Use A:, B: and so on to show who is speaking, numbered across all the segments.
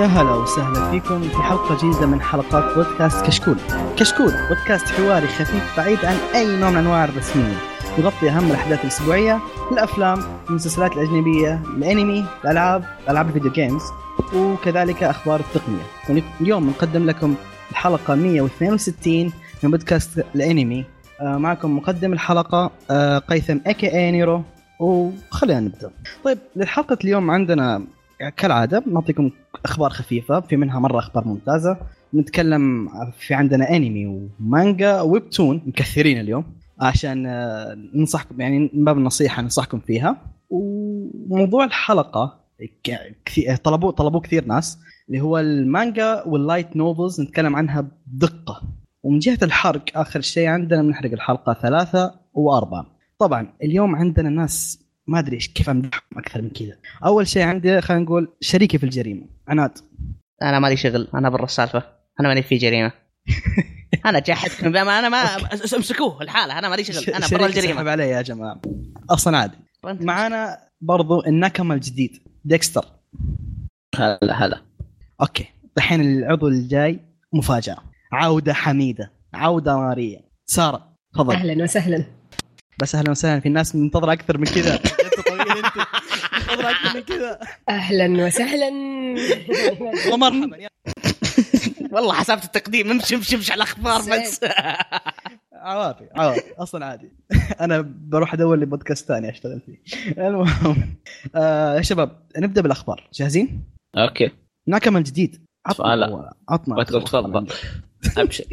A: يا هلا وسهلا فيكم في حلقة جديدة من حلقات بودكاست كشكول كشكول بودكاست حواري خفيف بعيد عن أي نوع من أنواع الرسمية يغطي أهم الأحداث الأسبوعية الأفلام المسلسلات الأجنبية الأنمي الألعاب ألعاب الفيديو جيمز وكذلك أخبار التقنية اليوم نقدم لكم الحلقة 162 من بودكاست الأنمي آه، معكم مقدم الحلقة آه، قيثم أكي نيرو وخلينا نبدأ طيب لحلقة اليوم عندنا كالعادة نعطيكم أخبار خفيفة في منها مرة أخبار ممتازة نتكلم في عندنا أنمي ومانجا ويبتون مكثرين اليوم عشان آه، ننصحكم يعني من باب النصيحة ننصحكم فيها وموضوع الحلقة ك- كثي- طلبوه طلبوه كثير ناس اللي هو المانجا واللايت نوفلز نتكلم عنها بدقة ومن جهة الحرق آخر شيء عندنا بنحرق الحلقة ثلاثة وأربعة طبعا اليوم عندنا ناس ما ادري ايش كيف امدحهم اكثر من كذا اول شيء عندي خلينا نقول شريكي في الجريمه عناد
B: انا مالي شغل انا برا السالفه انا ماني في جريمه انا جحدكم بما انا ما أس- امسكوه الحالة انا مالي شغل انا برا
A: شريكي سحب
B: الجريمه
A: علي يا جماعه اصلا عادي معانا برضو النكمه الجديد ديكستر
C: هلا هلا
A: اوكي الحين العضو الجاي مفاجاه عوده حميده عوده ناريه ساره تفضل
D: اهلا وسهلا
A: بس اهلا وسهلا في الناس منتظره اكثر من كذا انت طويل انت منتظره اكثر من كذا
D: اهلا وسهلا
A: ومرحبا يا
B: والله حسبت التقديم امشي امشي امشي على الاخبار بس
A: عوافي عوافي اصلا عادي انا بروح ادور لي بودكاست ثاني اشتغل فيه المهم آه يا شباب نبدا بالاخبار جاهزين؟
C: اوكي
A: ناكما الجديد عطنا
C: سؤال.
A: أول- عطنا
C: ما تقول
A: أول خبر
C: تفضل.
A: عندك.
C: ابشر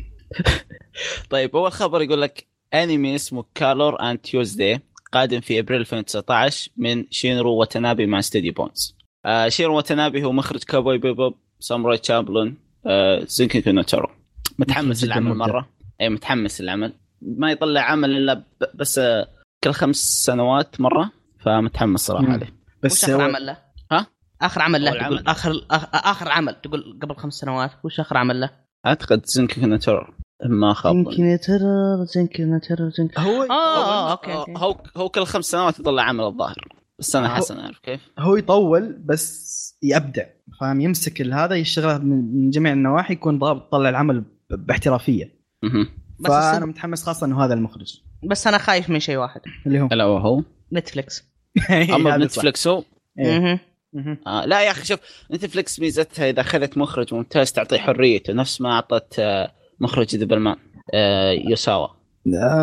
C: طيب اول خبر يقول لك انمي اسمه كالور اند تيوزداي قادم في ابريل 2019 من شينرو واتنابي مع ستدي بونز آه شينرو واتنابي هو مخرج كابوي بيبوب ساموراي تشامبلون آه زنكيكو نوتورو متحمس
E: جداً
C: للعمل
E: مبدع.
C: مره اي متحمس للعمل ما يطلع عمل الا ب- بس آه كل خمس سنوات مره فمتحمس صراحه
A: مم.
C: عليه
B: وش
A: بس
B: اخر
A: هو-
B: عمل له؟
C: ها؟
B: اخر عمل له
C: أول
B: تقول
C: عمل.
B: اخر آخ- اخر عمل تقول قبل خمس سنوات وش اخر عمل له؟
C: اعتقد زنكيكو نوتورو ما خاب
B: يمكن يترى يمكن يترى يمكن
C: هو
B: آه،
C: هو-
B: أوكي، أوكي.
C: هو هو كل خمس سنوات يطلع عمل الظاهر بس انا
A: هو-
C: حسن عارف كيف؟
A: هو يطول بس يبدع فاهم يمسك ال- هذا يشتغلها من من جميع النواحي يكون ضابط طلع العمل ب- باحترافيه
C: مهم.
B: بس
A: فانا
B: الصدق-
A: متحمس خاصه انه هذا المخرج
B: بس انا خايف من شيء واحد
A: اللي هو
C: الا وهو
B: نتفلكس
A: هذا
C: اما
A: صح.
C: بنتفلكس هو
A: إيه.
B: مهم.
A: مهم.
C: آه لا يا اخي شوف نتفلكس ميزتها اذا اخذت مخرج ممتاز تعطيه حريته نفس ما اعطت آه، مخرج ذا بالمان آه يوساوا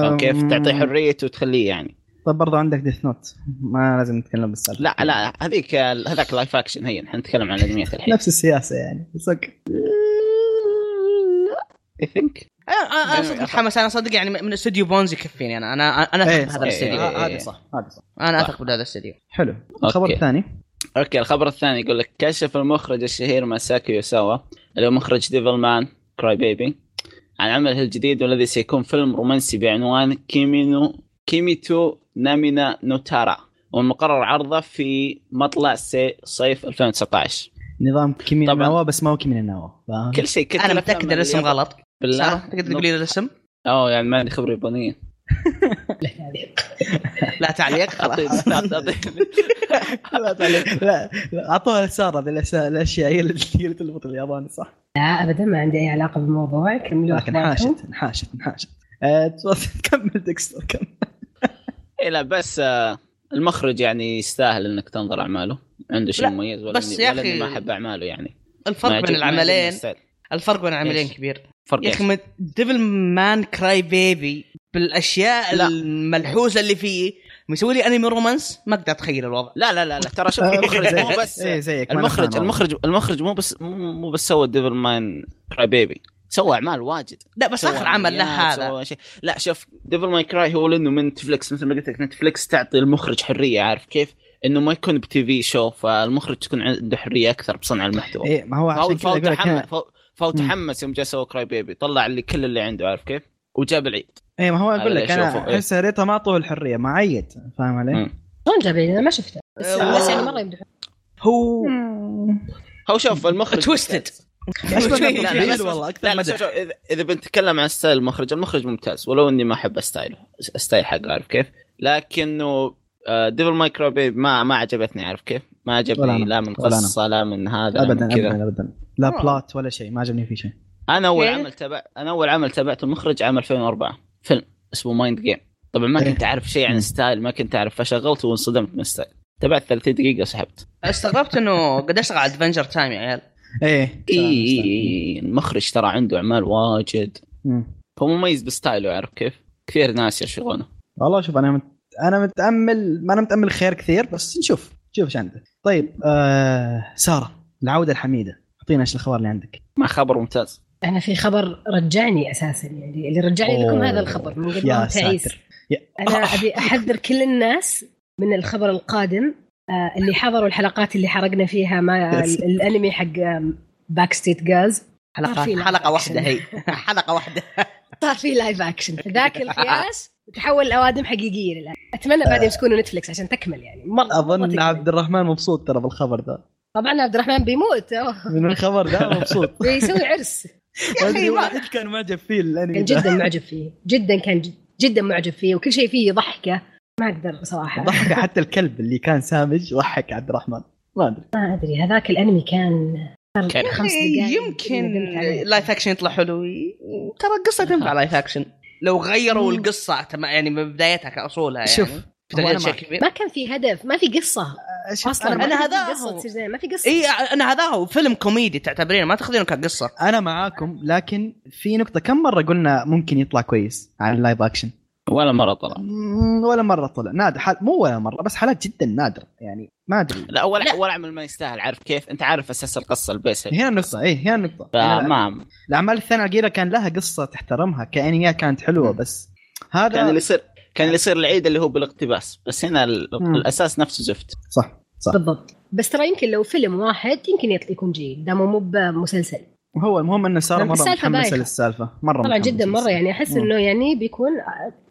C: أو كيف تعطيه حريته وتخليه يعني
A: طب برضو عندك ديث نوت ما لازم نتكلم بالسالفه
C: لا لا هذيك آه، هذاك لايف اكشن هي نحن نتكلم عن الانميات الحين
A: نفس السياسه يعني بس اوكي
C: اي ثينك
B: أنا- انا أنا صدق متحمس انا صدق يعني من استوديو بونز يكفيني انا انا انا
A: إيه،
B: اثق
A: صح.
B: بهذا الاستوديو
C: إيه.
A: آه، هذا صح هذا صح
C: طيب.
B: انا اثق بهذا الاستوديو
A: حلو الخبر الثاني
C: اوكي الخبر الثاني يقول لك كشف المخرج الشهير ماساكي يوساوا اللي هو مخرج ديفل مان كراي بيبي عن عمله الجديد والذي سيكون فيلم رومانسي بعنوان كيمينو كيميتو نامينا نوتارا والمقرر عرضه في مطلع سي صيف 2019
A: نظام كيميا
C: طبعاً.
A: النوا بس ما هو كيميا النوا فاهم
C: كل شيء كتب
B: انا متاكد الاسم غلط سارة،
C: بالله
B: تقدر تقولي لي الاسم؟
C: اوه يعني ما عندي خبره يابانيه
B: لا تعليق
C: أعطيني-
B: خلاص
C: أعطيني-
A: لا لا لا اعطوها لساره ذي الأشياء- الاشياء هي اللي هي اللي تلبط الياباني صح
D: لا ابدا ما عندي اي علاقه بالموضوع كملوا
A: لكن
D: أخباركم.
A: انحاشت انحاشت انحاشت آه، تفضل، كمل ديكستر كمل
C: إيه لا بس آه، المخرج يعني يستاهل انك تنظر اعماله عنده شيء
B: لا،
C: مميز ولا
B: بس
C: إني-
B: يا
C: ولا
B: أخي-
C: إني ما احب اعماله يعني ما
B: الفرق
C: يعجب-
B: بين
C: ما يعجبني
B: العملين
C: الستايل.
B: الفرق بين العملين
C: إيش؟
B: كبير
C: فرق
B: يا
C: إيش؟
B: اخي من ديفل مان كراي بيبي بالاشياء
C: لا.
B: الملحوسه اللي فيه مسوي لي انمي رومانس ما اقدر اتخيل الوضع
C: لا لا لا لا ترى شوف آه،
B: آه،
C: المخرج مو بس
B: إيه،
A: اي زيك ما أنا
C: المخرج
A: فاهم.
C: المخرج المخرج مو بس مو مو بس سوى ديفل مان كراي بيبي سوى اعمال واجد
B: لا بس
C: سوى
B: اخر عمل له
C: أنميات،
B: هذا
C: سوى شيء لا شوف ديفل مان كراي هو لانه من نتفلكس مثل ما قلت لك نتفلكس تعطي المخرج حريه عارف كيف؟ انه ما يكون بتي في شو فالمخرج تكون عنده حريه اكثر بصنع
B: إيه،
C: المحتوى
A: ايه ما هو
C: فهو
A: عشان كذا
C: فهو
A: اقول لك
C: تحمس
A: أنا-
C: فهو- فهو
A: مم.
C: تحمس يوم جاء سوى كراي بيبي طلع اللي كل اللي عنده عارف كيف؟ وجاب العيد
A: ايه ما هو اقول
C: هذا
A: لك
C: اللي
A: انا
C: أشوفه، إيه.
A: احس ريتا ما اعطوه الحريه ما عيد فاهم علي؟
C: مم.
D: شلون جاب لي انا ما شفته بس,
B: أه،
D: بس يعني
B: والله.
D: مره يمدحون
B: هو
C: هو شوف المخرج
B: تويستد
A: أشوف إنه
B: لا،
A: تطبيل
B: لا،
C: بس-
A: يعني والله
C: لا
A: اكثر
C: لا شوف
A: مدح
C: شوف اذا إذا بنتكلم عن ستايل المخرج المخرج ممتاز ولو اني ما احب ستايله ستايل حقه عارف كيف لكنه آه، ديفل ماي كراي بيب ما ما عجبتني عارف كيف ما
A: ولا أنا.
C: عجبني لا من
A: ولا أنا.
C: قصه لا من هذا لا
A: ابدا
C: من كذا
A: ابدا ابدا لا
B: آه.
A: بلات ولا شيء ما عجبني فيه شيء
C: انا اول
D: إيه؟
C: عمل تبع انا اول عمل تبعته المخرج عام 2004 فيلم اسمه مايند جيم طبعا ما
A: إيه.
C: كنت اعرف شيء عن ستايل ما كنت اعرف فشغلته وانصدمت من الستايل تبعت 30 دقيقه سحبت
B: استغربت انه قد اشتغل على ادفنجر تايم يا عيال
A: ايه
C: اي إي- إي، إيه، المخرج ترى عنده اعمال واجد
A: مم.
C: هو مميز بستايله عارف كيف؟ كثير ناس يشغلونه
A: والله شوف انا مت... انا متامل ما انا متامل خير كثير بس نشوف نشوف ايش عندك طيب آه... ساره العوده الحميده اعطينا ايش الخبر اللي عندك
C: مع خبر ممتاز
D: انا في خبر رجعني اساسا يعني اللي رجعني لكم
A: أوه.
D: هذا الخبر من قد
A: يا
D: ما هو تعيس
A: ساتر. يا- آه.
D: انا ابي احذر كل الناس من الخبر القادم آه، اللي حضروا الحلقات اللي حرقنا فيها مع
A: يا ساتر.
D: ال- الانمي حق باك ستيت جاز صار في
B: حلقه
D: لايف
B: حلقه واحده
D: أكشن.
B: هي حلقه واحده
D: صار في لايف اكشن فذاك القياس تحول لاوادم حقيقيه للان اتمنى
B: آه.
D: بعد يمسكونه نتفلكس عشان تكمل يعني مره مرة
A: اظن
D: تكمل.
A: عبد الرحمن مبسوط ترى بالخبر ذا
D: طبعا عبد الرحمن بيموت أوه،
A: من الخبر ذا مبسوط
D: بيسوي عرس
A: ما
D: يا
A: ادري
D: أخي ما-
A: واحد كان معجب فيه الانمي
D: كان
A: ذا.
D: جدا معجب فيه جدا كان ج- جدا معجب فيه وكل شيء فيه ضحكه ما اقدر صراحه
A: ضحك حتى الكلب اللي كان سامج ضحك عبد الرحمن ما ادري
D: ما ادري هذاك الانمي كان صار
C: كان-
D: خمس دقائق
B: يعني إيه، يمكن
D: ندمت عليه.
B: لايف اكشن يطلع حلو ترى القصه تنفع لايف اكشن لو غيروا
D: مم.
B: القصه تم- يعني من بدايتها كاصولها يعني
A: شوف، هو أنا
B: بتغير شيء
A: معك.
B: كبير
D: ما كان في هدف ما في قصه اصلا
A: انا
B: أنا
D: ما في
B: هذا
D: قصه
B: هو. إيه،
D: تصير زين ما في قصه
B: اي انا هذا هو فيلم كوميدي تعتبرينه ما تاخذينه كقصه
A: انا معاكم لكن في نقطه كم مره قلنا ممكن يطلع كويس عن اللايف اكشن
C: ولا مره طلع
A: مم، ولا مره طلع نادر حال مو ولا مره بس حالات جدا نادره يعني ما ادري
C: لا ولا ولا عمل ما يستاهل عارف كيف؟ انت عارف اساس القصه البيس هي.
A: هنا النقطة ايه هنا النقطة يعني
C: فما
A: الأعمال الثانية الأخيرة كان لها قصة تحترمها كأنية كانت حلوة بس هذا
C: كان اللي يصير كان اللي يصير العيد اللي هو بالاقتباس بس هنا ال-
A: مم.
C: الاساس نفسه زفت
A: صح صح
D: بالضبط بس ترى يمكن لو فيلم واحد يمكن يطلع يكون جيد دامه مو بمسلسل
A: هو المهم أنه سارة مرة
D: السالفة
A: متحمسة
D: بايخة.
A: للسالفة مرة
D: طبعا
A: متحمسة
D: جدا مره يعني احس
A: مم.
D: انه يعني بيكون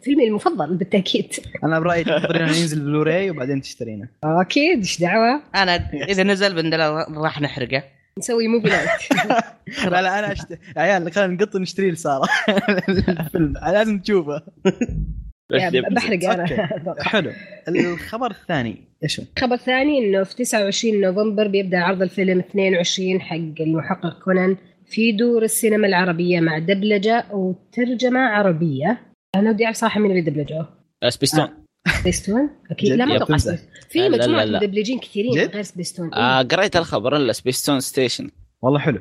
D: فيلمي المفضل بالتاكيد
A: أنا برأيي تنتظرين ينزل بلوراي وبعدين تشترينه
D: اكيد ايش دعوه
B: انا اذا نزل بندل راح نحرقه
D: نسوي موفي نايت
A: لا لا أنا أشت... عيال خلينا نقط ونشتري لسارة الفيلم لازم تشوفه
D: يعني بحرق انا
A: أوكي. حلو الخبر الثاني ايش هو؟
D: خبر ثاني انه في 29 نوفمبر بيبدا عرض الفيلم 22 حق المحقق كونان في دور السينما العربيه مع دبلجه وترجمه عربيه انا ودي اعرف صراحه مين اللي دبلجوه
C: سبيستون
D: سبيستون اكيد لا ما
A: جد؟
D: اتوقع
A: تمزح.
D: سبيستون. في
C: لا، لا،
D: مجموعه
C: لا.
D: مدبلجين كثيرين
A: جد؟
D: غير سبيستون
C: آه قريت الخبر الا سبيستون ستيشن
A: والله حلو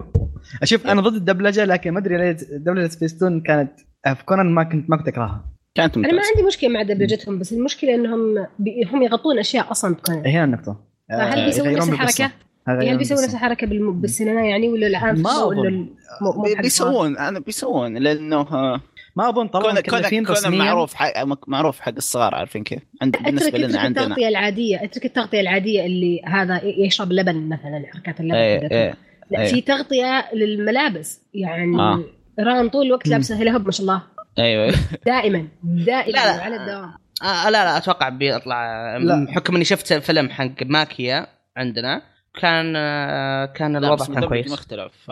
A: اشوف انا ضد الدبلجه لكن ما ادري ليه دبلجه سبيستون كانت في كونان ما كنت ما كنت اكرهها
C: كانت
D: انا ما
C: ممتازه
D: عندي مشكله مع دبلجتهم بس المشكله انهم بي... هم يغطون اشياء اصلا بكونان
A: هنا النقطه آه،
D: فهل بيسووا
A: يغيرون
D: نفس
A: بالقصة.
D: الحركه؟
A: هذا
D: هل
A: يوم
D: بيسووا
A: بس.
D: يعني نفس الحركه بالم... بالسينما يعني ولا الان
A: أيوة، ما
D: خصوا
A: أظن.
D: إنه ال- مو- مو
C: بي-
D: حق
C: بيسوون انا بيسوون لانه آه،
A: ما اظن طالما
C: كون كون
A: مكلفين
C: كون
A: رسميا
C: معروف حق معروف حق الصغار عارفين كيف عند
D: اترك
C: بالنسبه
D: اترك
C: لنا عندنا
D: التغطيه العاديه اترك التغطيه العاديه اللي هذا ي- يشرب لبن مثلا حركات اللبن
C: ايه
D: حقتهم.
C: ايه
D: لا
C: إيه.
D: في تغطيه للملابس يعني
C: آه.
D: ران طول الوقت
A: مم.
D: لابسه هلهب ما شاء الله
C: ايوه
D: دائما دائما
B: لا، لا.
D: على الدوام
B: آه لا لا اتوقع بيطلع
A: لا.
B: بحكم اني شفت فيلم حق ماكيا عندنا كان آه كان
C: لا، بس
B: الوضع كان
C: مدمج
B: كويس
C: مختلف ف-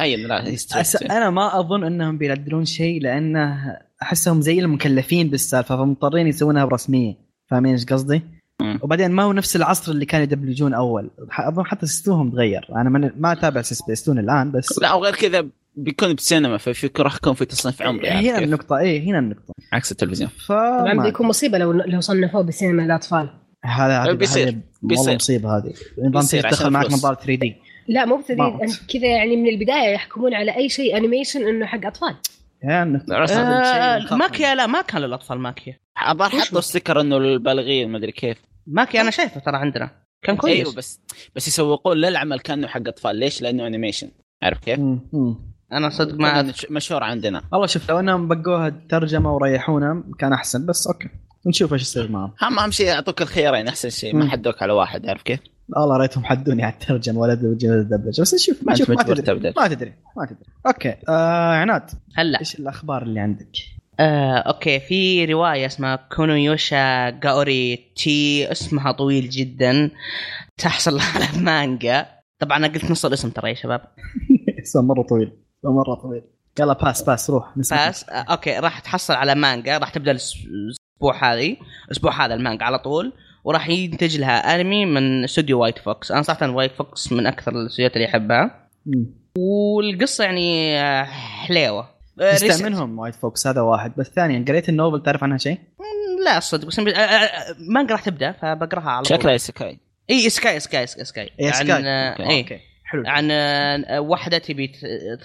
C: اي آه. لا هي
A: أس...
C: ستيشن.
A: انا ما اظن انهم بيعدلون شيء لانه احسهم زي المكلفين بالسالفه فمضطرين يسوونها برسميه فاهمين ايش قصدي؟
C: مم.
A: وبعدين ما هو نفس العصر اللي كانوا يدبلجون اول ح- اظن حتى سيستوهم تغير انا ما- ما اتابع سيستون الان بس
C: لا وغير كذا بيكون بسينما ففي راح يكون في تصنيف عمري عارف
A: هنا
C: كيف؟
A: النقطه ايه هنا النقطه
C: عكس التلفزيون
A: فما
D: طبعا بيكون مصيبه لو لو صنفوه بالسينما للاطفال
A: هذا هذا هذا
C: بيصير-
A: والله
C: بيصير.
A: مصيبه هذه نظام
C: بيصير
A: تدخل
C: عشان
A: معك
C: فلوس.
A: نظام 3 دي
D: لا مو بتدريب
A: معروف.
D: أنت كذا يعني من البدايه يحكمون على اي شيء انيميشن انه حق اطفال
A: يعني
C: عرفت؟
B: آه ماكيا لا ما كان للاطفال ماكيا
C: الظاهر
D: وش هو؟
C: حطوا ستيكر انه للبالغين ما ادري كيف
B: ماكيا انا شايفه ترى عندنا كان كويس
C: ايوه بس بس يسوقون للعمل كانه حق اطفال ليش؟ لانه انيميشن عارف كيف؟
A: مم، مم.
B: انا صدق ما
C: ما مشهور عندنا
A: والله شوف لو انهم بقوها ترجمه وريحونا كان احسن بس اوكي نشوف ايش يصير معهم
C: اهم اهم شيء يعطوك الخيارين احسن شيء
A: مم.
C: ما حدوك على واحد عارف كيف؟
A: والله ريتهم حدوني على الترجمه ولا الدبلجه بس نشوف
C: ما
A: نشوف
C: أنت
A: ما
C: مجبر
A: تدري
C: تبدل
A: ما تدري ما تدري اوكي آه عناد
B: هلا
A: ايش الاخبار اللي عندك؟
B: آه اوكي في روايه اسمها كونويوشا غاوري تي اسمها طويل جدا تحصل على مانجا طبعا انا قلت نص الاسم ترى يا شباب
A: اسمه مره طويل اسمه مره طويل يلا باس باس روح نسمع.
B: باس آه، اوكي راح تحصل على مانجا راح تبدا الأس- الاسبوع هذه الاسبوع هذا المانجا على طول وراح ينتج لها انمي من استوديو وايت فوكس انا صراحه وايت فوكس من اكثر الاستوديوهات اللي احبها والقصه يعني آه، حليوه آه، ريس-
A: تستأمنهم وايت فوكس هذا واحد بس ثانيا قريت النوبل تعرف عنها شيء؟
B: إيه. لا صدق بس آه، آه، آه، مانجا راح تبدا فبقراها على طول
C: شكلها سكاي
B: اي سكاي سكاي سكاي سكاي
A: إيه،
B: عن
A: سكاي.
B: آه،
C: أوكي.
B: إيه.
A: اوكي حلو
B: عن آه، واحدة تبي ت-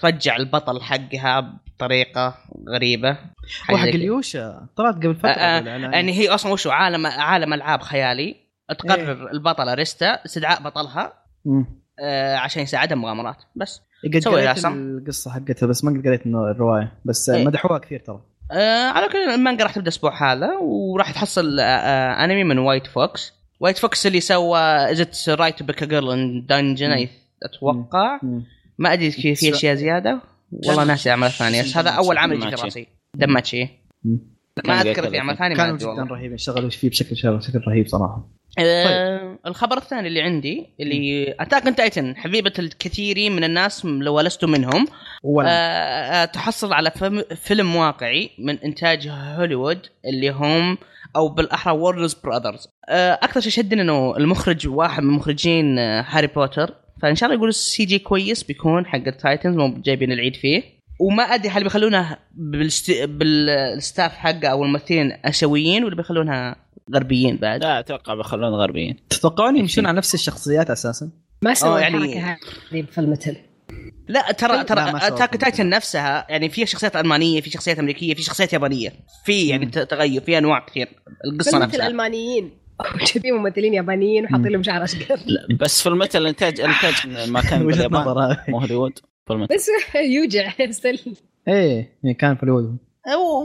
B: ترجع البطل حقها بطريقة غريبة حاجة
A: وحق
B: زي كذا.
A: اليوشا طلعت قبل فتره
B: آه، آه،
A: بالإعلان.
B: يعني هي اصلا وشو عالم عالم العاب خيالي تقرر
C: إيه.
B: البطلة ريستا استدعاء بطلها
A: مم.
B: آه، عشان يساعدها مغامرات بس
A: قد
B: سوي
A: قريت
B: رسم.
A: القصه حقتها بس ما قد قريت النو- الروايه بس
B: إيه.
A: مدحوها كثير ترى
B: آه، على كل المانجا راح تبدا الاسبوع هذا وراح تحصل آه، آه، انمي من وايت فوكس وايت فوكس اللي سوى ازت رايت تو بيك جيرل ان دنجن اتوقع
A: مم.
B: ما ادري كيف في
A: س-
B: اشياء زياده والله ناسي اعمال ثانيه بس هذا اول عمل يجي في
C: دماتشي.
B: راسي دماتشي ما اذكر في عمل ثاني ما
A: كانوا
B: ادري
A: جدا
B: والله
A: رهيبين اشتغلوا فيه بشكل بشكل رهيب صراحه
B: آه، الخبر الثاني اللي عندي اللي اتاك اون تايتن حبيبه الكثير من الناس لو لست منهم
A: ولا
B: آه، آه، تحصل على فم- فيلم واقعي من انتاج هوليوود اللي هم او بالاحرى وورنرز براذرز اكثر آه، شيء شدني انه المخرج واحد من مخرجين آه، هاري بوتر فان شاء الله يقولوا السي جي كويس بيكون حق التايتنز مو جايبين العيد فيه وما ادري هل بيخلونها بالست... بالستاف حقه او الممثلين اسيويين ولا بيخلونها غربيين بعد
C: لا اتوقع بيخلون غربيين
A: تتوقعون يمشون على نفس الشخصيات اساسا؟
D: ما سووا
B: آه، يعني-
D: الحركه هذه في المثل
B: لا ترى ترى
A: لا، ما سووا
B: اتاك
A: كذا.
B: تايتن نفسها يعني فيها شخصيات المانيه في شخصيات امريكيه في شخصيات يابانيه في يعني
A: مم.
B: ت- تغير في انواع كثير القصه
D: مثل
B: نفسها
D: الالمانيين كذي ممثلين يابانيين وحاطين لهم شعر اشقر
C: لا، بس في المثل الانتاج الانتاج ما كان
A: وجهه
C: باليابان
A: نظر آه. هذه.
C: مو هوليوود في المثل
D: بس يوجع يستل
A: ايه إيه، كان في الهوليوود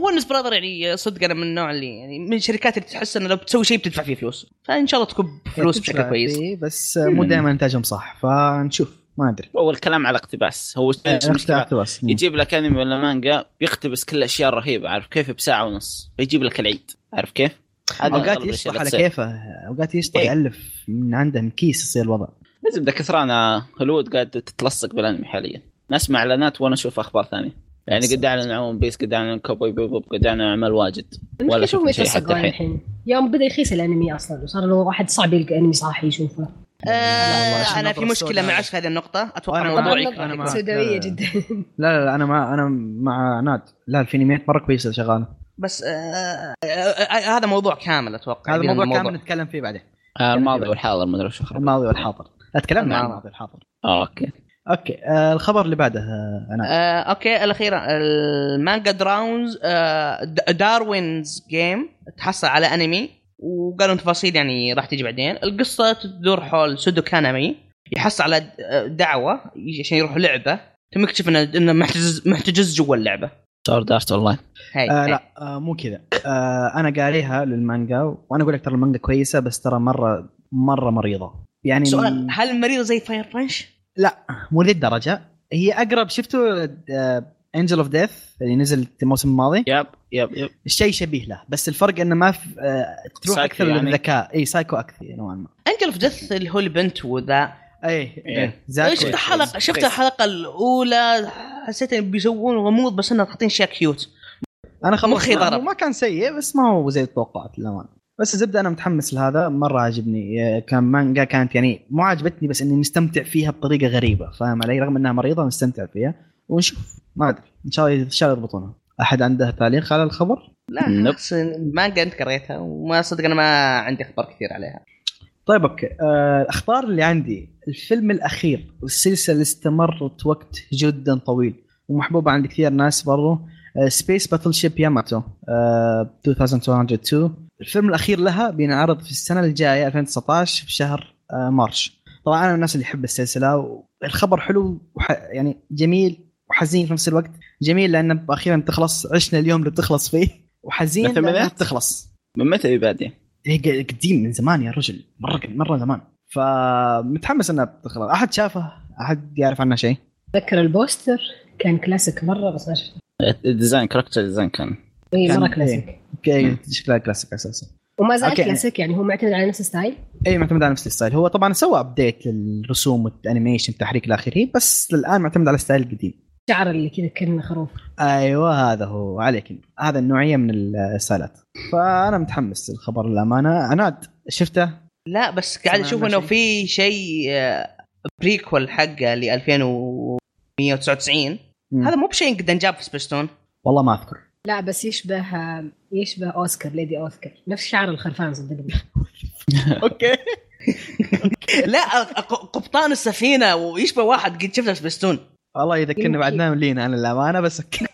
B: ونس براذر يعني صدق انا من النوع اللي يعني من الشركات اللي تحس انه لو بتسوي شيء بتدفع فيه فلوس فان شاء الله تكب فلوس بشكل
A: تدفع
B: كويس
A: فيه، بس مو دائما انتاجهم صح فنشوف ما ادري
C: هو الكلام على اقتباس هو
A: إيه،
C: المشكلة
A: اقتباس. مم.
C: يجيب لك انمي ولا مانجا يقتبس كل الاشياء الرهيبه عارف كيف بساعه ونص فيجيب لك العيد عارف كيف؟ هذا
A: اوقات
C: أغلب الأشياء
A: يشطح
C: اللي
A: على
C: تصير.
A: كيفه اوقات يشطح
C: إيه.
A: يالف من عنده من كيس يصير الوضع
C: لازم ده كثرانه هوليوود قاعد تتلصق بالانمي حاليا نسمع اعلانات وانا اشوف اخبار ثانيه يعني قد اعلنوا عن ون بيس قد اعلنوا عن كوبوي بيبوب قد اعلنوا عن عمل واجد ولا
D: المشكله هم
C: شفت شيء حتى
D: يتلصقون
C: الحين
D: الحين يوم بدا يخيس الانمي اصلا وصار لو واحد صعب يلقى انمي صاحي يشوفه
A: لا والله،
B: آه
A: عشان
B: انا في
A: نظرة
B: مشكله
A: سوداء.
B: مع عشق هذه النقطه اتوقع
A: أنا
B: الموضوع
A: معك،
B: يكره.
A: أنا
D: طبعا
A: معك.
D: سوداويه جدا
A: لا لا, لا انا مع انا مع ناد لا في انميات مره كويسه شغاله
B: بس آه آه آه آه هذا موضوع كامل اتوقع
A: هذا
B: يبينا
A: موضوع كامل نتكلم فيه بعدين
C: آه، الماضي والحاضر ما ادري وش أخرب.
A: يعني الماضي والحاضر تكلمنا عن
B: الماضي.
A: الماضي والحاضر
C: آه، اوكي
A: اوكي آه الخبر اللي بعده آه انا
B: آه، اوكي الاخيره المانجا دراونز آه، د- داروينز جيم تحصل على انمي وقالوا تفاصيل يعني راح تجي بعدين القصه تدور حول سودو كانامي يحصل على د- آه، دعوه ي- عشان يروح لعبه ثم يكتشف انه إنه محتجز محتجز جوا اللعبه
C: سورد ارت اون لاين
B: هاي
A: آه
C: إيه.
B: هاي.
A: لا آه مو كذا آه انا قاريها للمانجا وانا اقول لك ترى المانجا كويسه بس ترى مره مره مريضه يعني
B: سؤال هل المريض زي فاير رانش؟
A: مو ذي الدرجه هي اقرب شفتوا آه، انجل اوف ديث اللي نزل الموسم الماضي
C: يب يب يب
A: شيء شبيه له بس الفرق انه ما في آه تروح
C: سايكو
A: اكثر
C: يعني.
A: للذكاء اي سايكو اكثر نوعا ما
B: انجل اوف ديث اللي هو البنت وذا
A: اي
C: إيه.
A: زاكو
B: شفت
A: يشوف.
B: الحلقه شفت الحلقه الاولى حسيت انهم بيسوون غموض بس انهم حاطين اشياء كيوت
A: انا خلاص
B: مخي
A: ما-
B: ضرب.
A: ما كان سيء بس ما هو زي التوقعات للامانه بس الزبده انا متحمس لهذا مره عاجبني آه، كان مانجا كانت يعني مو عاجبتني بس اني مستمتع فيها بطريقه غريبه فاهم علي رغم انها مريضه مستمتع فيها ونشوف ما ادري ان شاء الله ان شاء الله يضبطونها احد عنده تعليق على الخبر
B: لا
C: Nope.
B: خلاص المانجا انت قريتها وما صدق انا ما عندي اخبار كثير عليها
A: طيب اوكي آه، الاخبار اللي عندي الفيلم الاخير والسلسله استمرت وقت جدا طويل ومحبوبه عند كثير ناس برضو آه، سبيس باتل شيب ياماتو آه، 2202 الفيلم الاخير لها بينعرض في السنه الجايه 2019 في شهر آه، مارش طبعا انا من الناس اللي يحب السلسله والخبر حلو وح... يعني جميل وحزين في نفس الوقت جميل لان اخيرا بتخلص عشنا اليوم اللي بتخلص فيه وحزين
C: مثل
A: لانها
C: بدأت؟
A: بتخلص
C: من متى يبادي؟
A: هي إيه، قديم من زمان يا رجل مره مره زمان فمتحمس انها بتخلص احد شافه احد يعرف عنها شيء
D: اتذكر البوستر كان كلاسيك مره بس ما شفته
C: الديزاين كاركتر ديزاين كان
D: اي
A: كان-
D: مره كلاسيك
A: اوكي
C: مم.
A: شكلها كلاسيك اساسا
D: وما زال
A: أوكي.
D: كلاسيك يعني هو معتمد على نفس الستايل
A: اي إيه، معتمد على نفس الستايل هو طبعا سوى ابديت للرسوم والانيميشن التحريك الى اخره بس للان معتمد على الستايل القديم
D: شعر اللي كذا كان خروف
A: ايوه هذا هو عليك هذا النوعيه من الرسالات فانا متحمس للخبر للامانه عناد شفته
B: لا بس قاعد
A: سمع
B: اشوف
A: عنه
B: انه
A: شيء.
B: في شيء آه، بريكول حقه ل 2199
A: مم.
B: هذا مو بشيء قد انجاب في سبيستون
A: والله ما اذكر
D: لا بس يشبه يشبه اوسكار ليدي اوسكار نفس شعر الخرفان صدقني
B: اوكي لا ق- قبطان السفينه ويشبه واحد قد شفته في سبيستون
A: والله يذكرني
D: يمكن.
A: بعد نام لينا انا للامانه بس أوكي.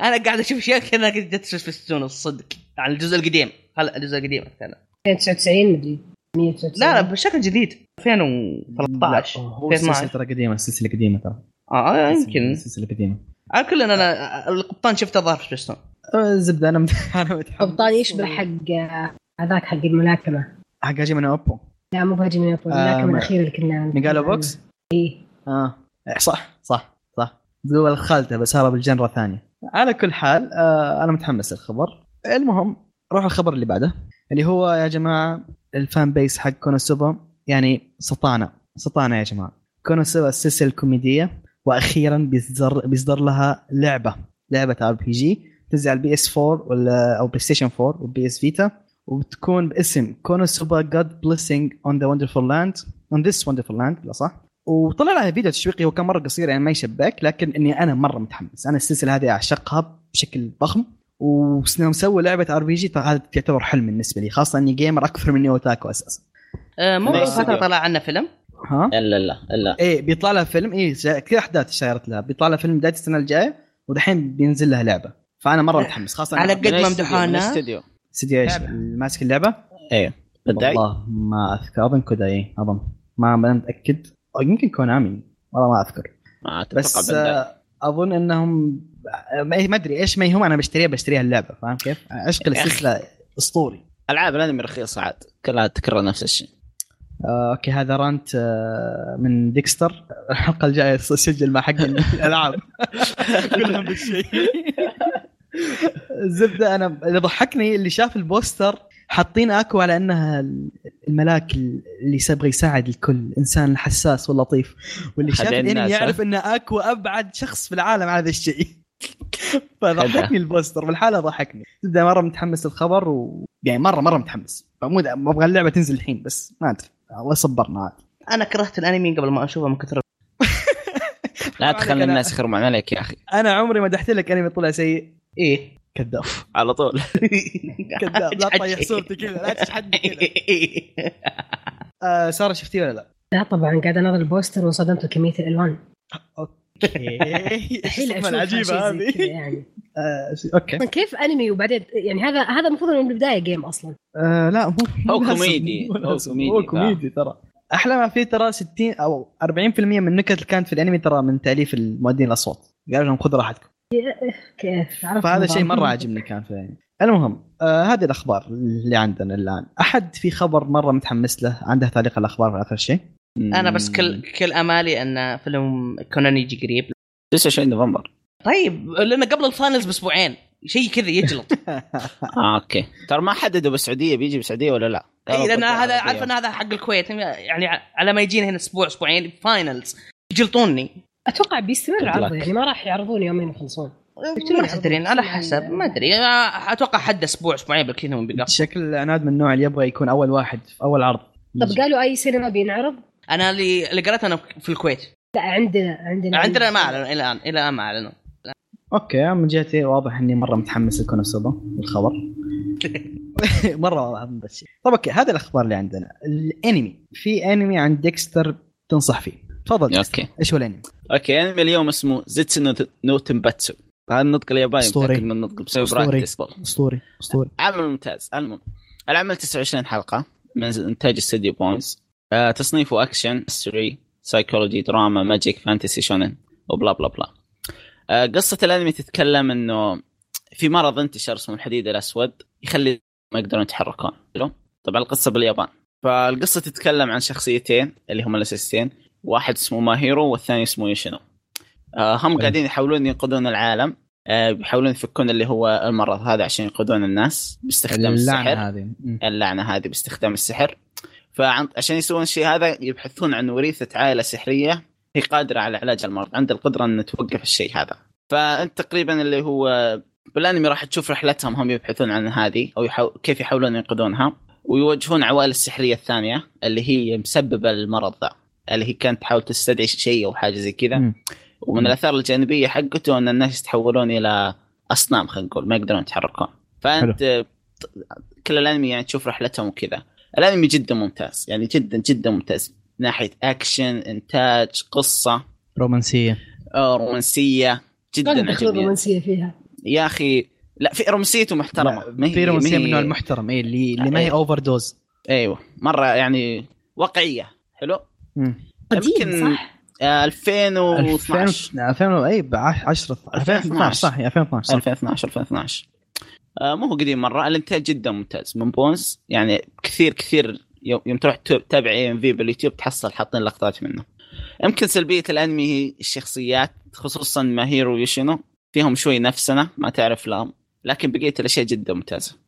B: انا قاعد اشوف اشياء كانها قد جت في سبيستون الصدق عن الجزء القديم هلا الجزء القديم أتكلم.
D: 99 مدري 199
B: لا لا بشكل جديد 2013
A: لا، هو السلسله
B: 2012.
A: ترى قديمه السلسله قديمه ترى
B: اه يمكن
A: السلسله قديمه
B: على كل إن انا القبطان شفته ظهر في سبيستون
A: أه، زبده انا مت- انا متحمس
D: قبطان يشبه حق آه، هذاك حق الملاكمه
A: حق هاجي من اوبو
D: لا مو بهاجم من يابا،
A: آه،
D: الملاكمه
A: ما-
D: الاخيره اللي كنا
A: نقالو بوكس
D: اي
A: اه إيه، صح صح صح دول خالته بس هذا بالجنرا ثانيه على كل حال آه انا متحمس للخبر المهم روح الخبر اللي بعده اللي هو يا جماعه الفان بيس حق كونوسوبا يعني سطعنا سطعنا يا جماعه كونوسوبا السلسله الكوميديه واخيرا بيصدر بيصدر لها لعبه لعبه ار بي جي تنزل على البي اس 4 ولا او بلاي ستيشن 4 والبي اس فيتا وبتكون باسم كونوسوبا جاد بليسنج اون ذا وندرفول لاند اون ذيس وندرفول لاند صح وطلع لها فيديو تشويقي هو كان مره قصير يعني ما يشبك لكن اني انا مره متحمس انا السلسله هذه اعشقها بشكل ضخم ومسوي لعبه ار بي جي فهذا تعتبر حلم بالنسبه لي خاصه اني جيمر اكثر مني اوتاكو اساسا
B: آه، مو
C: Nice.
B: فتره طلع عنا فيلم
A: ها
C: الا لا الا
A: ايه بيطلع لها فيلم ايه جا- كثير احداث اشارت لها بيطلع لها فيلم بدايه السنه الجايه ودحين بينزل لها لعبه فانا مره متحمس خاصه
B: على
A: على
B: قد ما مدحونا
C: استديو
A: استديو ايش
B: لعبة.
A: ماسك اللعبه
C: بدعي
A: والله ما اذكر اظن كودا ايه اظن ما ما أنا متاكد أو يمكن كونامي والله ما اذكر
C: ما اتوقع
A: بس
C: بنداي.
A: آه، اظن انهم ما ما ادري ايش ما يهم انا بشتريها بشتريها اللعبه فاهم كيف؟ عشق
C: أخ.
A: السلسله اسطوري
C: العاب الانمي رخيصه عاد كلها تكرر نفس الشيء
A: آه، اوكي هذا رانت آه، من ديكستر الحلقه الجايه سجل مع حق الالعاب كلهم بالشيء الزبده انا اللي ضحكني اللي شاف البوستر حاطين اكو على انها الملاك اللي يبغى يساعد الكل انسان الحساس واللطيف واللي شاف
C: خدع
A: الانمي
C: الناس، ها؟
A: يعرف ان اكو ابعد شخص في العالم على هذا الشيء فضحكني البوستر بالحاله ضحكني زبده مره متحمس للخبر و... يعني مره مره متحمس عمود ابغى اللعبه تنزل الحين بس ما ادري الله صبرنا عاد
B: انا كرهت الانمي قبل ما اشوفه من كثر
C: لا
A: عليك أنا.
C: تخلي الناس يخرمون عليك يا اخي
A: انا عمري ما دحت لك انمي طلع سيء
B: ايه
A: كذاب
C: على طول
A: كذاب لا تطيح صورتي كذا لا تشحدني كذا آه ساره شفتيه ولا لا؟
D: لا طبعا قاعد اناظر البوستر وانصدمت بكميه الالوان
A: اوكي
D: الحين
A: الصدمة
D: اشوف
A: العجيبه
D: شيء زي كذا
A: هذه
D: يعني
A: آه، س- اوكي
D: أصلاً كيف انمي وبعدين يعني هذا هذا المفروض انه من البدايه جيم اصلا
A: آه لا مو
C: هو
A: مو لازم-
C: كوميدي.
A: مو
C: هو
A: لازم.
C: كوميدي،
A: هو كوميدي ترى احلى ما فيه ترى 60 او 40% من النكت اللي كانت في الانمي ترى من تاليف المؤدين الاصوات قالوا لهم خذوا راحتكم
D: كيف عرفت
A: فهذا
D: نظام.
A: الشيء مره عجبني كان في الانمي المهم آه هذه الاخبار اللي عندنا الان احد في خبر مره متحمس له عنده تعليق على الاخبار في اخر شيء
B: انا بس كل كل امالي ان فيلم كونان يجي قريب
C: 29 نوفمبر
B: طيب لانه قبل الفاينلز باسبوعين شيء كذا يجلط
C: آه اوكي ترى ما حددوا بالسعوديه بيجي بالسعوديه ولا لا
B: اي لان إيه، هذا عارف ان هذا حق الكويت يعني على ما يجينا هنا اسبوع اسبوعين فاينلز يجلطوني
D: اتوقع بيستمر
C: قلت لك.
D: عرضه يعني ما راح يعرضون يومين يخلصون
B: ما تدرين على حسب ما ادري اتوقع حد اسبوع اسبوعين بالكثير هم بيقف
A: شكل عناد من النوع اللي يبغى يكون اول واحد في اول عرض
D: طب قالوا اي سينما بينعرض؟
B: انا اللي اللي قريته انا في الكويت
D: لا عندنا عندنا
B: عندنا ما اعلنوا الى الان الى الان ما اعلنوا
A: اوكي من جهتي واضح اني مره متحمس لكونوسوبا الخبر مره واضح من الشيء طب اوكي هذه الاخبار اللي عندنا الانمي في انمي عن ديكستر تنصح فيه تفضل ديكستر.
C: اوكي
A: ايش هو الانمي؟
C: اوكي انمي اليوم اسمه زيتسو نو- نو تنباتسو هذا النطق الياباني
A: أسطوري.
C: متأكد من النطق بسبب
A: أسطوري.
C: براكتس بول.
A: اسطوري اسطوري
C: عمل ممتاز المهم العمل 29 حلقه من انتاج استوديو بونز آه تصنيفه اكشن ستوري سايكولوجي دراما ماجيك فانتسي شونن وبلا بلا بلا آه قصه الانمي تتكلم انه في مرض انتشر اسمه الحديد الاسود يخلي ما يقدرون يتحركون حلو؟ طبعا القصه باليابان فالقصه تتكلم عن شخصيتين اللي هم الاساسيين واحد اسمه ماهيرو والثاني اسمه يوشينو آه هم
A: حلو.
C: قاعدين يحاولون ينقذون العالم آه بيحاولون يفكون اللي هو المرض هذا عشان ينقذون الناس باستخدام
A: اللعنه
C: السحر
A: هذه مم.
C: اللعنه هذه باستخدام السحر فعشان يسوون الشيء هذا يبحثون عن وريثه عائله سحريه هي قادره على علاج المرض عندها القدره ان توقف الشيء هذا فانت تقريبا اللي هو بالانمي راح تشوف رحلتهم هم يبحثون عن هذه او يحاول كيف يحاولون ينقذونها ويواجهون عوائل السحريه الثانيه اللي هي مسببه للمرض ذا اللي هي كانت تحاول تستدعي شيء او حاجه زي كذا
E: مم.
C: ومن الاثار الجانبيه حقته ان الناس يتحولون الى اصنام خلينا نقول ما يقدرون يتحركون فانت ت- كل الانمي يعني تشوف رحلتهم وكذا الانمي جدا ممتاز يعني جدا جدا ممتاز من ناحيه اكشن انتاج قصه
E: رومانسيه
C: آه، رومانسيه
D: ما
C: جدا
D: دخل
C: عجبني
D: الرومانسيه فيها
C: يا اخي لا في رومانسيته محترمه ما هي-
A: في رومانسيه
C: ما هي- إيه.
A: من نوع المحترم اي اللي, اللي ما هي اوفر دوز
C: ايوه مره يعني واقعيه حلو
D: قديم
C: يمكن
D: صح؟
C: آه، 2012
A: 2000 اي 10 2012 صح يا 2012 صح
C: 2012 2012 آه، مو هو قديم مره الانتاج جدا ممتاز من بونز يعني كثير كثير يوم يوم تروح تو- تتابع اي ام في باليوتيوب تحصل حاطين لقطات منه يمكن سلبيه الانمي هي الشخصيات خصوصا ماهيرو يوشينو فيهم شوي نفسنا ما تعرف لهم لكن بقيه الاشياء جدا ممتازه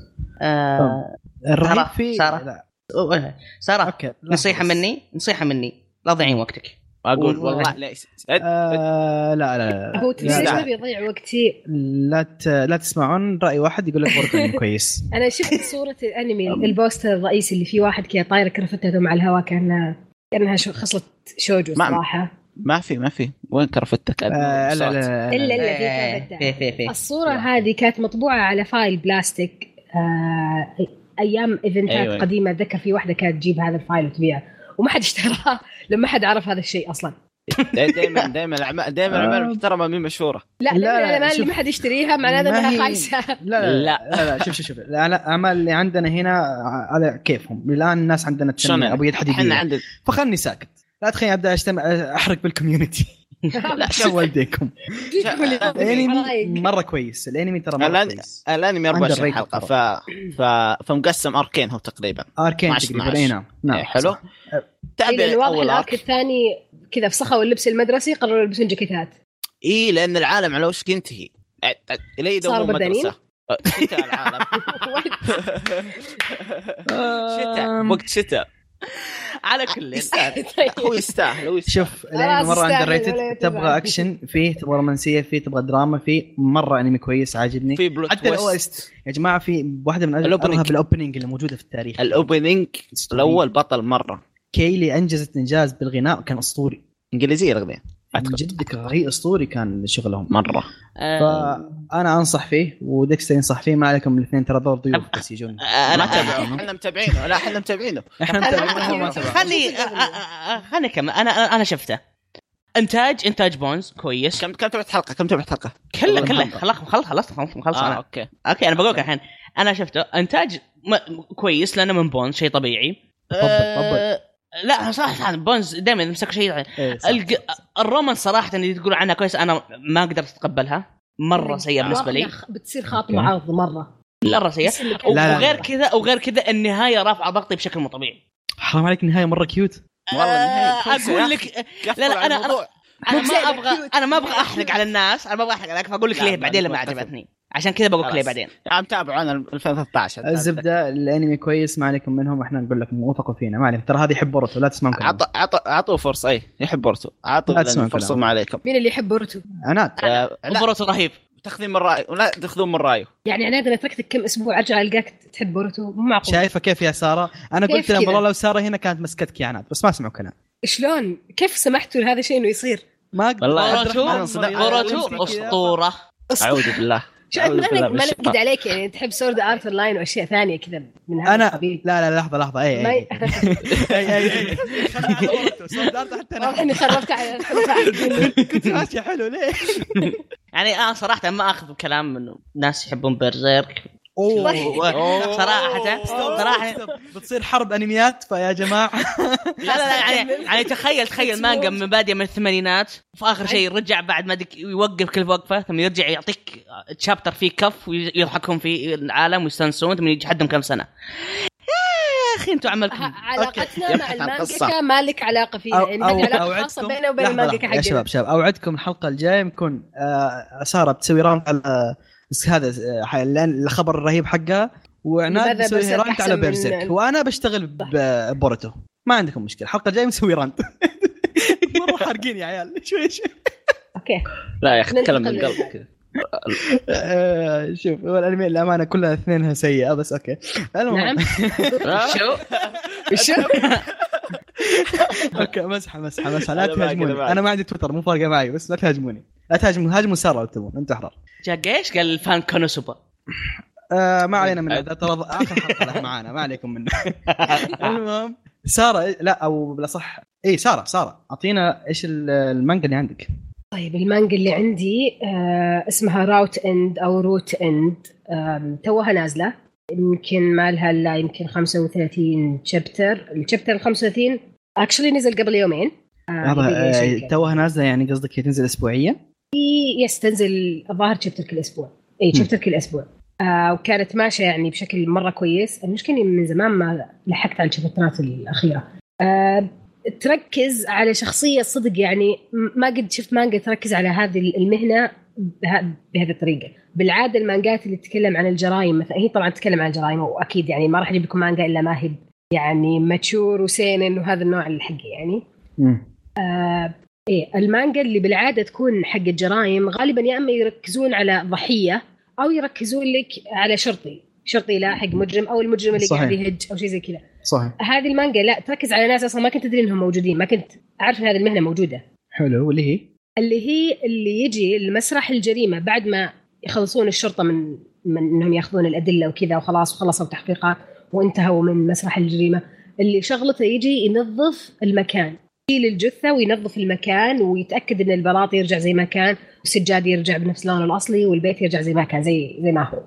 B: آه
A: الرهيب
B: سارة،
A: في
B: سارة.
A: لا،
B: أوه، ساره
A: اوكي لحظة
B: نصيحه
A: بس.
B: مني نصيحه مني لا تضيعين وقتك
C: اقول
B: والله.
C: والله ليش
A: آه لا لا لا
D: هو
A: لا,
D: تدري ليش
A: لا,
D: ما بيضيع وقتي؟
A: لا, ت... لا تسمعون راي واحد يقول لك برضه كويس
D: انا شفت صوره الانمي البوستر الرئيسي اللي فيه واحد كذا طايره كرفتته ثم على الهواء كانها كانها شو خصله شوجو
C: ما-
D: صراحه
C: ما في ما في وين كرفتك
A: آه لا لا, لا,
D: الا
A: لا,
D: الذي
B: إيه،
D: كان
B: في في في
D: الصورة هذه كانت مطبوعة على فايل بلاستيك آه أيام إيفنتات
C: أيوة.
D: أيوة. قديمة أتذكر في واحدة كانت تجيب هذا الفايل وتبيعه وما حد اشتراها لما حد عرف هذا الشيء أصلا
C: دائما دائما الاعمال دائما الاعمال
A: آه.
C: المحترمه مي مشهوره
D: لا
A: لا،
D: لا, لا, لا,
A: لا،
D: اللي
A: شوف.
D: ما حد يشتريها معناته
A: ما هي-
D: أنها خايسة
A: لا, لا, لا, لا شوف شوف شوف لا لا اعمال اللي عندنا هنا آه، على كيفهم الان الناس عندنا
C: شلون
A: تسمي
C: يعني؟
A: ابو يد
C: احنا
A: حديديه
C: عندنا
A: فخلني ساكت لا تخليني ابدا اجتمع احرق بالكوميونتي لا شو والديكم الانمي مره كويس الانمي ترى مره
C: الآن-
A: كويس
C: الانمي
A: Underrated
C: 24 حلقه ف...
A: طبعاً.
C: ف... فمقسم اركين هو تقريبا
A: اركين
C: 12
A: تقريبا اي نعم نعم
C: إيه، حلو
A: صح. أه،
D: إيه،
C: تابع
D: الواضح
C: اول
D: الارك
C: ارك
D: الثاني كذا فسخوا اللبس المدرسي قرروا يلبسون جاكيتات
C: اي لان العالم على وشك ينتهي أ- أ- الى
D: صار
C: يدور
D: بدنين؟
C: مدرسه أ- شتاء العالم شتاء وقت شتاء
B: على كل
C: يستاهل
D: طيب.
C: هو يستاهل هو يستاهل
A: شوف الانمي
D: خلاص
A: مره
D: استاهل
A: اندر
D: ولا
A: ريتد
D: تزعل.
A: تبغى اكشن فيه تبغى رومانسيه فيه تبغى دراما فيه مره انمي كويس عاجبني
C: في بلوت
A: حتى
C: تويست
A: الاوست يا جماعه في واحده من
C: الأوبننج.
A: اغرب الاوبننج اللي موجوده في التاريخ
C: الاوبننج
A: أسطوري.
C: الاول بطل مره
A: كيلي انجزت انجاز بالغناء كان اسطوري
C: انجليزيه الاغنيه
A: من جد كغي اسطوري كان شغلهم
C: مره
B: آه.
A: فانا انصح فيه وديكستر ينصح فيه ما عليكم الاثنين ترى دور ضيوف بس يجون
B: آه،
C: انا
A: ما تابعه.
C: احنا متابعينه لا احنا متابعينه
A: احنا متابعين
D: أنا-
A: وهو ما تابع.
B: خلي آه، آه، آه، خلني اكمل انا انا أنا شفته انتاج انتاج بونز كويس
C: كم كم تابعت حلقه كم تابعت حلقه
B: كله كله
C: الحمد.
B: خلاص خلاص خلاص خلاص خلاص
C: اه
B: انا
C: اوكي
B: اوكي انا بقول لك الحين انا شفته انتاج م- كويس لانه من بونز شيء طبيعي
A: تفضل،
B: آه، لا صح صح بونز دائما يمسك شيء
A: إيه، صح.
B: الج... الرومان صراحه اللي تقول عنها كويس انا ما قدرت اتقبلها مره سيئه بالنسبه لي
D: واقعة يعني بتصير خاطمة عرض مرة
B: مره سيئه
D: بس يعني اللي كان-
B: و-
A: لا، لا.
B: وغير كذا وغير كذا النهايه رافعه ضغطي بشكل مو طبيعي
A: حرام عليك النهايه مره كيوت
C: والله النهاية
B: آه،
C: كويسة يا
B: اقول
C: أخي.
B: لك لا، لا، أنا-
C: قفلوا
B: انا ما
D: مو بزينة،
C: على الموضوع.
B: ابغى
D: cute.
B: انا ما ابغى احرق على الناس انا ما ابغى احرق عليك فاقول لك
C: لا،
B: ليه
C: ما
B: بعدين لما
C: أتفق.
B: عجبتني عشان كذا بقول لك ليه
C: خلاص.
B: بعدين
C: عم تابعه انا 2013
A: الزبده الانمي كويس ما عليكم منهم احنا نقول لكم وثقوا فينا ما عليكم ترى هذه يحب بورتو لا تسمعون كلام
C: عطوا عطوا عطوا فرصه اي إيه، يحب بورتو عطوا
A: لا تسمع
C: لأن فرصه
A: كلام.
C: ما عليكم
D: مين اللي يحب بورتو؟
A: عناد
C: آه، لا
B: مباراته رهيب
C: تاخذين من رايه ولا تاخذون من رايه
D: يعني عناد انا تركتك كم اسبوع ارجع القاك تحب بورتو مو معقول
A: شايفه كيف يا ساره انا
D: كيف
A: قلت لهم
D: كذا؟
A: والله لو ساره هنا كانت مسكتك يا عناد بس ما سمعوا كلام
D: شلون كيف سمحتوا لهذا الشيء انه يصير؟
A: ما اقدر
C: والله
A: عبد
B: بوروتو
A: الرحمن
C: انصدمت.
A: صديقي.
B: بوروتو اسطوره
C: اعوذ بالله
D: شو
C: أعوذ
D: ما
C: بالله
D: نك-
C: من
D: ما
C: الشيطان.
D: نكد عليك يعني تحب سورد ارت لاين واشياء ثانيه كذا من هذا
A: انا
D: القبيل.
A: لا يعني- لا لحظه لحظه اي
D: ما ي-
A: اي اي اي خلنا على بوروتو. صدرت حتى
D: واضح
A: انا
D: اني خربت على خربت على الدنيا.
A: كنت ماشي حلو ليه؟
B: يعني انا صراحه ما اخذ كلام من ناس يحبون بيرزيرك
C: أوه.
B: صراحة- صراحة.
A: بتصير حرب انميات فيا جماعه
B: لا لا لا يعني يعني تخيل تخيل مانجا من باديه من الثمانينات وفي اخر شيء رجع بعد ما دك يوقف كل وقفه ثم يرجع يعطيك تشابتر فيه كف ويضحكهم في العالم ويستانسون ثم يجي حدهم كم سنه يا اخي انتوا عملكم
D: ع- علاقتنا
C: يبحث
D: مع
C: عن
D: المانجاكا
C: قصة.
D: ما لك علاقه فيها يعني ما لك علاقه خاصه بيننا وبين
A: لحظة،
D: المانجاكا
A: لحظة. يا
D: حقنا
A: شباب شباب اوعدكم الحلقه الجايه بنكون آه، ساره بتسوي رانت على بس هذا آه، ح- الآن الخبر الرهيب حقها وعناد
D: لماذا
A: بيسوي
D: بيرسيرك
A: رانت على
D: أحسن من-
A: آه، بيرسك وانا بشتغل ببورتو ما عندكم مشكله الحلقه الجايه بنسوي رانت مره حارقين يا عيال شوي شوي
D: اوكي
C: لا يا اخي
D: ننتقل
C: تكلم من
D: لل-
C: قلبك كذا
A: آه، شوف هو الانمي الامانه كلها اثنينها سيئه بس اوكي
D: نعم
A: المهم
C: آه؟
B: شو؟
A: اوكي مسحه مسحه مسحه لا
C: أنا معك، أنا
A: تهاجموني
C: معك.
A: انا ما عندي تويتر مو فارقه معي بس لا تهاجموني لا تهاجموا هاجموا ساره لو تبون انتم احرار
B: جاك ايش؟ قال الفان كونوسوبا
A: آه ما علينا من هذا ترى اخر حلقه له معانا ما عليكم منه المهم ساره لا إيه، او بالاصح اي ساره ساره اعطينا ايش ال- المانجا اللي عندك
D: طيب المانجا اللي عندي آه اسمها راوت اند او روت اند آم، توها نازله يمكن ما لها الا يمكن 35 شابتر الشابتر ال 35 اكشلي نزل قبل يومين آه،
A: لحظه
D: دقيقة،
A: آه،
D: يمكن.
A: توها نازله يعني قصدك هي تنزل اسبوعيا؟
D: في- يس تنزل الظاهر شابتر كل اسبوع اي شابتر كل اسبوع آه وكانت ماشيه يعني بشكل مره كويس المشكله إني من زمان ما لحقت على الشابترات الاخيره آه تركز على شخصيه صدق يعني م- ما قد شفت مانجا تركز على هذه المهنه بها- بهذه الطريقه بالعاده المانجات اللي تتكلم عن الجرائم مثلا هي طبعا تتكلم عن الجرائم واكيد يعني ما راح اجيب لكم مانجا الا ما هي يعني ماتشور وسينن وهذا النوع اللي حقي يعني إيه المانجا اللي بالعاده تكون حق الجرائم غالبا يا اما يركزون على ضحيه او يركزون لك على شرطي شرطي يلاحق مجرم او المجرم اللي
A: صحيح.
D: قاعد يهج او شيء زي كذا
A: صحيح
D: هذه المانجا لا تركز على ناس اصلا ما كنت تدري انهم موجودين ما كنت اعرف ان هذه المهنه موجوده
A: حلو واللي هي
D: اللي هي اللي يجي المسرح الجريمه بعد ما يخلصون الشرطه من من انهم ياخذون الادله وكذا وخلاص وخلصوا التحقيقات وانتهوا من مسرح الجريمه اللي شغلته يجي ينظف المكان يشيل الجثه وينظف المكان ويتاكد ان البلاط يرجع زي ما كان والسجاد يرجع بنفس لونه الاصلي والبيت يرجع زي ما كان زي زي ما هو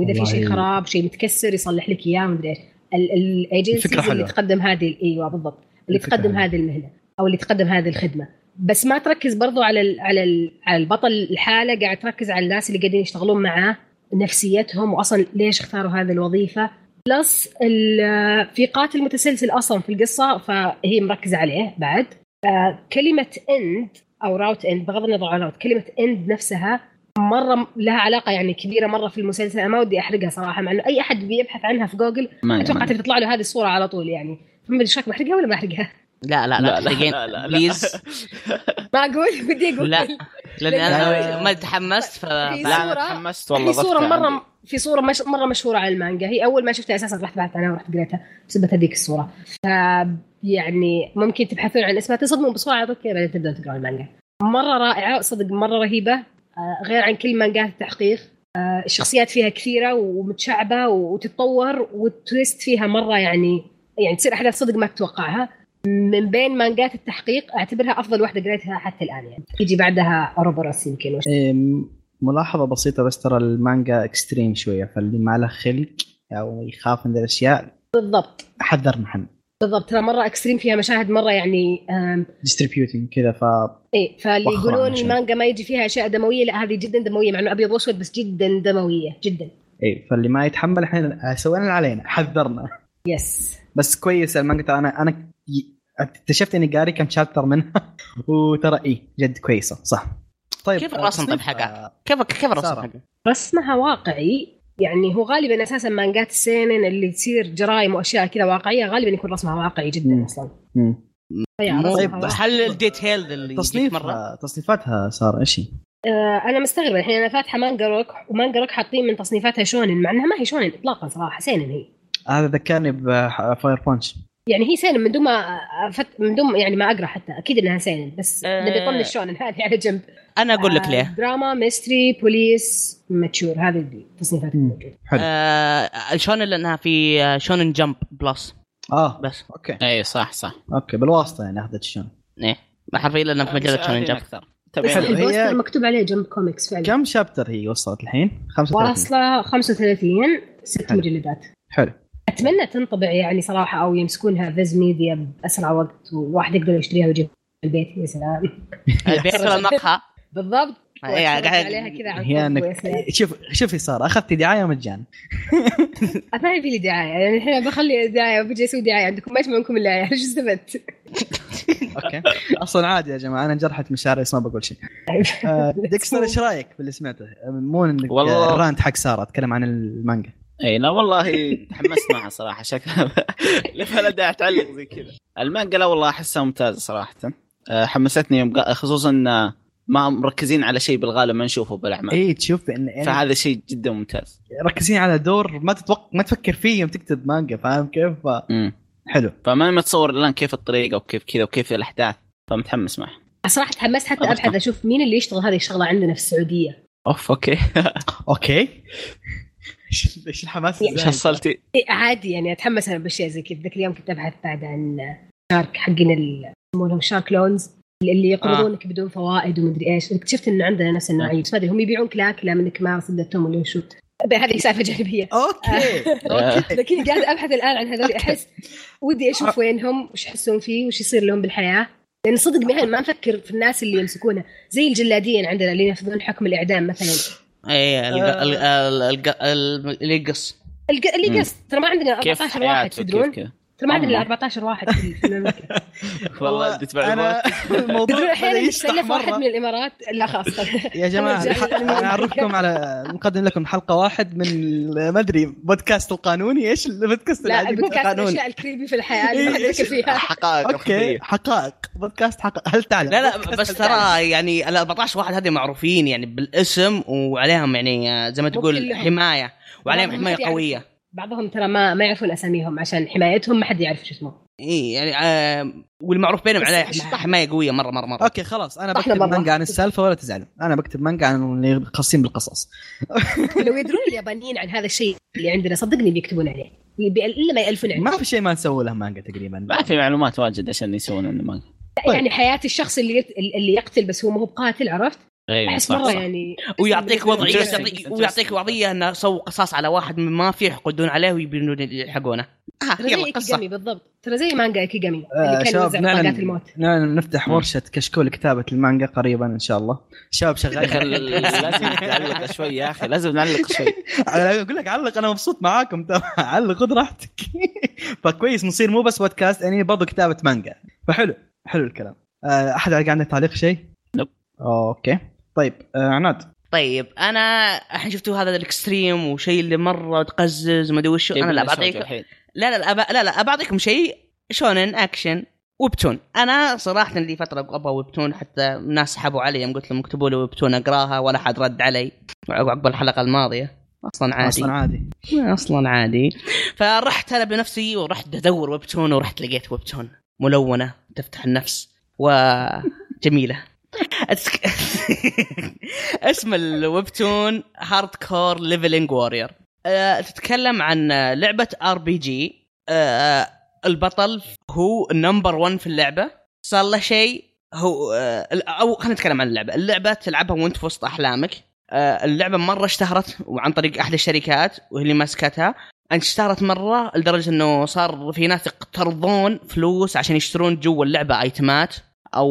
D: واذا في
A: والله.
D: شيء خراب شيء متكسر يصلح لك اياه ومدري ايش ال- ال-
A: الفكرة
D: الايجنسيز اللي
A: حلوة.
D: تقدم هذه ايوه بالضبط اللي
A: الفكرة
D: تقدم
A: حلوة.
D: هذه المهنه او اللي تقدم هذه الخدمه بس ما تركز برضو على ال على ال على البطل الحاله قاعد تركز على الناس اللي قاعدين يشتغلون معاه نفسيتهم واصلا ليش اختاروا هذه الوظيفه بلس ال- في قاتل متسلسل اصلا في القصه فهي مركزه عليه بعد آه، كلمه اند او راوت اند بغض النظر عن راوت كلمه اند نفسها مره لها علاقه يعني كبيره مره في المسلسل انا ما ودي احرقها صراحه مع انه اي احد بيبحث عنها في جوجل
C: ما
D: اتوقع
C: يعني.
D: تطلع له هذه الصوره على طول يعني ما ادري إيش رايك بحرقها ولا ما احرقها؟
B: لا لا لا تحرقين بليز
D: ما اقول بدي اقول
B: لا لان
A: لا.
B: انا ما تحمست ف
C: لا انا
D: صورة-
C: تحمست
D: في
C: والله
D: صوره
C: ضغطت
D: مره
C: عندي.
D: في صوره مش مره مشهوره على المانجا هي اول ما شفتها اساسا رحت بحثت عنها ورحت قريتها بسبب هذيك الصوره ف يعني ممكن تبحثون عن اسمها تصدمون بصورة على طول كذا بعدين تبدون تقرون المانجا مره رائعه صدق مره رهيبه آه، غير عن كل مانجات التحقيق آه، الشخصيات فيها كثيره ومتشعبه وتتطور والتويست فيها مره يعني يعني تصير احداث صدق ما تتوقعها من بين مانجات التحقيق اعتبرها افضل واحده قريتها حتى الان يعني يجي بعدها اوروبوروس يمكن وش-
A: أم، ملاحظة بسيطة بس ترى المانجا اكستريم شوية فاللي ما له خلق او يخاف من ذي الاشياء
D: بالضبط
A: حذر محن
D: بالضبط ترى مره اكستريم فيها مشاهد مره يعني آم،
A: ديستريبيوتنج كذا ف
D: ايه فاللي
A: وخرة
D: يقولون
A: مشاهد.
D: المانجا ما يجي فيها اشياء دمويه لا هذه جدا دمويه مع انه ابيض واسود بس جدا دمويه جدا
A: اي إيه، فاللي ما يتحمل احنا سوينا اللي علينا حذرنا
D: يس
A: بس كويس المانجا ترى انا انا ي- اكتشفت اني قاري كم شابتر منها وترى اي جد كويسة صح طيب
B: كيف الرسم طيب
A: تصنيف- آه،
B: حقها؟ كيف كيف الرسم
A: سارة.
B: حقها؟
D: رسمها واقعي يعني هو غالبا اساسا مانجات السينن اللي تصير جرايم واشياء كذا واقعيه غالبا يكون رسمها واقعي جدا
A: مم.
D: اصلا
A: مم.
D: فيا،
B: مو-
D: رسمها
A: طيب،
D: واقعي.
B: هل الديتيل اللي تصنيف مره؟
A: تصنيفها آه، تصنيفاتها صار ايش هي؟
D: آه انا مستغربه الحين انا فاتحه مانجا روك ومانجا روك حاطين من تصنيفاتها شونن مع انها ما هي شونن اطلاقا صراحه سينن هي
A: هذا ذكرني آه، بفاير بانش
D: يعني هي سينن من دون ما أفت... من دون يعني ما اقرا حتى اكيد انها سينن بس
B: آه.
D: نبي نطلع الشونن هذه على جنب
B: انا اقول لك
D: آه،
B: ليه؟
D: دراما ميستري بوليس ماتشور هذه التصنيفات
A: مم.
D: الموجوده
A: حلو
B: آه شونن لانها في آه، شونن جمب بلس
A: اه
B: بس
A: اوكي
C: اي إيه، صح صح
A: اوكي بالواسطه يعني اخذت شلون
B: ايه حرفيا لانها في مجله شونن
C: شونين
B: جمب
C: اكثر
A: بس حلو، هي-
D: البوستر مكتوب عليه جنب كوميكس فعلا
A: كم شابتر هي وصلت الحين؟ 35
D: واصله 35 ست
A: حلو.
D: مجلدات
A: حلو
D: اتمنى تنطبع يعني صراحه او يمسكونها فيز ميديا باسرع وقت وواحد يقدر يشتريها ويجيبها البيت يا سلام
B: البيت ولا المقهى
D: بالضبط
B: إيه،
D: وأتفرج
B: قاعد-
D: عليها كذا عن
A: يعني هي
D: قرب
A: انك
D: ويا سلام.
A: شوف شوفي ساره اخذتي دعايه مجانا
D: أه، ما يبي لي دعايه يعني الحين بخلي دعايه بجي اسوي دعايه عندكم ما يسمع منكم الا عيال شو استفدت؟
A: اوكي اصلا عادي يا جماعه انا انجرحت مشاعري بس ما بقول شيء آه، ديكستر ايش رايك باللي سمعته؟ مو انك
C: والله.
A: الرانت حق ساره اتكلم عن المانجا
C: اي إيه، لا والله تحمست معها صراحه شكلها فلا داعي تعلق زي كذا المانجا لا والله احسها ممتازه صراحه آه، حمستني يوم قا- خصوصا إن ما مركزين على شيء بالغالب ما نشوفه بالاعمال
A: اي تشوف ان إيه، يعني
C: فهذا شيء جدا ممتاز
A: مركزين على دور ما تتوقع ما تفكر فيه يوم تكتب مانجا فاهم كيف؟
C: مم.
A: حلو
C: فما متصور الان كيف الطريقه وكيف كذا وكيف الاحداث فمتحمس معه
D: صراحه تحمست حتى
C: أبغى
D: ابحث اشوف مين اللي يشتغل هذه الشغله عندنا في السعوديه
C: اوف اوكي
A: اوكي إيش- ايش الحماس
C: ايش حصلتي؟
D: إيه، عادي يعني اتحمس انا باشياء زي كذا ذاك اليوم كنت ابحث بعد عن شارك حقنا ال- يسمونهم شارك لونز اللي
C: آه.
D: يقرضونك بدون فوائد ومدري ايش اكتشفت ان عندنا نفس النوعيه بس ما ادري هم يبيعونك لاكله منك ما صدتهم ولا شو هذه سالفه جانبيه
A: اوكي اوكي
D: لكن قاعد ابحث الان عن هذول احس ودي
C: آه.
D: اشوف وينهم وش يحسون فيه وش يصير لهم بالحياه لان صدق معين ما نفكر في الناس اللي يمسكونها زي الجلادين عندنا اللي ينفذون حكم الاعدام مثلا
B: اي الق- إيه، ال- ال- الق- ال- اللي يقص
D: الق- اللي
C: مم.
D: قص ترى ما عندنا
C: كيف
D: 14 واحد
C: حياته
D: تدرون
C: كيف كذا
D: ترى ما عندنا
C: أمم.
D: 14 واحد في في المملكه
C: والله أنت تتبع
A: انا
D: تدرون
A: الموضوع بدأ
D: احيانا
A: يشطح
D: نتسلف واحد
A: مره
D: من الامارات لا خلاص طيب.
A: يا جماعه
D: أنا جاي-
A: انا اعرفكم على نقدم لكم حلقه واحد من ال- ما ادري بودكاست القانوني ايش البودكاست
D: لا
A: العادي
D: بودكاست
A: القانوني
D: الاشياء الكريبي في الحياه اللي ما حد
A: إيه، إيش-
D: يفكر فيها
C: حقائق
A: اوكي
C: أخبارية.
A: حقائق بودكاست حقائق هل تعلم
B: لا لا بس ترى يعني ال 14 واحد هذه معروفين يعني بالاسم وعليهم يعني زي ما
D: ممكن
B: تقول
D: لهم.
B: حمايه وعليهم
D: ما
B: حمايه
D: حد يعرف.
B: قويه
D: بعضهم ترى ما ما يعرفون اساميهم عشان حمايتهم ما حد يعرف شو اسمه
B: اي يعني آه والمعروف بينهم
D: بس
B: عليه
D: إيش
B: حما-
D: طحن؟
B: حمايه قويه مره مره مره
A: اوكي خلاص انا
D: طحنا
A: بكتب
D: مرة.
A: مانجا عن السالفه ولا تزعلوا انا بكتب مانجا عن اللي خاصين بالقصص
D: لو يدرون اليابانيين عن هذا الشيء اللي عندنا صدقني بيكتبون عليه بي- الا ما يالفون عليه
A: ما في شيء ما نسوي له مانجا تقريبا
C: ما في معلومات واجد عشان يسوون المانجا
A: طيب.
D: يعني حياه الشخص اللي يت- اللي يقتل بس هو مو بقاتل عرفت؟
B: إيه،
C: ايوه
D: احس
C: صح
D: مره
C: صح
D: يعني
B: ويعطيك وضعيه
C: Interesting.
B: يعطيك- ويعطيك
C: Interesting.
B: وضعيه انه سووا قصاص على واحد ما فيه يحقدون عليه ويبينون يلحقونه آه
D: ترى زي
B: يلا قصه
D: ايكيجامي بالضبط ترى زي مانجا ايكيجامي
A: آه
D: اللي كان
A: شباب
D: يوزع طاقات
A: نعلن
D: الموت
A: نعلن نفتح
C: مم.
A: ورشه كشكول كتابه المانجا قريبا ان شاء الله شباب
C: يا اخي
A: شغالين
C: لازم نعلق شوي يا اخي لازم نعلق شوي
A: أنا اقول لك علق انا مبسوط معاكم ترى علق خذ راحتك فكويس نصير مو بس بودكاست يعني برضو كتابه مانجا فحلو حلو الكلام آه، احد عنده تعليق شيء؟
C: Nope.
A: اوكي طيب آه، عناد
B: طيب انا الحين شفتوا هذا الاكستريم وشيء اللي مره تقزز وما ادري وشو انا لا بعطيك لا
C: الحين
B: لا لا أبع- لا, لا بعطيكم شيء شونن اكشن ويبتون انا صراحه لي فتره ابغى ويبتون حتى ناس سحبوا علي يوم قلت لهم اكتبوا لي ويبتون اقراها ولا حد رد علي عقب الحلقه الماضيه اصلا عادي
A: اصلا عادي
B: اصلا عادي فرحت انا بنفسي ورحت ادور ويبتون ورحت لقيت ويبتون ملونه تفتح النفس وجميله أتك... اسم الويبتون هارد كور ليفلينج وورير تتكلم عن آه، لعبه ار بي جي آه، البطل هو نمبر 1 في اللعبه صار له شيء هو آه، او خلينا نتكلم عن اللعبه اللعبه تلعبها وانت في وسط احلامك آه، اللعبه مره اشتهرت وعن طريق احد الشركات وهي اللي ماسكتها اشتهرت مره لدرجه انه صار في ناس يقترضون فلوس عشان يشترون جوا اللعبه ايتمات او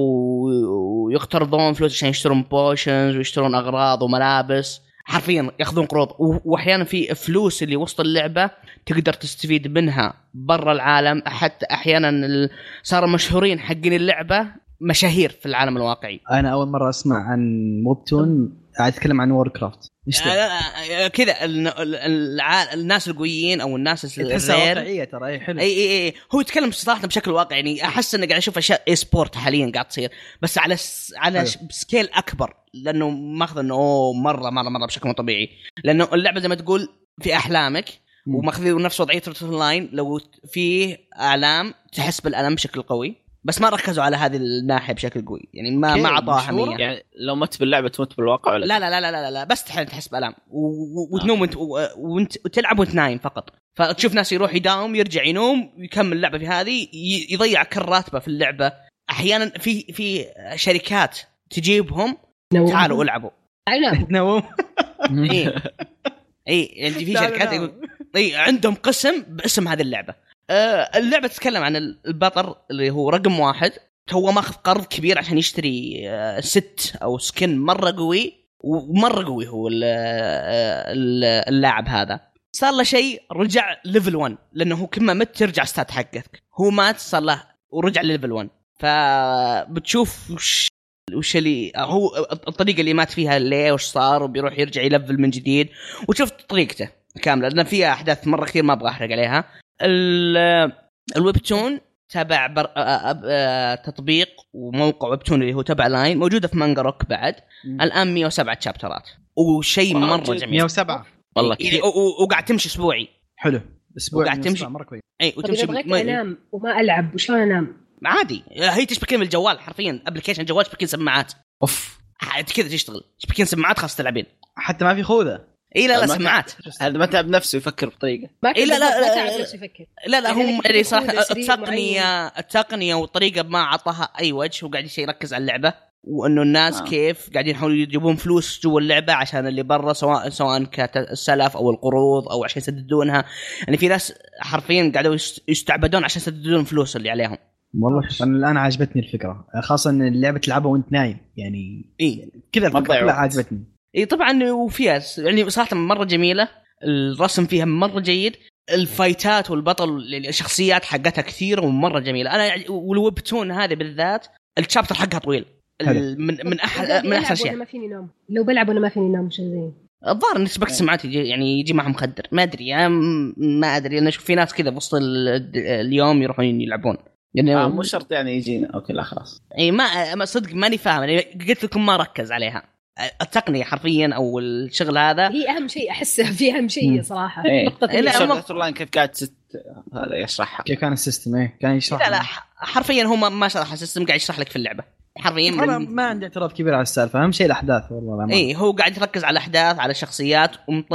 B: يقترضون فلوس عشان يشترون بوشنز ويشترون اغراض وملابس حرفيا ياخذون قروض و- واحيانا في فلوس اللي وسط اللعبه تقدر تستفيد منها برا العالم حتى احيانا ال- صاروا مشهورين حقين اللعبه مشاهير في العالم الواقعي
A: انا اول مره اسمع عن موبتون قاعد اتكلم عن وور كرافت ايش ذا؟
B: آه، آه، كذا ال- ال- الع- الناس القويين او الناس
A: تحسها
B: الغير اي
A: واقعيه ترى اي حلو
B: اي اي هو يتكلم صراحه بشكل واقعي يعني احس اني قاعد اشوف اشياء اي سبورت حاليا قاعد تصير بس على س... على
A: حلو.
B: ش... سكيل اكبر لانه ماخذ انه أوه، مره مره مره بشكل مو طبيعي لانه اللعبه زي ما تقول في احلامك
A: مم.
B: وماخذين نفس وضعيه اون لاين لو ت- فيه اعلام تحس بالالم بشكل قوي بس ما ركزوا على هذه الناحيه بشكل قوي يعني ما ما اعطاها اهميه
C: يعني لو مت باللعبه تموت بالواقع ولا
B: لا لا لا لا لا, لا بس تحل تحس بالام و- و- وتنوم وانت و- وانت وتلعب وانت نايم فقط فتشوف ناس يروح يداوم يرجع ينوم يكمل اللعبه في هذه ي- يضيع كل راتبه في اللعبه احيانا في في شركات تجيبهم تعالوا العبوا
D: تعالوا
A: تنوم
B: اي اي يعني في
A: تعالوا
B: شركات
A: نام.
B: يقول اي عندهم قسم باسم هذه اللعبه آه، اللعبه تتكلم عن البطل اللي هو رقم واحد هو ماخذ قرض كبير عشان يشتري آه، ست او سكن مره قوي ومره قوي هو ال- آه، ال- اللاعب هذا صار له شيء رجع ليفل 1 لانه هو كل ما مت ترجع ستات حقتك هو مات صار له ورجع لليفل 1 فبتشوف وش وش اللي هو الطريقه اللي مات فيها ليه وش صار وبيروح يرجع يلفل من جديد وشفت طريقته كامله لان فيها احداث مره كثير ما ابغى احرق عليها ال- الويبتون تبع بر... آه، آه، آه، تطبيق وموقع ويبتون اللي هو تبع لاين موجوده في مانجا روك بعد
C: مم.
B: الان 107 شابترات وشيء
C: واو،
B: مره
C: جد.
B: جميل
A: 107
C: والله
B: إيه،
C: كثير
B: و- و- وقاعد تمشي اسبوعي
A: حلو اسبوع
B: وقاعد
A: من
B: تمشي.
A: الأسبوع، مره كويس
B: اي
D: طيب اذا
B: وتمشي
D: بغيت
B: ما-
D: انام وما العب وشلون انام؟
B: عادي هي تشبكين من الجوال حرفيا ابلكيشن جوال تشبكين سماعات
A: اوف
B: عاد كذا تشتغل تشبكين سماعات خاصه تلعبين
A: حتى ما في خوذه
B: اي إيه، لا لا
C: ما-
B: سماعات
C: هذا ما تعب نفسه يفكر بطريقه
D: ما
B: إيه، لا، لا،
D: ما
B: لا،
D: تعب
B: لا،
D: نفسه يفكر
B: لا لا
D: يعني
B: هم
D: لك
B: اللي صراحه
D: يكون سرير
B: التقنيه التقنيه والطريقه ما اعطاها اي وجه وقاعد شيء يركز على اللعبه وانه الناس
C: آه.
B: آه. كيف قاعدين يحاولوا يجيبون فلوس جوا اللعبه عشان اللي برا سواء سواء كسلف او القروض او عشان يسددونها يعني في ناس حرفيا قاعدوا يست- يستعبدون عشان يسددون فلوس اللي عليهم
A: والله شوف انا الان عجبتني الفكره خاصه ان اللعبه تلعبها وانت نايم يعني
D: إيه،
B: اي
A: كذا الفكره
C: تضيع
A: كلها
C: وقت.
A: عجبتني
B: اي طبعا وفيها س- يعني صراحه مره جميله الرسم فيها مره جيد الفايتات والبطل يعني الشخصيات حقتها كثيره ومره جميله انا يعج- يعني والويبتون هذه بالذات الشابتر حقها طويل ال-
A: حلو.
B: من من
D: لو
B: احد
D: بدي
B: من احسن
D: ألعب وأنا
B: الاشياء
D: ما فيني نوم لو بلعب وانا ما فيني نوم شو زين
B: الظاهر ان
C: آه.
B: شبكه السماعات يجي يعني يجي معها مخدر ما ادري أنا م- ما ادري انا اشوف في ناس كذا بوسط ال- الد- اليوم يروحون يلعبون يعني
C: آه مو شرط يعني يجينا اوكي لا خلاص
B: اي ما ما- صدق ماني فاهم يعني قلت لكم ما ركز عليها التقنيه حرفيا او الشغل هذا
D: هي اهم شيء احسها في اهم
A: مم.
D: شيء صراحه
C: إيه.
D: نقطه
B: إيه، لا،
D: اليوم.
B: ما-
C: شغلة اونلاين كيف قاعد ست هذا يشرحها
A: كيف كان السيستم ايه كان يشرح
B: لا لا ح- حرفيا هو ما- ما شرح السيستم قاعد يشرح لك في اللعبه حرفيا
A: انا
B: من...
A: ما عندي اعتراض كبير على السالفه اهم شيء الاحداث والله الأمانة.
B: اي هو قاعد يركز على الاحداث على الشخصيات ومط...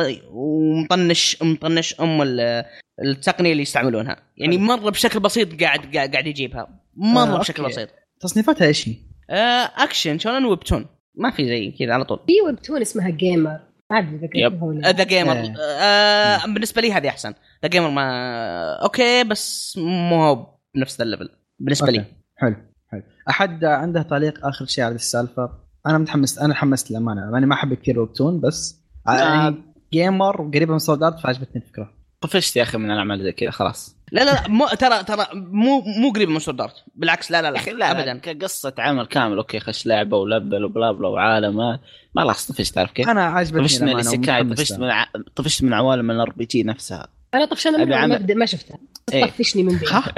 B: ومطنش مطنش ام ال- التقنيه اللي يستعملونها يعني مره بشكل بسيط قاعد قاعد قاعد يجيبها مره
A: آه،
B: بشكل
A: أوكي.
B: بسيط
A: تصنيفاتها ايش هي؟
B: آه، اكشن شونن ويبتون ما في زي كذا على طول آه،
D: في ويبتون اسمها جيمر ما ادري اذا
C: يب.
D: قريتها ولا لا.
B: ذا جيمر
A: إيه.
B: بالنسبه آه، لي هذه احسن ذا جيمر ما اوكي بس مو هو بنفس ذا الليفل بالنسبه لي
A: أوكي. حلو حلو احد عنده تعليق اخر شيء على السالفه انا متحمس انا حمست للامانه انا ما احب كثير ويبتون بس يعني جيمر وقريبه من سولد ارت فعجبتني الفكره
C: طفشت يا اخي من الاعمال زي كذا خلاص
B: لا لا لا، مو ترى ترى مو مو قريب من سورد ارت بالعكس لا لا
C: يا
B: لا,
C: اخي لا
B: ابدا
C: ابدا كقصه عمل كامل اوكي خش لعبه ولبل وبلا بلا وعالم آه. ما خلاص طفشت تعرف كيف؟
A: انا عجبتني
C: طفشت من
A: الأمانة
C: الاستكاي
A: ومتحمس
C: طفشت
A: لها.
C: من ع... طفشت من عوالم الار بي جي نفسها
D: انا طفشانه
C: أبي
D: من
C: عمل.
D: المبدا ما شفتها
C: إيه.
D: طفشني من بعيد
A: ها؟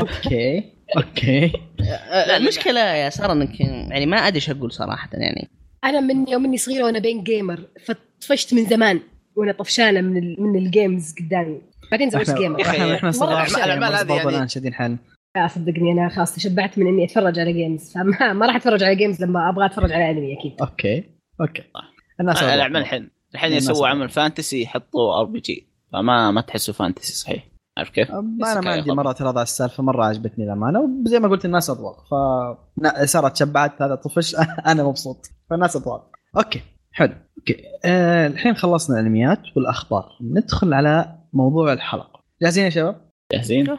A: اوكي اوكي
B: آه، المشكله يا ساره انك يعني ما ادري ايش اقول صراحه يعني
D: انا من يوم اني صغيره وانا بين جيمر فطفشت من زمان وانا طفشانه من ال... من الجيمز قدامي بعدين زوجت
A: احنا
D: جيمر
C: يا أخي،
A: احنا احنا صغار
C: الأعمال- الأعمال هذه
A: برضو
C: يعني-
A: الان شادين حالنا
D: لا آه، صدقني انا خلاص تشبعت من اني اتفرج على جيمز فما ما راح اتفرج على جيمز لما ابغى اتفرج على انمي اكيد
A: اوكي اوكي الناس
C: آه،
A: برضو.
C: الاعمال الحين الحين
A: الناس
C: يسووا
A: أبغى.
C: عمل فانتسي يحطوا ار بي جي فما ما تحسوا فانتسي صحيح عارف كيف؟
A: ما انا ما
C: استكاي
A: عندي
C: خلاص.
A: مره اعتراض على السالفه مره عجبتني الامانه وزي ما قلت الناس اذواق ف نا- ساره تشبعت هذا طفش انا مبسوط فالناس اذواق اوكي حلو اوكي آه الحين خلصنا الانميات والاخبار ندخل على موضوع الحلقه جاهزين يا شباب
C: جاهزين؟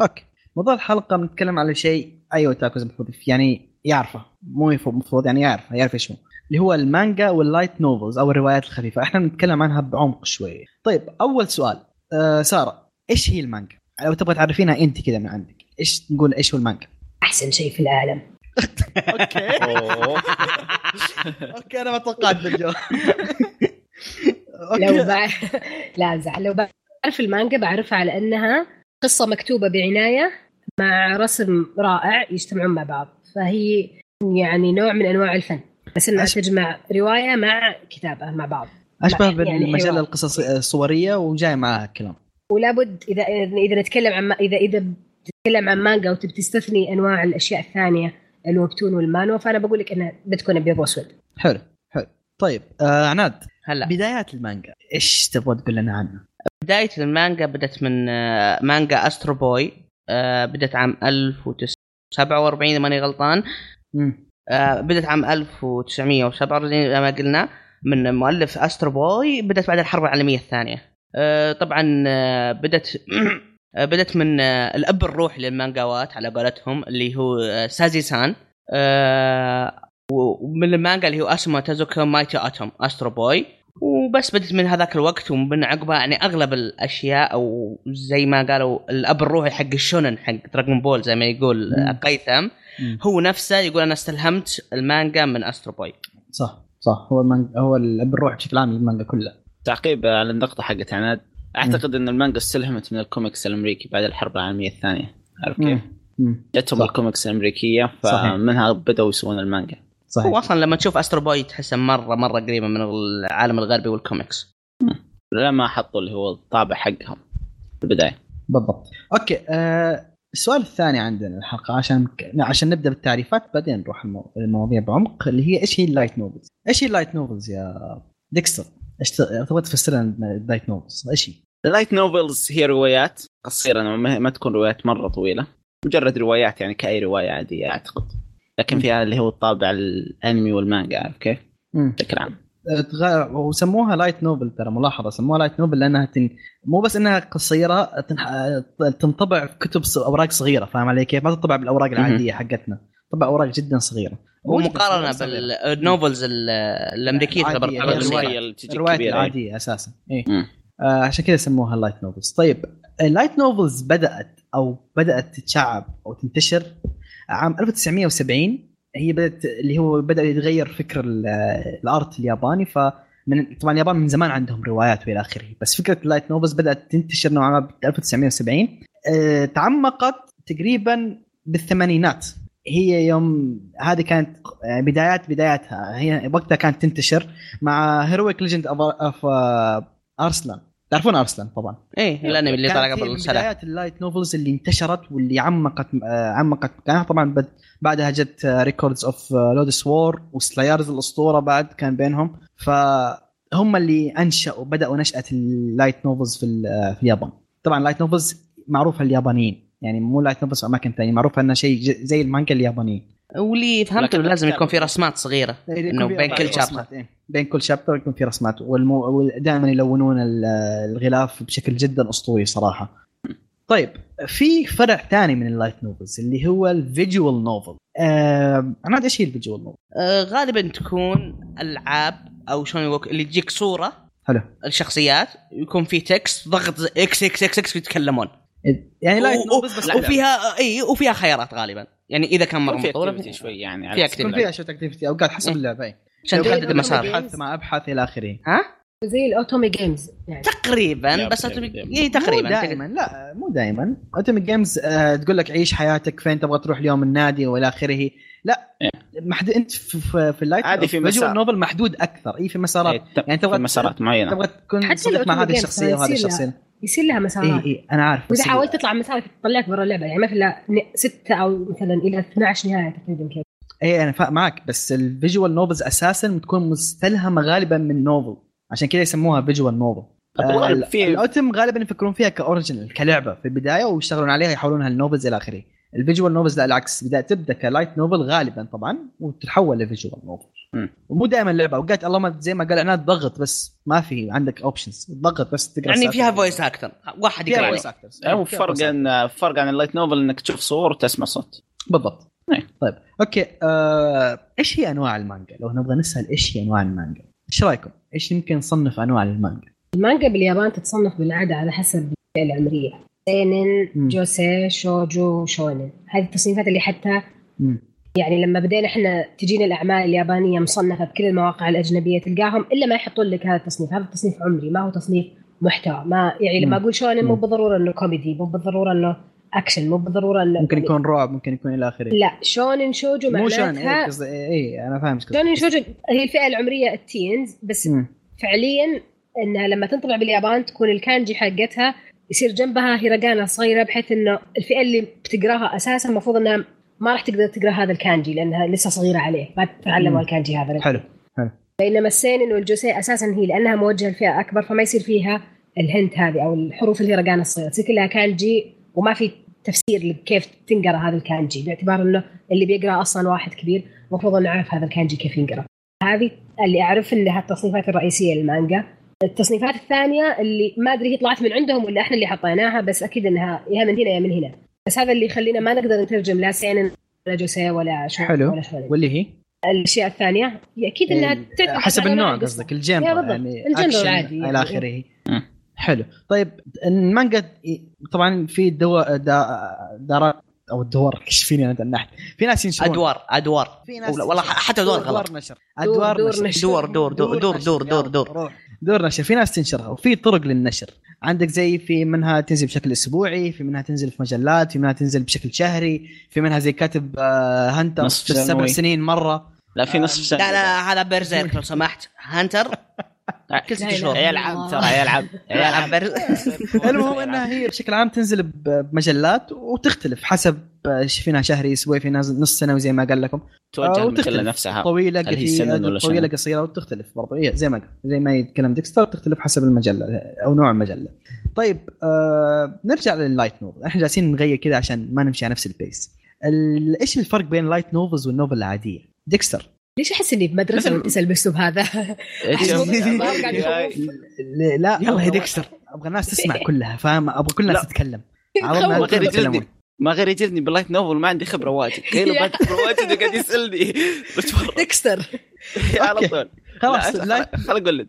A: اوكي موضوع الحلقه بنتكلم على شيء ايوه تاكوز المفروض يعني يعرفه مو يف- المفروض يعني يعرف يعرف ايش هو اللي هو المانجا واللايت نوفلز او الروايات الخفيفه احنا بنتكلم عنها بعمق شوي طيب اول سؤال آه ساره ايش هي المانجا لو تبغى تعرفينها انت كذا من عندك ايش نقول ايش هو المانجا
D: احسن شيء في العالم
A: اوكي
C: أوه.
A: اوكي انا ما توقعت بالجو
D: لو بع... لا امزح لو بعرف المانجا بعرفها على انها قصه مكتوبه بعنايه مع رسم رائع يجتمعون مع بعض فهي يعني نوع من انواع الفن بس انها
A: أش-
D: تجمع روايه مع كتابه مع بعض
A: اشبه
D: يعني
A: بالمجله
D: حوار.
A: القصصيه الصوريه آه، وجاي معاها الكلام
D: ولا بد اذا اذا نتكلم عن ما- اذا اذا بتتكلم عن مانجا وتبي تستثني انواع الاشياء الثانيه الوبتون والمانوا فانا بقول لك انها بتكون ابيض واسود
A: حلو حلو طيب آه عناد
B: هلا
A: بدايات المانجا ايش تبغى تقول لنا عنها
B: بدايه المانجا بدت من آه، مانجا استرو بوي آه، بدت عام 1947 اذا ماني غلطان
A: مم.
B: آه، بدت عام 1947 زي ما قلنا من مؤلف استرو بوي بدت بعد الحرب العالميه الثانيه آه، طبعا آه، بدت آه، بدت من آه، الاب الروحي للمانجاوات على قولتهم اللي هو آه، سازي سان آه، و- ومن المانجا اللي هو اسمه تازوكا مايتي اتوم استرو بوي وبس بدت من هذاك الوقت ومن عقبها يعني اغلب الاشياء او زي ما قالوا الاب الروحي حق الشونن حق دراغون بول زي ما يقول آه،
A: مم.
B: قيثم
A: مم.
B: هو نفسه يقول انا استلهمت المانجا من استرو بوي
A: صح صح هو المانجا هو الاب الروح بشكل عام للمانجا كلها
C: تعقيب على النقطه حقت عناد اعتقد ان المانجا استلهمت من الكوميكس الامريكي بعد الحرب العالميه الثانيه عارف كيف؟
A: مم. مم.
C: جتهم
A: صح.
C: الكوميكس الامريكيه
A: صحيح.
C: فمنها بداوا يسوون المانجا
B: هو
A: صحيح
B: اصلا لما تشوف استرو بوي تحسه مره مره قريبه من العالم الغربي والكوميكس
C: لما حطوا اللي هو الطابع حقهم في البدايه
A: بالضبط اوكي آه السؤال الثاني عندنا الحلقه عشان عشان نبدا بالتعريفات بعدين نروح المو... المواضيع بعمق اللي هي ايش هي اللايت نوفلز؟ ايش هي اللايت نوفلز يا ديكستر؟ ايش ت- تبغى تفسر لنا اللايت نوفلز؟ ايش هي؟
C: اللايت نوفلز هي روايات قصيره نوعاً ما ما تكون روايات مره طويله مجرد روايات يعني كاي روايه عاديه اعتقد لكن فيها اللي هو الطابع الانمي والمانجا عارف كيف؟
A: مم.
C: بشكل عام
A: تغ- وسموها لايت نوبل ترى ملاحظه سموها لايت نوبل لانها تن... مو بس انها قصيره تنح... تنطبع في كتب ص- اوراق صغيره فاهم علي كيف؟ ما تنطبع بالاوراق العاديه حقتنا تطبع اوراق جدا صغيره
B: ومقارنه
A: صغيرة.
B: بالنوفلز آه، ال- الامريكيه تعتبر
C: يعني
A: العادية، هي
B: تعتبر صغيرة.
C: الروايه اللي تجي
A: الروايات
C: كبيره يعني.
A: العاديه اساسا إيه.
C: مم.
A: آه عشان كذا سموها لايت نوفلز طيب اللايت نوفلز بدات او بدات تتشعب او تنتشر عام 1970 هي بدات اللي هو بدا يتغير فكر ال- الارت الياباني ف من طبعا اليابان من زمان عندهم روايات والى اخره بس فكره اللايت نوفلز بدات تنتشر نوعا ما ب 1970 آه، تعمقت تقريبا بالثمانينات هي يوم هذه كانت آه، بدايات بداياتها هي وقتها كانت تنتشر مع هيرويك ليجند اوف ارسلان uh, تعرفون ارسلان طبعا
B: ايه الانمي اللي طلع
A: كانت هي
B: قبل
A: من
B: سنه
A: بدايات اللايت نوفلز اللي انتشرت واللي عمقت آه، عمقت مكانها طبعا بد بعدها جت آه، ريكوردز اوف لودس وور وسلايرز الاسطوره بعد كان بينهم فهم اللي انشأوا بدأوا نشأة اللايت نوفلز في, ال- آه، في اليابان طبعا اللايت نوفلز معروفه اليابانيين يعني مو لايت نوفلز في اماكن ثانيه معروفه انها شيء ج- زي المانجا اليابانيين
B: واللي فهمته
C: لكن
B: لازم
C: الكتاب-
B: يكون في رسمات صغيره انه بين كل شابتر
A: رسمات، إيه. بين كل شابتر يكون في رسمات والمو... ودائما يلونون ال- الغلاف بشكل جدا اسطوري صراحه طيب في فرع ثاني من اللايت نوفلز اللي هو الفيجوال نوفل آه... عماد ايش هي الفيجوال نوفل؟
B: آه، غالبا تكون العاب او شلون يقولك اللي تجيك صوره
A: حلو.
B: الشخصيات يكون في تكست ضغط زي اكس اكس اكس اكس يتكلمون
A: يعني لايت
B: و-
A: نوفلز بس
B: و- وفيها اي وفيها خيارات غالبا يعني اذا كان مره
C: في
B: مطوله
C: activity شوي يعني
B: في
C: على
A: يكون
B: activity.
A: فيها شويه اكتيفيتي اوقات حسب اللعبه إيه.
B: عشان
A: لو
B: تحدد
A: كانت
B: المسار
A: بحث مع ابحاث الى اخره
B: ها
D: زي الاوتومي جيمز يعني
B: تقريبا
C: يا
B: بس
C: أبو
B: أتوميك-
C: جيم.
B: إيه، تقريبا
A: مو دائما لا مو دائما اتوميك جيمز آه تقول لك عيش حياتك فين تبغى تروح اليوم النادي والى اخره لا محد... انت في, في, في اللايت
C: عادي في
A: visual
C: مسار.
A: نوفل محدود اكثر اي في مسارات
C: إيه، ت-
A: يعني تبغى
C: في مسارات معينه
A: تبغى تكون
D: حتى لو
A: صدق مع
D: تبغى
A: هذه
D: games
A: الشخصيه وهذه
D: يصير آه. لها.
A: الشخصيه
D: يصير لها
A: اي
D: مسارات
A: اي انا عارف
D: واذا
A: بس
D: حاولت تطلع مسارك تطلعك برا اللعبه يعني ما في الا ن- ستة او مثلا الى 12 نهايه تقريبا كذا
A: اي انا فا- معك بس الفيجوال نوفلز اساسا بتكون مستلهمه غالبا من نوفل عشان كذا يسموها فيجوال نوفل آه،
C: الغالب آه، في-
A: الاوتم غالبا يفكرون فيها كاوريجنال كلعبه في البدايه ويشتغلون عليها يحولونها لنوفلز الى اخره الفيجوال نوفلز لا العكس بدأ تبدا كلايت نوفل غالبا طبعا وتتحول لفيجوال نوفل
C: مم.
A: ومو دائما لعبه اوقات اللهم زي ما قال عناد ضغط بس ما في عندك اوبشنز ضغط بس تقرا
B: يعني
A: السالفة.
B: فيها فويس اكتر واحد
A: فيها
B: يقرا
A: فويس
B: لك.
A: اكترز
C: هو آه، فرق يعني. عن فرق عن اللايت نوفل انك تشوف صور وتسمع صوت
A: بالضبط
C: نعم.
A: طيب اوكي آه، ايش هي انواع المانجا؟ لو نبغى نسال ايش هي انواع المانجا؟ ايش رايكم؟ ايش يمكن نصنف انواع المانجا؟
D: المانجا باليابان تتصنف بالعاده على حسب الفئه العمريه
A: مم.
D: سينن جوسي شوجو شونن هذه التصنيفات اللي حتى
A: مم.
D: يعني لما بدينا احنا تجينا الاعمال اليابانيه مصنفه بكل المواقع الاجنبيه تلقاهم الا ما يحطون لك هذا التصنيف، هذا التصنيف عمري ما هو تصنيف محتوى، ما يعني لما
A: مم.
D: اقول شونن مو
A: مم.
D: بالضروره انه كوميدي، مو بالضروره انه اكشن، مو بالضروره انه
A: ممكن يكون رعب ممكن يكون الى اخره
D: لا شونن شوجو
A: مو إيه. شان
D: معناتها
A: اي انا فاهم ايش قصدك.
D: شونن شوجو هي الفئه العمريه التينز بس
A: مم.
D: فعليا انها لما تنطبع باليابان تكون الكانجي حقتها يصير جنبها هيراغانا صغيره بحيث انه الفئه اللي بتقراها اساسا المفروض انها ما راح تقدر تقرا هذا الكانجي لانها لسه صغيره عليه ما
A: مم.
D: تتعلم الكانجي هذا
A: حلو
D: بينما السينن والجوسي اساسا هي لانها موجهه لفئه اكبر فما يصير فيها الهنت هذه او الحروف الهيراغانا الصغيره تصير كلها كانجي وما في تفسير لكيف تنقرا هذا الكانجي باعتبار انه اللي بيقرا اصلا واحد كبير المفروض انه عارف هذا الكانجي كيف ينقرا. هذه اللي اعرف انها التصنيفات الرئيسيه للمانجا. التصنيفات الثانيه اللي ما ادري هي طلعت من عندهم ولا احنا اللي حطيناها بس اكيد انها يا من هنا يا من هنا. بس هذا اللي يخلينا ما نقدر نترجم لا سينن ولا جوسي ولا شو
A: حلو.
D: ولا شونين.
A: واللي هي؟ إيه،
D: الاشياء الثانيه اكيد انها تعتمد
A: حسب
D: إيه، على نوع
A: النوع
D: القصة.
A: قصدك الجنرا
D: يا بالضبط،
A: يعني
D: الجنرا
A: أكشن
D: العادي يعني.
A: الى اخره
C: مم.
A: حلو طيب المانجا طبعا في دوا دا- دارات او الدوار ايش فيني انا تنحت في ناس ينشرون
B: ادوار ادوار
A: في
B: والله- والله حتى ادوار غلط آه،
A: نشر
D: دور-
A: ادوار
D: دور
A: نشر
D: نشر.
B: دور- دور- دور- دور-
A: نشر.
B: دور- دور-
A: يلا،
B: دور.
A: روح. دور نشر في ناس تنشرها وفي طرق للنشر عندك زي في منها تنزل بشكل اسبوعي في منها تنزل في مجلات في منها تنزل بشكل شهري في منها زي كاتب آه، هنتر
C: نصف
A: في السبع
C: سنوي.
A: سنين مره
C: لا في نصف سنه
B: آه، لا لا هذا برزيرك لو سمحت هانتر كل ست
D: لا، لا.
B: شهور
C: عيال عم آه، ترى عيال عم عيال
B: لا،
C: عم
B: بر-
A: المهم انها هي بشكل عام تنزل ب- بمجلات وتختلف حسب آه، فينها شهري اسبوعي في ناس نص سنوي زي ما قال لكم
C: توجه
A: أو
C: المجله
A: تختلف.
C: نفسها
A: طويله
C: آه، هل هي
A: قصيره
C: سنن ولا
A: طويله
C: شنو؟
A: قصيره وتختلف برضه هي زي ما زي ما يتكلم ديكستر تختلف حسب المجله او نوع المجله. طيب آه نرجع لللايت نوفل احنا جالسين نغير كذا عشان ما نمشي على نفس البيس. ال- ايش الفرق بين اللايت نوفلز والنوفل العاديه؟ ديكستر
D: ليش احس اني بمدرسه
C: مثل-
D: لما تسال باسلوب هذا؟ أحس
C: إيه،
D: مو-
C: جم-
D: ما قاعد يخوف.
A: ل- لا
D: يلا
A: والله ديكستر ابغى الناس تسمع كلها فاهم ابغى كل الناس
C: لا.
A: تتكلم
C: ما
A: عرفنا
C: غير
A: يتكلمون
C: يجلدني ما غير يجلدني باللايت نوفل ما عندي خبره واجد تخيلوا
D: يا.
C: بعد خبره واجد وقاعد يسالني بتفرج
D: ديكستر
C: على
A: أوكي.
C: طول
A: خلاص
C: لا،
A: اللايت
C: خل خل اقول لك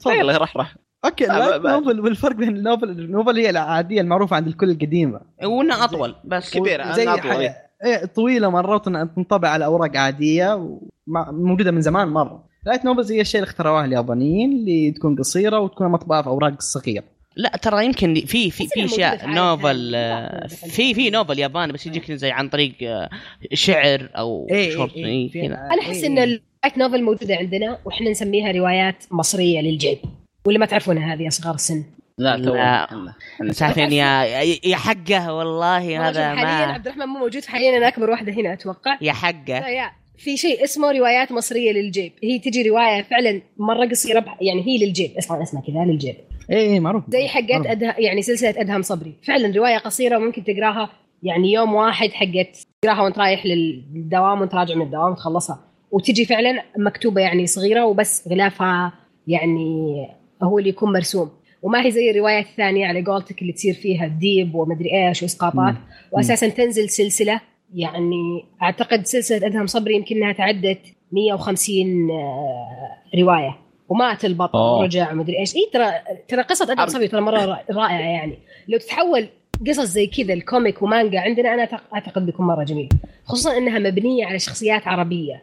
A: تفضل
C: يلا راح راح
A: اوكي
C: لا،
A: اللايت
C: ما- ما-
A: نوفل والفرق بين النوفل النوفل هي العاديه المعروفه عند الكل القديمه
B: وانه اطول بس
C: كبيرة، أنا
A: زي
C: أطول.
A: حاجة إيه، طويله مرات تنطبع على اوراق عاديه وموجوده من زمان مره لايت نوفلز هي الشيء اللي اخترعوه اليابانيين اللي تكون قصيره وتكون مطبعه في اوراق صغيره
B: لا ترى يمكن في في
D: بس
B: في
D: إنها موجودة في
B: اشياء
D: عالم
B: نوفل
D: ثاني.
B: آه، في في نوفل ياباني بس يجيك زي عن طريق آه، شعر او شرط إي، إيه، كذا.
D: انا احس ان اللايت نوفل موجوده عندنا واحنا نسميها روايات مصريه للجيب ولا ما تعرفونها هذه اصغار السن
C: لا تو
B: لا.
C: أنا
B: ساعتين يا يا- يا حقه والله
D: والله
B: هذا
D: شوف حاليا
B: ما
D: عبد الرحمن مو موجود حاليا انا اكبر واحده هنا اتوقع
B: يا حقه
D: لا، يا في شيء اسمه روايات مصريه للجيب هي تجي روايه فعلا مره قصيره بح- يعني هي للجيب اصلا اسمها كذا للجيب
A: اي اي إيه، معروف
D: زي حقت
A: معروف.
D: أده... يعني سلسله ادهم صبري فعلا روايه قصيره ممكن تقراها يعني يوم واحد حقت تقراها وانت رايح للدوام وانت راجع من الدوام وتخلصها وتجي فعلا مكتوبه يعني صغيره وبس غلافها يعني هو اللي يكون مرسوم وما هي زي الروايات الثانيه على قولتك اللي تصير فيها ديب ومدري ايش واسقاطات
A: مم.
D: واساسا تنزل سلسله يعني اعتقد سلسله ادهم صبري يمكن انها تعدت 150 آه، روايه ومات البطل
C: أوه.
D: ورجع ومدري ايش اي ترى ترى قصه ادهم
C: أرج-
D: صبري ترى مره را- رائعه يعني لو تتحول قصص زي كذا الكوميك ومانجا عندنا انا أعتق- اعتقد بيكون مره جميل خصوصا انها مبنيه على شخصيات عربيه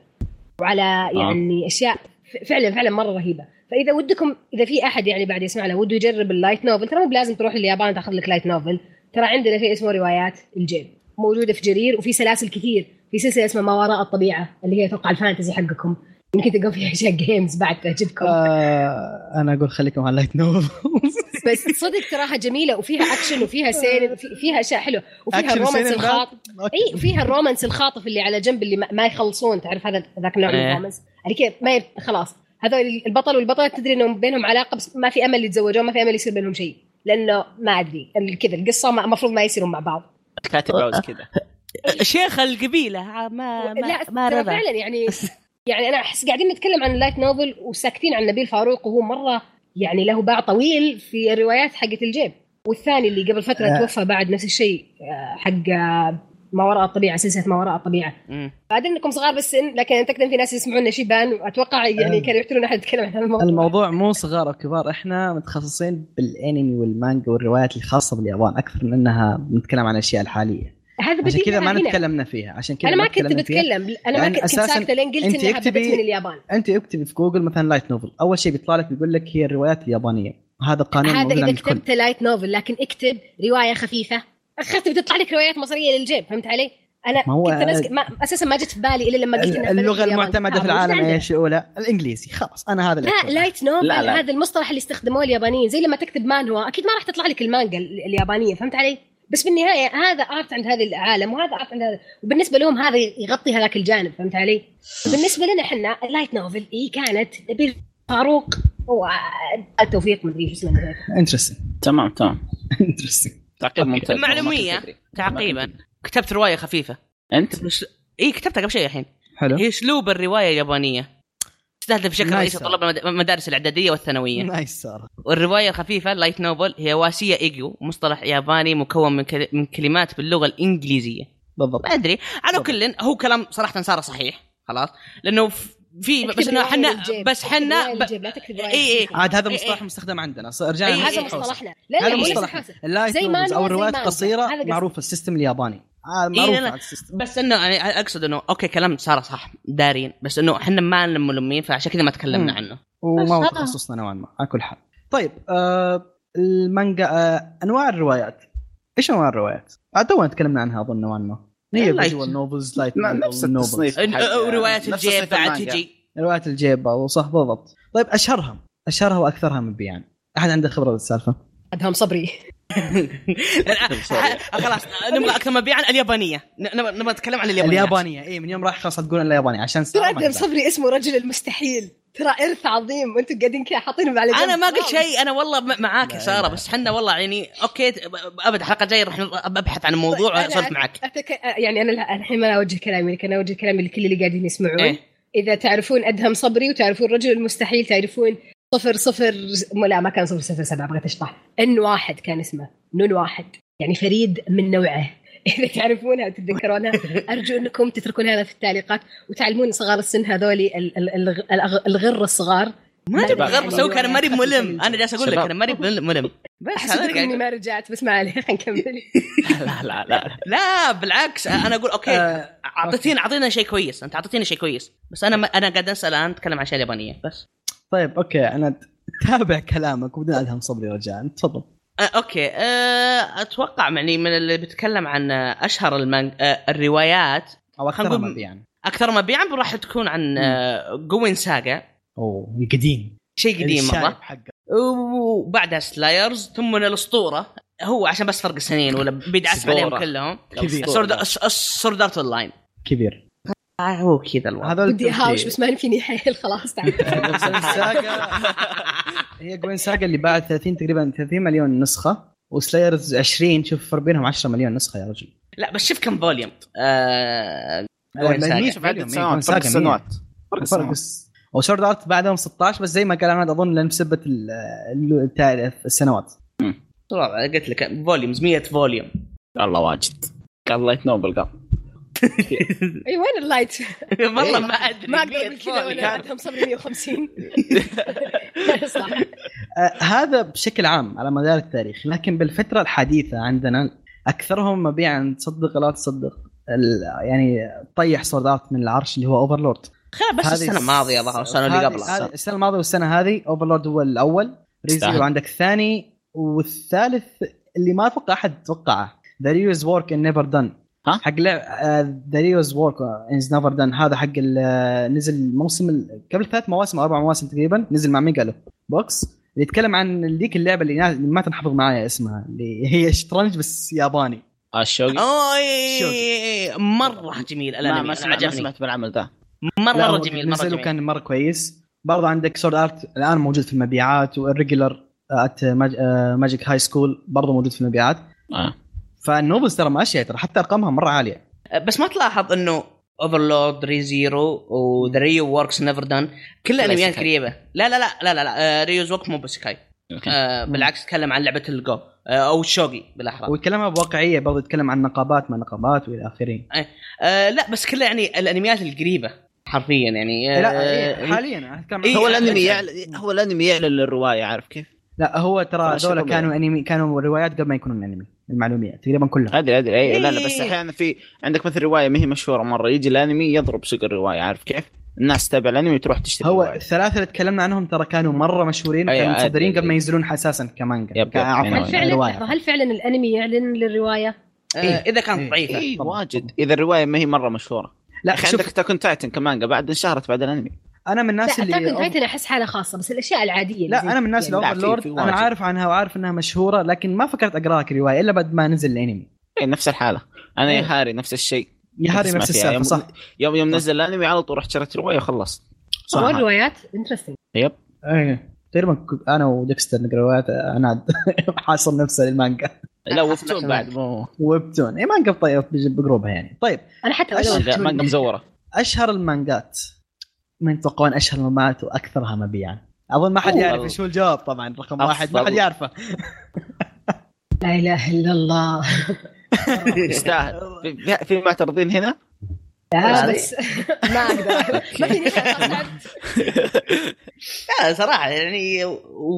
D: وعلى يعني اشياء ف- فعلا فعلا مره رهيبه فاذا ودكم اذا في احد يعني بعد يسمعنا وده يجرب اللايت نوفل ترى مو بلازم تروح لليابان تاخذ لك لايت نوفل ترى عندنا شيء اسمه روايات الجيب موجوده في جرير وفي سلاسل كثير في سلسله اسمها ما وراء الطبيعه اللي هي اتوقع الفانتزي حقكم يمكن تلقون فيها اشياء جيمز بعد تعجبكم
A: آه انا اقول خليكم على اللايت نوفلز
D: بس صدق تراها جميله وفيها اكشن وفيها سيل في- فيها اشياء حلوه وفيها
A: أكشن
D: الرومانس
A: سيل
D: الخاطف
A: أوكي.
D: اي فيها الرومانس الخاطف اللي على جنب اللي ما- ما يخلصون تعرف هذا ذاك النوع من
B: إيه.
D: الرومانس اللي كيف ما ير- خلاص هذول البطل والبطله تدري انهم بينهم علاقه بس ما في امل يتزوجون ما في امل يصير بينهم شيء لانه ما ادري ال- كذا القصه ما- المفروض ما يصيرون مع بعض
C: الكاتب عاوز كذا
B: شيخ القبيله ها، ما ما
D: لا
B: ما
D: ترى
B: رضى
D: فعلا يعني يعني انا احس قاعدين نتكلم عن اللايت نوفل وساكتين عن نبيل فاروق وهو مره يعني له باع طويل في الروايات حقت الجيب والثاني اللي قبل فتره
A: آه.
D: توفى بعد نفس الشيء آه، حق آه، ما وراء الطبيعه سلسله ما وراء الطبيعه
B: مم.
D: بعد انكم صغار بالسن لكن اعتقد ان في ناس يسمعونا شيبان واتوقع يعني
A: آه.
D: كانوا يقتلون احد يتكلم عن هذا الموضوع
A: الموضوع مو صغار او كبار احنا متخصصين بالانمي والمانجا والروايات الخاصه باليابان اكثر من انها بنتكلم عن الاشياء الحاليه
D: هذا
A: عشان
D: بديهي
A: كذا ما
D: هنا.
A: نتكلمنا فيها عشان كذا
D: انا ما كنت
A: تكلمنا فيها.
D: بتكلم انا ما
A: لأن
D: كنت- كنت
A: أساساً
D: ساكته لين قلت
A: أنت
D: انها بدت
A: اكتبي-
D: من اليابان
A: انت اكتبي في جوجل مثلا لايت نوفل اول شيء بيطلع لك بيقول لك هي الروايات اليابانيه هذا قانون
D: هذا
A: موجود
D: اذا
A: عند الكل
D: كتبت لايت نوفل لكن اكتب روايه خفيفه اخذت بتطلع لك روايات مصريه للجيب فهمت علي؟ انا
A: ما هو-
D: كنت ماسك ما اساسا ما جت في بالي الا لما قلت إنها بلد
A: اللغه
D: اليابان.
A: المعتمده في
D: آه، موجودة
A: العالم
D: عندنا.
A: ايش الاولى الانجليزي خلاص انا هذا اللي
D: لا
A: أكتبه.
D: لايت نوفل
C: لا، لا.
D: هذا المصطلح اللي استخدموه اليابانيين زي لما تكتب مانهوا اكيد ما راح تطلع لك المانجا ال- اليابانيه فهمت علي؟ بس بالنهايه هذا ارت عند هذا العالم وهذا ارت عند هذا وبالنسبه لهم هذا يغطي هذاك الجانب فهمت علي؟ بالنسبه لنا احنا اللايت نوفل هي كانت نبيل فاروق آه، والتوفيق مدري شو اسمه
A: انترستنج
C: تمام تمام
A: انترستنج
C: تعقيب
A: أوكي.
C: ممتاز
B: معلومية.
C: ما كنت أدري.
B: تعقيبا كتبت روايه خفيفه
C: انت
B: مش... اي إيه، كتبتها قبل شوي الحين
A: حلو
B: هي اسلوب الروايه اليابانيه تستهدف بشكل
A: Nice.
B: رئيسي طلاب المد- المدارس الاعداديه والثانويه
A: نايس ساره
B: والروايه الخفيفه لايت نوبل هي واسيه ايجو مصطلح ياباني مكون من, كل... من كلمات باللغه الانجليزيه
A: بالضبط
B: ما ادري على
A: بالضبط.
B: كل هو كلام صراحه صار صحيح خلاص لانه ف- في
D: اكتب
B: بس انه
D: رواية
B: حنا
D: للجيب.
B: بس
D: اكتب
B: حنا
D: رواية
B: ب-
D: للجيب، لا تكتب رواية
B: إي إي.
D: للجيب.
A: عاد هذا
B: إيه،
A: مصطلح
B: إيه.
A: مستخدم عندنا صار- رجعنا
B: إيه،
A: نفس
D: هذا
B: إي.
A: الحوسة.
D: مصطلحنا لا
A: هذا
D: لا مو نفس
A: مصطلح
D: الحوسة.
A: اللايت
D: زي ما
A: نوفلز او
D: هو، زي
A: الروايات
D: ما هو. هذا
A: القصيره
D: قصدي.
A: معروفه السيستم الياباني آه، معروف
B: إيه، لا.
A: على السيستم
B: بس انه يعني اقصد انه اوكي كلام صار صح دارين بس انه احنا ما لنا ملمين فعشان كذا ما تكلمنا
A: مم.
B: عنه
A: وما هو
E: أها.
A: تخصصنا نوعا ما على كل حال طيب آه المانجا آه انواع الروايات ايش انواع الروايات؟ آه، تونا تكلمنا عنها اظن نوعا ما هي
B: لايت.
A: فيجوال نوفلز لايت
C: ما-
A: نوفلز،
C: نفس
A: نوفلز.
C: التصنيف
B: إن-
C: حق-
B: وروايات
C: نفس
B: الجيب
C: صنف
B: بعد
C: المانجا.
B: تجي
A: روايات الجيب صح بالضبط طيب اشهرها اشهرها واكثرها مبيعا احد عنده خبره بالسالفه؟
E: ادهم صبري
B: آه، خلاص آه، نبغى اكثر مبيعا اليابانيه ن- نبغى نبغى نتكلم عن اليابانيه
A: اليابانيه اي إيه، من يوم راح خلاص تقول اليابانيه عشان
E: ترى
A: ما
E: ادهم
A: ينفع.
E: صبري اسمه رجل المستحيل ترى ارث عظيم وانتم قاعدين كذا حاطينهم على جنب
B: انا ما قلت
E: خالص.
B: شيء انا والله م- معاك يا ساره بس حنا والله يعني اوكي ت- ب- ابد الحلقه الجايه راح نض- ابحث عن الموضوع
E: طيب، أنا-
B: واسولف معك
E: أتك... يعني انا الح- الحين ما اوجه كلامي لك انا اوجه كلامي لكل اللي قاعدين يسمعون
B: إيه.
E: اذا تعرفون ادهم صبري وتعرفون رجل المستحيل تعرفون صفر صفر م- لا ما كان صفر صفر سبعة بغيت اشطح ان واحد كان اسمه نون واحد يعني فريد من نوعه اذا تعرفونها وتتذكرونها ارجو انكم تتركون هذا في التعليقات وتعلمون صغار السن هذولي ال- ال- الغ- الأغ- الغر الصغار
B: ما
E: تبغى
B: تبغى غير بسوي انا ماني بملم انا جالس اقول لك
C: شباب.
B: انا ماني بملم ملم. بس هذا
E: احسدك
B: اللي قاعد-
E: اني ما رجعت بس ما عليه خلينا نكمل
C: لا لا لا
B: لا بالعكس انا اقول اوكي
A: آه،
B: اعطيتينا اعطينا شيء كويس انت اعطيتينا شيء كويس بس انا ما انا قاعد اسال الان اتكلم عن شيء اليابانيه بس
A: طيب اوكي انا تابع كلامك وبدون ادهم صبري رجاء تفضل
B: آه، اوكي آه، اتوقع يعني من اللي بيتكلم عن آه، اشهر المانج... آه، الروايات
A: او اكثرها
B: خلينا نقول-
A: مبيعا
B: اكثر مبيعا راح تكون عن جوين ساجا
A: اوه القديم
B: شيء قديم مره
A: الشايب حقه
B: وبعدها سلايرز ثم الاسطوره هو عشان بس فرق السنين ولا بيدعس
C: أسطورة.
B: عليهم كلهم
A: كبير.
B: سورد ارت اون لاين
A: كبير
B: هو كذا الوضع
A: هذول
E: ودي اهاوش
A: التركي.
E: بس ماني فيني حيل خلاص تعال
A: جوين ساجا هي جوين ساجا اللي باعت 30 تقريبا 30 مليون نسخه وسلايرز 20 شوف فرق بينهم 10 مليون نسخه يا رجل
B: لا بس شوف كم فوليوم آه جوين ساجا.
A: مية
C: شوف عدد
A: مليون، مية جوين
C: سنوات
A: ساجا
C: فرق
A: مية.
C: سنوات فرق
A: فرق
C: سنوات
A: بس وشورد ارت بعدهم 16 بس زي ما قال احمد اظن لان بسبه ال- ال- تاع- السنوات
B: طبعا قلت لك فوليومز 100 فوليوم
C: الله واجد قال لايت نوبل قال
E: اي وين اللايت؟
B: والله إيه. ما ادري
E: ما اقدر
B: 100
E: من كذا ولا
B: فوليوم.
E: ادهم صبري 150 صح
A: آه، هذا بشكل عام على مدار التاريخ لكن بالفتره الحديثه عندنا اكثرهم مبيعا تصدق لا تصدق ال- يعني طيح سورد ارت من العرش اللي هو اوفرلورد
B: خلال بس السنه الماضيه ظهر السنه اللي قبلها
A: السنه الماضيه والسنه هذه اوفرلورد هو الاول
C: يستاهل.
A: ريزيرو عندك الثاني والثالث اللي ما اتوقع احد توقعه داريوز وورك ان نيفر دن
C: ها؟
A: حق آه، داريوز وورك از نيفر دن هذا حق ال- نزل الموسم ال- قبل ثلاث مواسم او اربع مواسم تقريبا نزل مع ميجالو بوكس اللي يتكلم عن ذيك اللعبه اللي نا- اللي ما تنحفظ معايا اسمها اللي هي شطرنج بس ياباني
C: الشوقي
B: اوه مره جميل
C: لا
B: الانمي
C: ما
B: أنا
C: سمعت ما
B: عجبني
C: سمعت بالعمل ذا
B: مره
A: لا، هو
B: مره جميل مره
A: نزل
B: جميل
A: وكان مره كويس برضه عندك سورد ارت الان موجود في المبيعات والريجلر ات ماج- آه، ماجيك هاي سكول برضه موجود في المبيعات
C: آه.
A: فالنوبلز ترى ماشيه ترى حتى ارقامها مره عاليه
B: بس ما تلاحظ انه اوفرلورد ري زيرو وذا ريو وركس نيفر دان كلها انميات
C: يسكاي.
B: قريبه لا لا لا لا لا, لا. آه، ريوز وقت مو بسكاي
C: أوكي.
B: آه بالعكس تكلم عن لعبه الجو آه او الشوقي بالاحرى
A: ويتكلمها بواقعيه برضه يتكلم عن نقابات ما نقابات إيه، والى اخره
B: آه لا بس كلها يعني الانميات القريبه حرفيا يعني آه
A: لا إيه، حاليا أنا أتكلم عن-
B: إيه،
C: هو يعني. الانمي يعلن هو الانمي يعلن للروايه عارف كيف؟
A: لا هو ترى
C: ترى شيء
A: هذول
C: طبيعي.
A: كانوا انمي كانوا روايات قبل ما يكونون انمي المعلوميه تقريبا كلها
C: ادري ادري اي لا لا بس
B: إيه.
C: احيانا في عندك مثل روايه ما هي مشهوره مره يجي الانمي يضرب سوق الروايه عارف كيف؟ الناس تتابع الانمي وتروح تشتري
A: هو
C: الرواية.
A: الثلاثه اللي تكلمنا عنهم ترى كانوا مره مشهورين
C: أي،
A: وكانوا
C: أدري،
A: متصدرين قبل
C: أدري.
A: ما ينزلون اساسا كمانجا
C: يب، يب،
A: عفواً،
E: هل
C: أيوة.
E: فعلا
A: رواية.
E: هل فعلا الانمي يعلن للروايه؟
B: آه اذا
A: إيه.
B: كانت ضعيفه
C: إيه،
A: طبعاً.
C: واجد اذا الروايه ما هي مره مشهوره
A: لا
C: اخي
A: شوف
C: عندك تاكون تايتن كمان بعد انشهرت بعد الانمي
A: انا من الناس
E: لا
A: اللي
E: اتاك تايتن احس حاله خاصه بس الاشياء العاديه
A: لا انا من الناس
D: يعني
A: اللي
C: يعني لا، في-
A: اوفر لورد
C: في
A: انا
C: واجد.
A: عارف عنها وعارف انها مشهوره لكن ما فكرت اقراها كروايه الا بعد ما نزل الانمي
C: اي إيه، نفس الحاله انا يا
A: إيه.
C: هاري نفس الشيء
A: يا هاري
C: تسمع
A: نفس
C: فيها،
A: السالفه
C: يوم-
A: صح
C: يوم يوم نزل الانمي على طول رحت شريت روايه وخلصت
A: صح.
E: اول روايات انترستنج
A: ايه تقريبا ك- انا وديكستر نقرا روايات عناد حاصل نفسه للمانجا
C: لا وفتون بعد مو
A: ويبتون اي مانجا طيب بجروبها يعني طيب
E: انا حتى
A: أشهر.
E: أول
C: إيه، مانجا مانجا مزوره
A: اشهر المانجات من تتوقعون اشهر المانجات واكثرها مبيعا؟ اظن ما حد
C: أوه.
A: يعرف شو الجواب طبعا رقم
C: أفضل.
A: واحد ما حد يعرفه
E: لا اله الا الله
C: يستاهل في- في- في معترضين هنا
E: لا
B: لا،
E: بس ما اقدر ما فيني خلاص تعبت.
B: لا صراحه يعني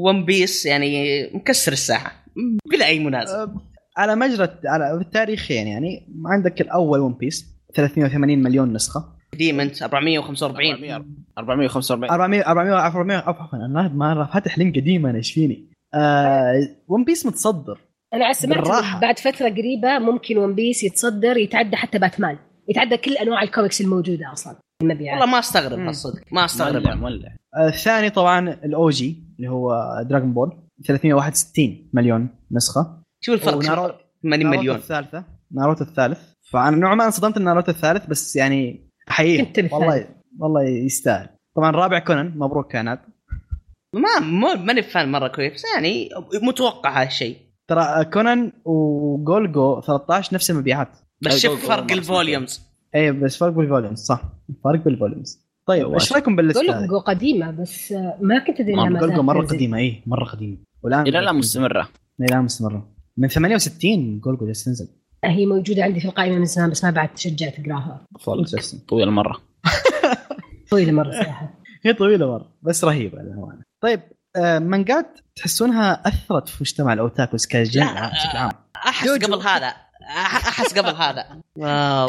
B: ون بيس يعني مكسر الساحه بلا اي منازع
A: أه، على مجرى على التاريخين يعني عندك الاول ون بيس 380 مليون نسخه
B: قديم انت 445
C: 445
A: 400 400 400 عفوا انا ما فاتح لينك قديم انا ايش فيني؟ آه ون بيس متصدر
D: انا عاد سمعت
A: بالراحة.
D: إنه بعد فتره قريبه ممكن ون بيس يتصدر يتعدى حتى باتمان يتعدى كل انواع الكوميكس الموجوده اصلا المبيعات
B: والله ما استغرب
A: مم.
B: الصدق ما
C: مولع
B: استغرب
C: مولع
A: آه، الثاني طبعا الاو جي اللي هو دراغون بول 361 مليون نسخه
B: شوف الفرق شوف
A: ونارو-
B: الفرق. 80
A: ناروتو
B: مليون
A: الثالثه ناروتو الثالث فانا نوعا ما انصدمت من ناروتو الثالث بس يعني احييه
D: كنت بالثالث.
A: والله والله يستاهل طبعا الرابع كونان مبروك كانت
B: ما ما- ماني فان مره كويس بس يعني متوقع هالشيء
A: ترى آه، كونان وجولجو 13 نفس المبيعات
B: بس
C: أيوة،
B: شوف
C: جوجو
B: فرق
C: ما أسمع
B: الفوليومز
A: اي بس فرق بالفوليومز صح فرق بالفوليومز طيب
C: أيوة.
A: ايش رايكم باللسته هذه؟
D: جولجو قديمه بس ما كنت ادري
A: مره
D: انها
A: جولجو إيه، مره
D: تنزل.
A: قديمه اي مره قديمه والان
C: الى الان مستمره
A: الى الان مستمره من 68 جولجو جالس تنزل
D: هي موجوده عندي في القائمه من زمان بس ما بعد شجعت اقراها
A: متسلسل.
C: طويل مره
D: طويله مره صراحه
A: هي طويله مره بس رهيبه للامانه طيب آه مانجات تحسونها اثرت في مجتمع الاوتاكوس كجمعه
B: لا،
A: بشكل عام
B: احس
D: جوجو.
B: قبل هذا أح- احس قبل هذا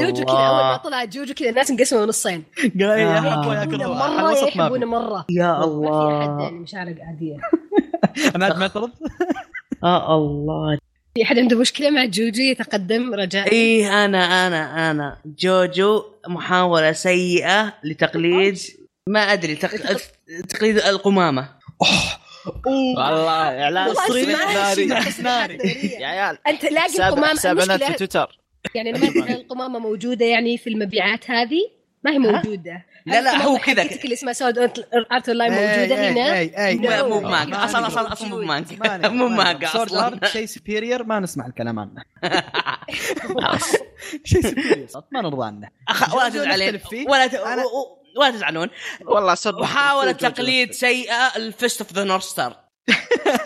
D: جوجو كذا اول ما
B: والله
D: طلع جوجو كذا الناس انقسموا نصين
A: قال
B: آه.
A: يحبوا
D: يحبونه
A: ياكلوا
D: مره
A: الوسط ما في.
D: يحبونه مره
B: يا
D: ما في حد
B: الله
D: يعني مشاعر عاديه
A: انا معترض
B: يا الله
D: في حد عنده مشكله مع جوجو يتقدم رجاء
B: ايه انا انا انا جوجو محاوله سيئه لتقليد ما ادري تق... تقليد القمامه
C: والله اعلان
D: والله
C: تصريح
D: اسمع
C: ناري
D: شيء.
C: يا عيال
D: انت لاقي
C: حساب
D: القمام
C: حسابنا في
D: المشكله
C: تويتر
D: يعني أنا ما أدري هل القمامه موجوده يعني في المبيعات هذه ما هي موجوده
B: لا، لا، هو كذا.
D: حقتك اللي اسمها سود ارت
A: إيه،
D: اون لاين موجوده هنا
A: اي اي
B: لا، مو
D: No.
B: مانجا اصلا اصلا اصلا مو مانجا مو مانجا
A: سورد
B: اصلا
A: ارت شيء سبيرير ما نسمع الكلام عنه شيء سبيرير ما نرضى عنه
B: أخ... ولا
A: جوجو
B: تزعلين
A: نختلف فيه.
B: ولا ت...
A: أنا-
B: ولا تزعلون
C: والله صدق
B: محاوله
C: جوجو
B: تقليد
C: نفسه.
B: سيئه الفيست اوف ذا نورث ستار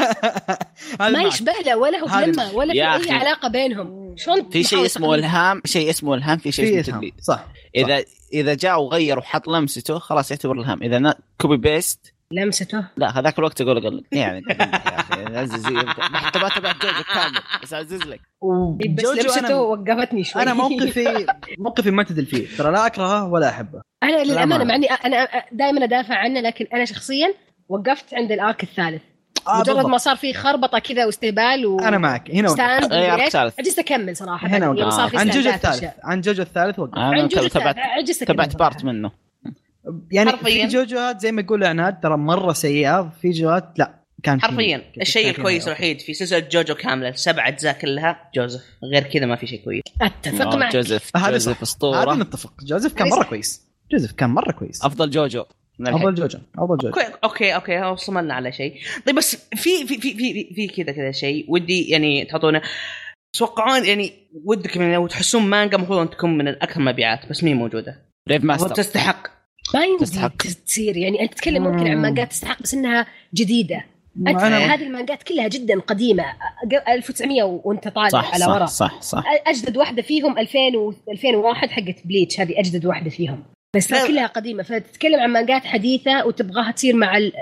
A: هذا
D: ما
A: معك.
D: يشبه له ولا هو
A: هذه
D: بلمه ولا في
C: يا
D: اي
C: أخي.
D: علاقه بينهم شلون
C: في شيء
D: محاولة
C: اسمه
D: تقليد؟
C: الهام شيء اسمه الهام في شيء
A: في
C: اسمه
A: إسهام.
C: تقليد
A: صح
C: اذا اذا جاء وغير وحط لمسته خلاص يعتبر الهام اذا نا- كوبي بيست
D: لمسته
C: لا هذاك الوقت اقول اقول لك يعني يا اخي عزز حتى ما تبعت جوجو كامل بس اعزز لك
D: بس
A: جوجو
D: لمسته
A: انا
D: وقفتني شوي
A: انا موقفي موقفي معتدل فيه ترى لا اكرهه ولا احبه
D: انا للامانه
A: الأمانة.
D: مع اني انا دائما ادافع عنه لكن انا شخصيا وقفت عند الارك الثالث
A: آه
D: مجرد ما
A: بالضبط.
D: صار في خربطه كذا واستهبال و
A: انا معك هنا وقف.
D: ستاند
C: إيه، أرك
D: وإيش.
C: ثالث.
D: عجزت اكمل صراحه
A: هنا
D: بعد يوم
A: وقف.
D: يعني صار في
A: عن جوجو
D: استهبالات
A: الثالث
D: وأشياء.
A: عن جوجو الثالث وقف
D: عن
C: انا
D: جوجو
C: تبعت
D: الثالث عجزت أكمل
C: تبعت
D: صراحة.
C: بارت منه
A: يعني في
B: حرفياً.
A: جوجوهات زي ما يقول عناد ترى مره سيئه في جوجوهات لا كان في-
B: حرفيا
A: كان
B: الشيء
A: فيها
B: الكويس
A: أوكي.
B: الوحيد في سلسله جوجو كامله سبع اجزاء كلها جوزيف غير كذا ما في شيء كويس
D: اتفق
C: آه،
D: معك
C: جوزيف
A: هذا
C: جوزيف
A: هذا
C: اسطوره
A: نتفق جوزيف كان مره كويس جوزيف كان مره كويس
C: افضل جوجو من الحين.
A: افضل جوجو افضل جوجو
B: كوي- اوكي اوكي وصلنا على شيء طيب بس في في في في, في كذا كذا شيء ودي يعني تحطونه تتوقعون يعني ودكم يعني لو تحسون مانجا المفروض ان تكون من الاكثر مبيعات بس مين موجوده
C: ريف ماستر
B: وتستحق
D: ما يمديك
C: تستحق.
D: تصير يعني انت تتكلم ممكن عن مانجات تستحق بس انها جديده انت
A: أنا-
D: هذه المانجات كلها جدا قديمه قبل 1900 وانت طالع
C: صح
D: على ورا
C: صح صح صح
D: اجدد واحده فيهم 2000 و 2001 حقت بليتش هذه اجدد واحده فيهم بس
B: لا.
D: كلها قديمه فتتكلم عن مانجات حديثه وتبغاها تصير مع ال...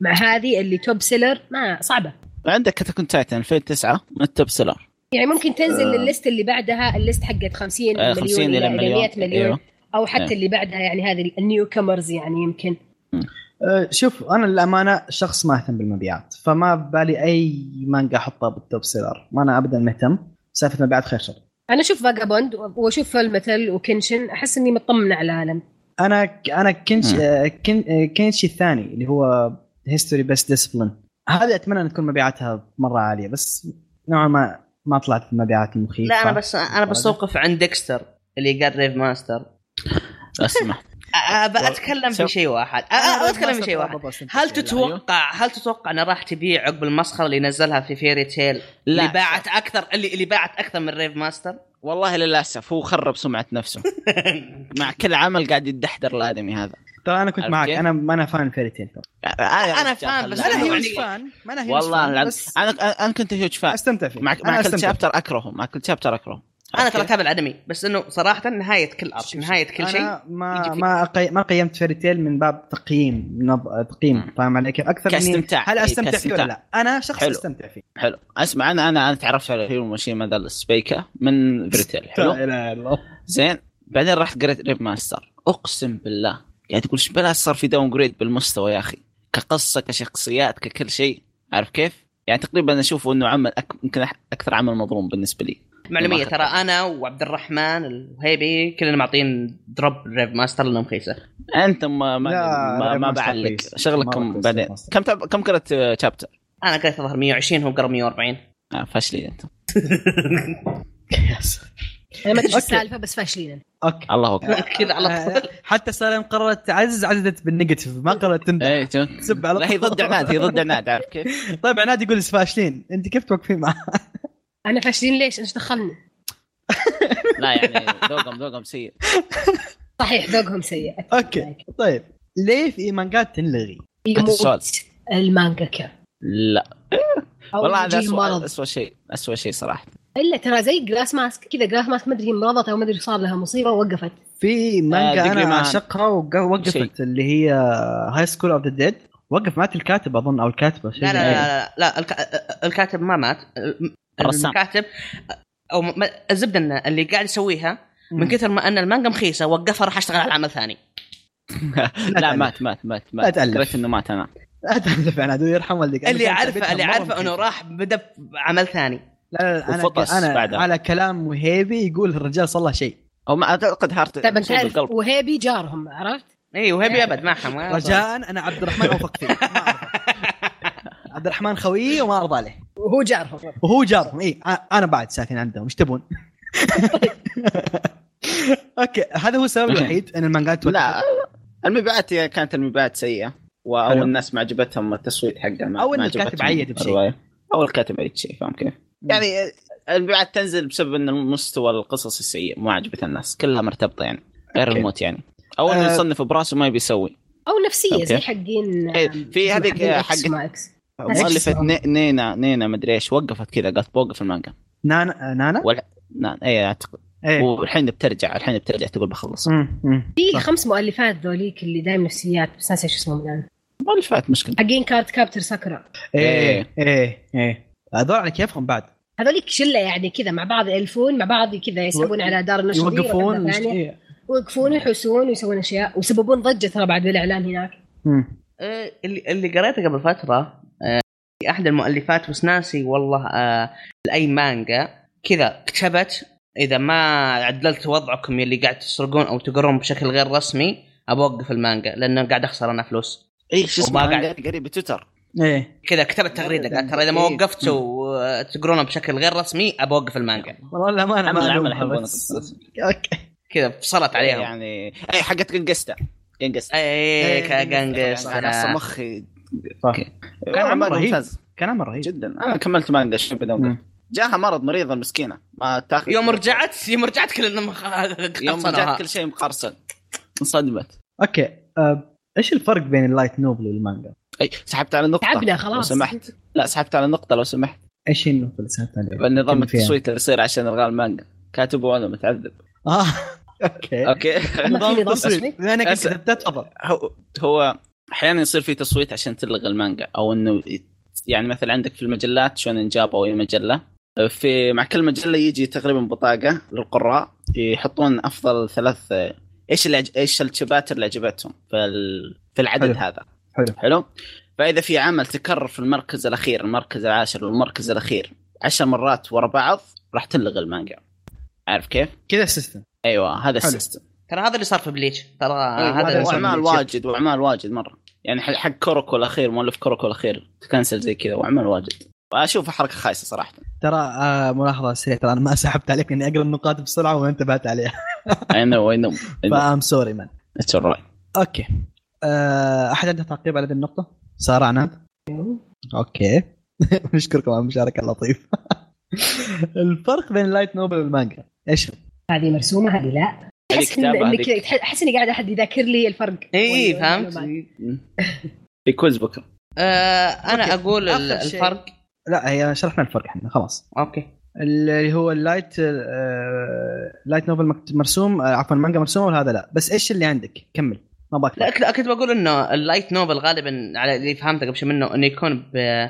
D: مع هذه اللي توب سيلر ما صعبه
C: عندك كتكون تايتن 2009 من التوب سيلر
D: يعني ممكن تنزل للليست اللي بعدها الليست حقت 50
C: آه،
D: مليون
C: 50
D: الى
C: الى مليون
D: 100 مليون
C: أيوه.
D: او حتى
C: أيوه.
D: اللي بعدها يعني هذه النيو كمرز يعني يمكن
A: أه، شوف انا للامانه شخص ما اهتم بالمبيعات فما بالي اي مانجا احطها بالتوب سيلر ما انا ابدا مهتم سالفه مبيعات خير شر
D: انا اشوف فاجابوند واشوف فالمثل وكنشن احس اني مطمنه على العالم
A: انا انا كنش
C: مم.
A: آه، كن آه، كنشي الثاني اللي هو هيستوري بس ديسبلين هذا اتمنى ان تكون مبيعاتها مره عاليه بس نوعا ما ما طلعت مبيعات مخيفه
B: لا انا بس انا بس
A: هذا.
B: اوقف عند ديكستر اللي قال ريف ماستر
C: اسمع
B: ابى اتكلم في
C: شوف.
B: شيء واحد أ- أ- اتكلم في شيء واحد هل تتوقع
A: أيوة.
B: هل تتوقع انها راح تبيع عقب المسخره اللي نزلها في فيري تيل اللي
C: لا
B: باعت اكثر اللي اللي باعت اكثر من ريف ماستر
C: والله للاسف هو خرب سمعه نفسه مع كل عمل قاعد يدحدر الادمي هذا
A: ترى انا كنت
C: عرفت
A: معك
C: كيف؟
A: انا ما انا فان فيري تيل
B: أنا فاهم، بس أنا
C: هيوج
B: هيوج
A: فان ما انا
C: والله العظيم.
A: يعني بس
C: انا انا كنت هيوج فان
A: استمتع فيه
C: مع
A: أنا
C: مع كل
A: أستمتع فيه.
C: شابتر اكرهه مع كل شابتر اكرهه
B: انا ترى اتابع الانمي بس انه صراحه نهايه كل ارك
A: شوف-
B: نهايه كل شيء
A: انا ما
B: يجي فيه.
A: ما قي... ما قيمت فيري تيل من باب تقييم نب... تقييم
C: مم.
A: فاهم علي كيف؟ اكثر مني
C: كاستمتاع
A: هل
C: إيه،
A: استمتع فيه ولا
C: كاستمتاع.
A: لا؟ انا شخص
C: حلو.
A: استمتع فيه
C: حلو اسمع انا انا انا تعرفت على هيرو ماشيما ذا السبيكه من بريتيل حلو
A: اله الا الله
C: زين بعدين رحت قريت ريف ماستر اقسم بالله يعني قاعد اقول ايش بلا صار في داون جريد بالمستوى يا اخي كقصه كشخصيات ككل شيء عارف كيف؟ يعني تقريبا اشوفه انه عمل أك... يمكن أح- اكثر عمل مظلوم بالنسبه لي
B: معلوميه ترى انا وعبد الرحمن الوهيبي كلنا معطين دروب ريف ماستر لنا مخيسه
C: انت ما ما,
A: لا،
C: ما, ما
A: ما
C: بعلق
A: استقيس. ما
C: شغلكم
A: استقيس
C: بعدين
A: ما استقيس.
C: كم تاب... كم قرأت آه، شابتر؟
B: انا قريت الظاهر 120 هو قرب 140
C: آه فاشلين انت
E: انا ما ادري إيش
A: أوكي.
E: السالفه بس فاشلين
A: اوكي
C: الله اكبر
B: كذا على طول
A: آه، حتى سالم قررت تعزز عددت بالنيجاتيف ما قررت
B: إيه.
A: تن-
C: ايه شوف.
A: تسب على
C: لا هي ضد عناد هي ضد عناد عارف كيف؟
A: طيب عناد يقول إيش فاشلين انت كيف توقفين معه
E: انا فاشلين ليش؟ ايش دخلنا؟
C: لا يعني ذوقهم ذوقهم سيء
E: صحيح ذوقهم سيء أتفق
A: اوكي
E: معك.
A: طيب ليه في مانجات تنلغي؟
C: هذا السؤال
E: المانجاكا
C: لا
E: أو
C: والله هذا
E: يجيه
C: اسوء
E: مرض.
C: اسوء شيء اسوء شيء صراحه
E: الا ترى زي جلاس ماسك كذا جلاس ماسك ما ادري هي مرضت او ما ادري صار لها مصيبه ووقفت
C: إيه،
A: في مانجا
C: آه، ديجري
A: انا
C: مان.
A: اعشقها وق-
C: شيء.
A: وقفت اللي هي هاي سكول اوف ذا ديد وقف مات الكاتب اظن او الكاتبه شيء
B: لا لا
A: زي كذا.
B: لا لا, لا الك- الكاتب ما مات الم-
C: الرسام.
B: الكاتب او م- ما- الزبده ان اللي قاعد يسويها من كثر ما ان المانجا مخيسه وقفها راح اشتغل على عمل ثاني
C: لا مات مات مات
A: لا
C: مات
A: تألف.
C: قريت انه مات انا
A: لا تحذف عناد ويرحم والديك
B: اللي عارفه اللي عارفه انه راح بدا بعمل ثاني
A: لا لا لا،
C: وفطس
A: انا انا
C: بعدها.
A: على كلام وهيبي يقول الرجال صلى شيء
C: او ما اعتقد هارت
E: طيب انت
C: شيء
E: عارف
C: بالقلب
E: وهيبي جارهم عرفت؟
B: اي وهبي ابد ما حم
A: رجاء انا عبد الرحمن اوثق فيه ما أرضى. عبد الرحمن خويي وما ارضى عليه
E: وهو جارهم
A: وهو جارهم اي انا بعد ساكن عندهم ايش تبون؟ اوكي هذا هو السبب الوحيد ان المانجات توقف.
C: نعم. لا المبيعات هي- كانت المبيعات سيئه
A: حلو.
C: او الناس ما عجبتهم التصوير حقها ما
A: أو إن
C: ما
A: الكاتب
C: عجبتهم
A: عيد بشيء.
C: الرواية. او الكاتب عيد شيء فاهم كيف؟ يعني آه، المبيعات تنزل بسبب ان المستوى القصص السيء ما عجبت الناس كلها مرتبطه يعني غير
A: أوكي.
C: الموت يعني او انه
A: آه.
C: يصنف براسه ما يبي يسوي
E: او نفسيه زي
C: أوكي.
E: حقين
C: إيه، في
E: اسمه
C: هذيك
E: حقين
C: آه،
E: إكس
C: حق
E: وما إكس.
C: مؤلفه
E: اسمهم.
C: ني- نينا نينا مدري ايش وقفت كذا قالت بوقف المانجا
A: نانا آه، نانا
C: نعم اي اعتقد
A: ايه
C: والحين بترجع الحين بترجع تقول بخلص
A: مم، مم.
C: آه.
E: في خمس مؤلفات ذوليك اللي دايم نفسيات بس ناسي ايش اسمهم الان
C: مؤلفات مشكله
E: حقين كارت كابتر ساكورا
A: ايه
C: إيه.
A: ايه ايه هذول على كيفهم بعد
E: هذوليك شله يعني كذا مع بعض يالفون مع بعض كذا يسحبون على دار النشر دي
A: يوقفون
E: ولا
A: وش-
E: ثانية.
A: إيه.
E: يوقفون يحوسون ويسوون اشياء ويسببون ضجه ترى بعد بالاعلان هناك
A: مم.
B: آه، اللي اللي قريته قبل فتره آه، احد المؤلفات بس ناسي والله آه، لاي مانجا كذا كتبت اذا ما عدلت وضعكم اللي قاعد تسرقون او تقرون بشكل غير رسمي ابوقف المانجا لانه قاعد اخسر انا فلوس
C: اي إيه، شو
B: وما
C: اسمه
B: قاعد-
C: قاعد قريب تويتر
A: ايه
B: كذا كتبت تغريده قالت ترى اذا ما
C: إيه.
B: وقفتوا آه، تقرونه بشكل غير رسمي ابوقف المانجا
A: والله لا ما انا
C: عمل
A: ما
C: عمل
A: ألومها،
C: يحبون
A: بس-
C: القصص.
A: اوكي
B: كذا فصلت عليهم يعني.
C: يعني اي حقت جنجستا جنجستا
B: اي كاجنجس
C: انا اصلا مخي
A: صح.
C: أوكي.
A: كان عمل رهيب.
C: ممتاز
A: كان عمل رهيب
C: جدا انا كملت مانجا شو بدون
A: مم.
C: جاها مرض مريضه المسكينه ما تاخذ
B: يوم رجعت يوم رجعت كلنا مخ-
C: يوم
B: خلصناها.
C: رجعت كل شيء مقرصن انصدمت
A: اوكي آه، ايش الفرق بين اللايت نوبل والمانجا؟
C: اي سحبت على نقطه
E: تعبنا
C: لو
E: خلاص
C: سمحت لا سحبت على نقطه لو سمحت
A: ايش هي النقطة اللي سحبت عليها؟
C: النظام
A: كمل فيها.
C: التصويت اللي يصير عشان الغاء المانجا كاتبه وانا متعذب
A: اه اوكي
C: اوكي
E: ما في نظام
A: تصويت.
E: رسمي؟
A: انا كنت
C: أس-
A: كتبتها تفضل
C: هو هو احيانا يصير في تصويت عشان تلغي المانجا او انه ي- يعني مثلا عندك في المجلات شونن جاب او اي مجله في مع كل مجله يجي تقريبا بطاقه للقراء يحطون افضل ثلاث ايش اللي عج- ايش الشباتر اللي عجبتهم في ال- في العدد
A: حلو.
C: هذا
A: حلو.
C: حلو فاذا في عمل تكرر في المركز الاخير المركز العاشر والمركز الاخير عشر مرات ورا بعض راح تلغي المانجا عارف كيف؟
A: كذا السيستم
C: ايوه هذا
A: حلو.
C: السيستم
B: ترى هذا اللي صار في بليتش ترى هذا
C: آه، هذا
B: اللي صار في
C: واعمال
B: بليتش.
C: واجد واعمال واجد مره يعني ح- حق كوركو الاخير مؤلف كوركو الاخير تكنسل زي كذا واعمال واجد واشوفها حركه خايسه صراحه
A: ترى آه ملاحظة سريعة ترى انا ما سحبت عليك اني اقرا النقاط بسرعة وما انتبهت عليها
C: اي نو اي نو
A: فام سوري مان
C: اتس رايت
A: اوكي آه احد عنده تعقيب على هذه النقطة؟ سارة عناد؟ اوكي نشكركم على المشاركة اللطيفة الفرق بين اللايت نوبل والمانجا ايش هو؟
E: هذه مرسومه هذه لا
C: هذه
E: احس إن-
C: كتابه
E: انك
C: هذه
E: تح- احس اني قاعد احد يذاكر لي الفرق
B: اي
E: وال-
B: إيه، فهمت
E: والمعلومات.
C: في كويز بكره
B: آه انا
A: أوكي.
B: اقول ال-
A: آخر شيء.
B: الفرق
A: لا هي شرحنا الفرق احنا خلاص
B: اوكي
A: اللي هو اللايت آه، لايت نوفل مكت- مرسوم آه، عفوا مانجا مرسومه ولا هذا لا بس ايش اللي عندك كمل ما باك
B: لا ك- كنت بقول انه اللايت نوبل غالبا على اللي فهمته قبل شوي منه انه يكون ب...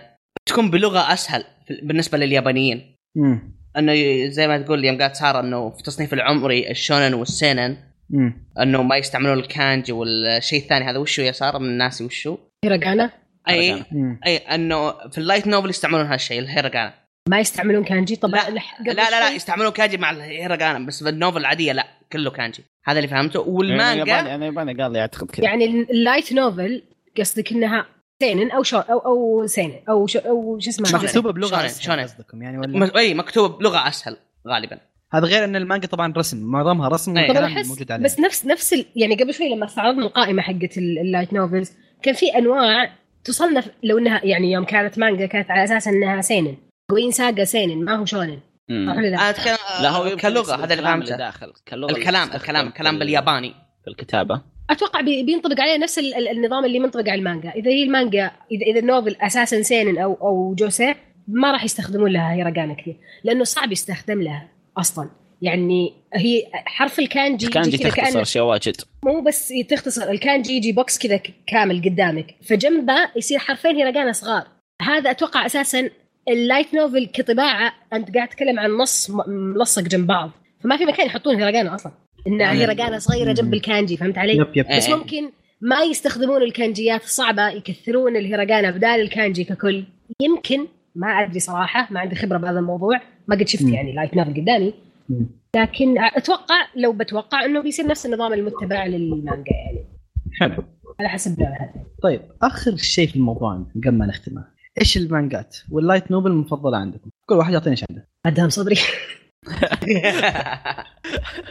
B: تكون بلغه اسهل في- بالنسبه لليابانيين
A: مم.
B: انه ي- زي ما تقول يوم قالت ساره انه في تصنيف العمري الشونن والسينن
A: مم.
B: انه ما يستعملون الكانجي والشيء الثاني هذا وشو يا ساره من ناسي وشو
D: هيراغانا
B: اي
C: هيراغانا.
A: مم.
B: اي انه إيه، في اللايت نوبل يستعملون هالشيء الهيراغانا
D: ما يستعملون كانجي طبعا
B: لا لا لا يستعملون كانجي مع الهيراغانا بس في النوفل العاديه لا كله كانجي هذا اللي فهمته والمانجا
C: انا يعني إيه، ياباني قال لي اعتقد كذا
D: يعني اللايت نوفل قصدك انها سينن او شون او او سينن او شو او شو اسمه
B: شونين.
A: مكتوبه
B: شونين،
A: بلغه أسهل
B: شونين.
A: قصدكم يعني ولا
B: م- اي مكتوبه بلغه اسهل غالبا
A: هذا غير ان المانجا طبعا رسم معظمها رسم
B: إيه.
C: طيب،
A: والكلام
D: طبعا احس
A: موجود عليه
D: بس نفس نفس ال... يعني قبل شوي لما استعرضنا القائمه حقت ال- اللايت نوفلز كان في انواع تصنف لو انها يعني يوم كانت مانجا كانت على اساس انها سينن جوين ساجا سينن ما هو شونن
C: مم.
D: صح ولا لا؟
B: انا اتكلم
C: لا هو يبغى
B: كلغه
C: يقصد
B: هذا اللي
C: الكلام
B: فهمته
C: داخل كلغة اللي
B: الكلام
C: تستخدم
B: الكلام
C: في
B: الكلام
C: ال-
B: بالياباني
C: في الكتابه
D: اتوقع بي... بينطبق عليه نفس ال... ال- النظام اللي منطبق على المانجا اذا هي المانجا اذا اذا النوفل اساسا سينن او او جوسي ما راح يستخدمون لها هيراغانا كثير لانه صعب يستخدم لها اصلا يعني هي حرف الكانجي
C: الكانجي
D: يجي كذا كأنه-
C: تختصر اشياء واجد
D: مو بس تختصر الكانجي يجي بوكس كذا ك- كامل قدامك فجنبه يصير حرفين هيراغانا صغار هذا اتوقع اساسا اللايت نوفل كطباعه انت قاعد تتكلم عن نص م- ملصق جنب بعض فما في مكان يحطون هيراغانا اصلا انها
C: يعني
B: مم.
D: هيراغانا صغيره جنب
A: مم.
D: الكانجي فهمت علي؟
A: يب يب
B: إيه.
D: بس ممكن ما يستخدمون الكانجيات الصعبه يكثرون الهيراغانا بدال الكانجي ككل يمكن ما ادري صراحه ما عندي خبره بهذا الموضوع ما قد شفت
A: مم.
D: يعني لايت نوفل قدامي
A: مم.
D: لكن اتوقع لو بتوقع انه بيصير نفس النظام المتبع للمانجا يعني
A: حلو
D: على حسب نوعها
A: طيب اخر شيء في الموضوع قبل ما نختمه ايش المانجات واللايت نوبل المفضله عندكم؟ كل واحد يعطيني ايش عنده
D: مدام صدري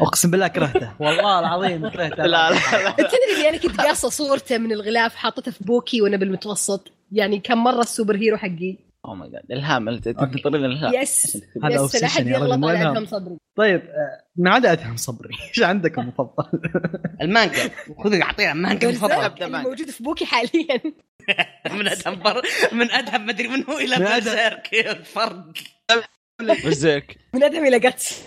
A: اقسم بالله كرهته والله العظيم كرهته
C: لا لا لا
D: تدري اني انا كنت قاصه صورته من الغلاف حاطته في بوكي وانا بالمتوسط يعني كم مره السوبر هيرو حقي
C: او ماي جاد الهام أنت تنتظرين الهام
D: يس
A: هذا
D: يس لا
A: obsession
D: حد
A: يا رجل
D: يغلط
A: مو
D: على
A: إلهام.
D: ادهم صدري
A: طيب آه، ما عدا ادهم صبري ايش عندك المفضل؟
B: المانجا خذ اعطينا مانجا مفضله
C: أبدأ
D: اللي
C: معك.
D: يعني موجود في بوكي حاليا
B: من ادهم بر... من ادهم مدري من هو الى
A: من أدهم.
B: برزيرك الفرق
C: برزيرك
D: من ادهم الى جاتس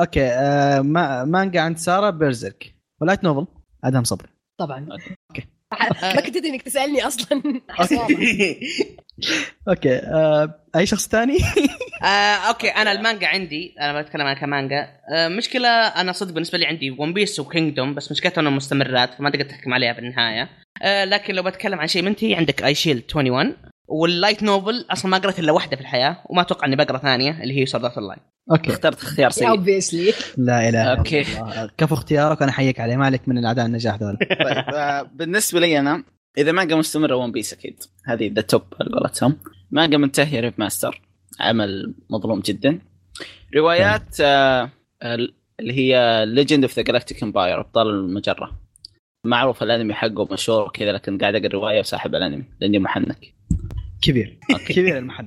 A: اوكي آه ما مانجا عند ساره بيرزرك ولايت نوبل ادهم صبري
D: طبعا
A: أوكي.
D: ما كنت تدري انك تسالني اصلا عصابة.
A: اوكي آه اي شخص ثاني؟
B: آه، اوكي انا المانجا عندي انا بتكلم انا كمانجا آه، مشكله انا صدق بالنسبه لي عندي ون بيس وكينجدوم بس مشكلتها انها مستمرات فما تقدر تحكم عليها بالنهايه آه، لكن لو بتكلم عن شيء منتهي عندك اي شيل 21 واللايت نوبل اصلا ما قرأت الا واحده في الحياه وما اتوقع اني بقرا ثانيه اللي هي سورد اوف اللاين
A: اوكي
C: اخترت اختيار سيء
D: obviously
A: لا اله إلا
C: أوكي.
A: الله. كفو اختيارك وانا احييك عليه ما عليك من الاعداء النجاح ذول
C: طيب آه، بالنسبه لي انا اذا مانجا مستمره ون بيس اكيد هذه ذا توب على قولتهم مانجا منتهيه ريف ماستر عمل مظلوم جدا روايات آه، ال- اللي هي ليجند اوف ذا جلاكتيك امباير ابطال المجره معروف الانمي حقه مشهور وكذا لكن قاعد اقرا الروايه وساحب على الانمي لاني محنك
A: كبير كبير المحل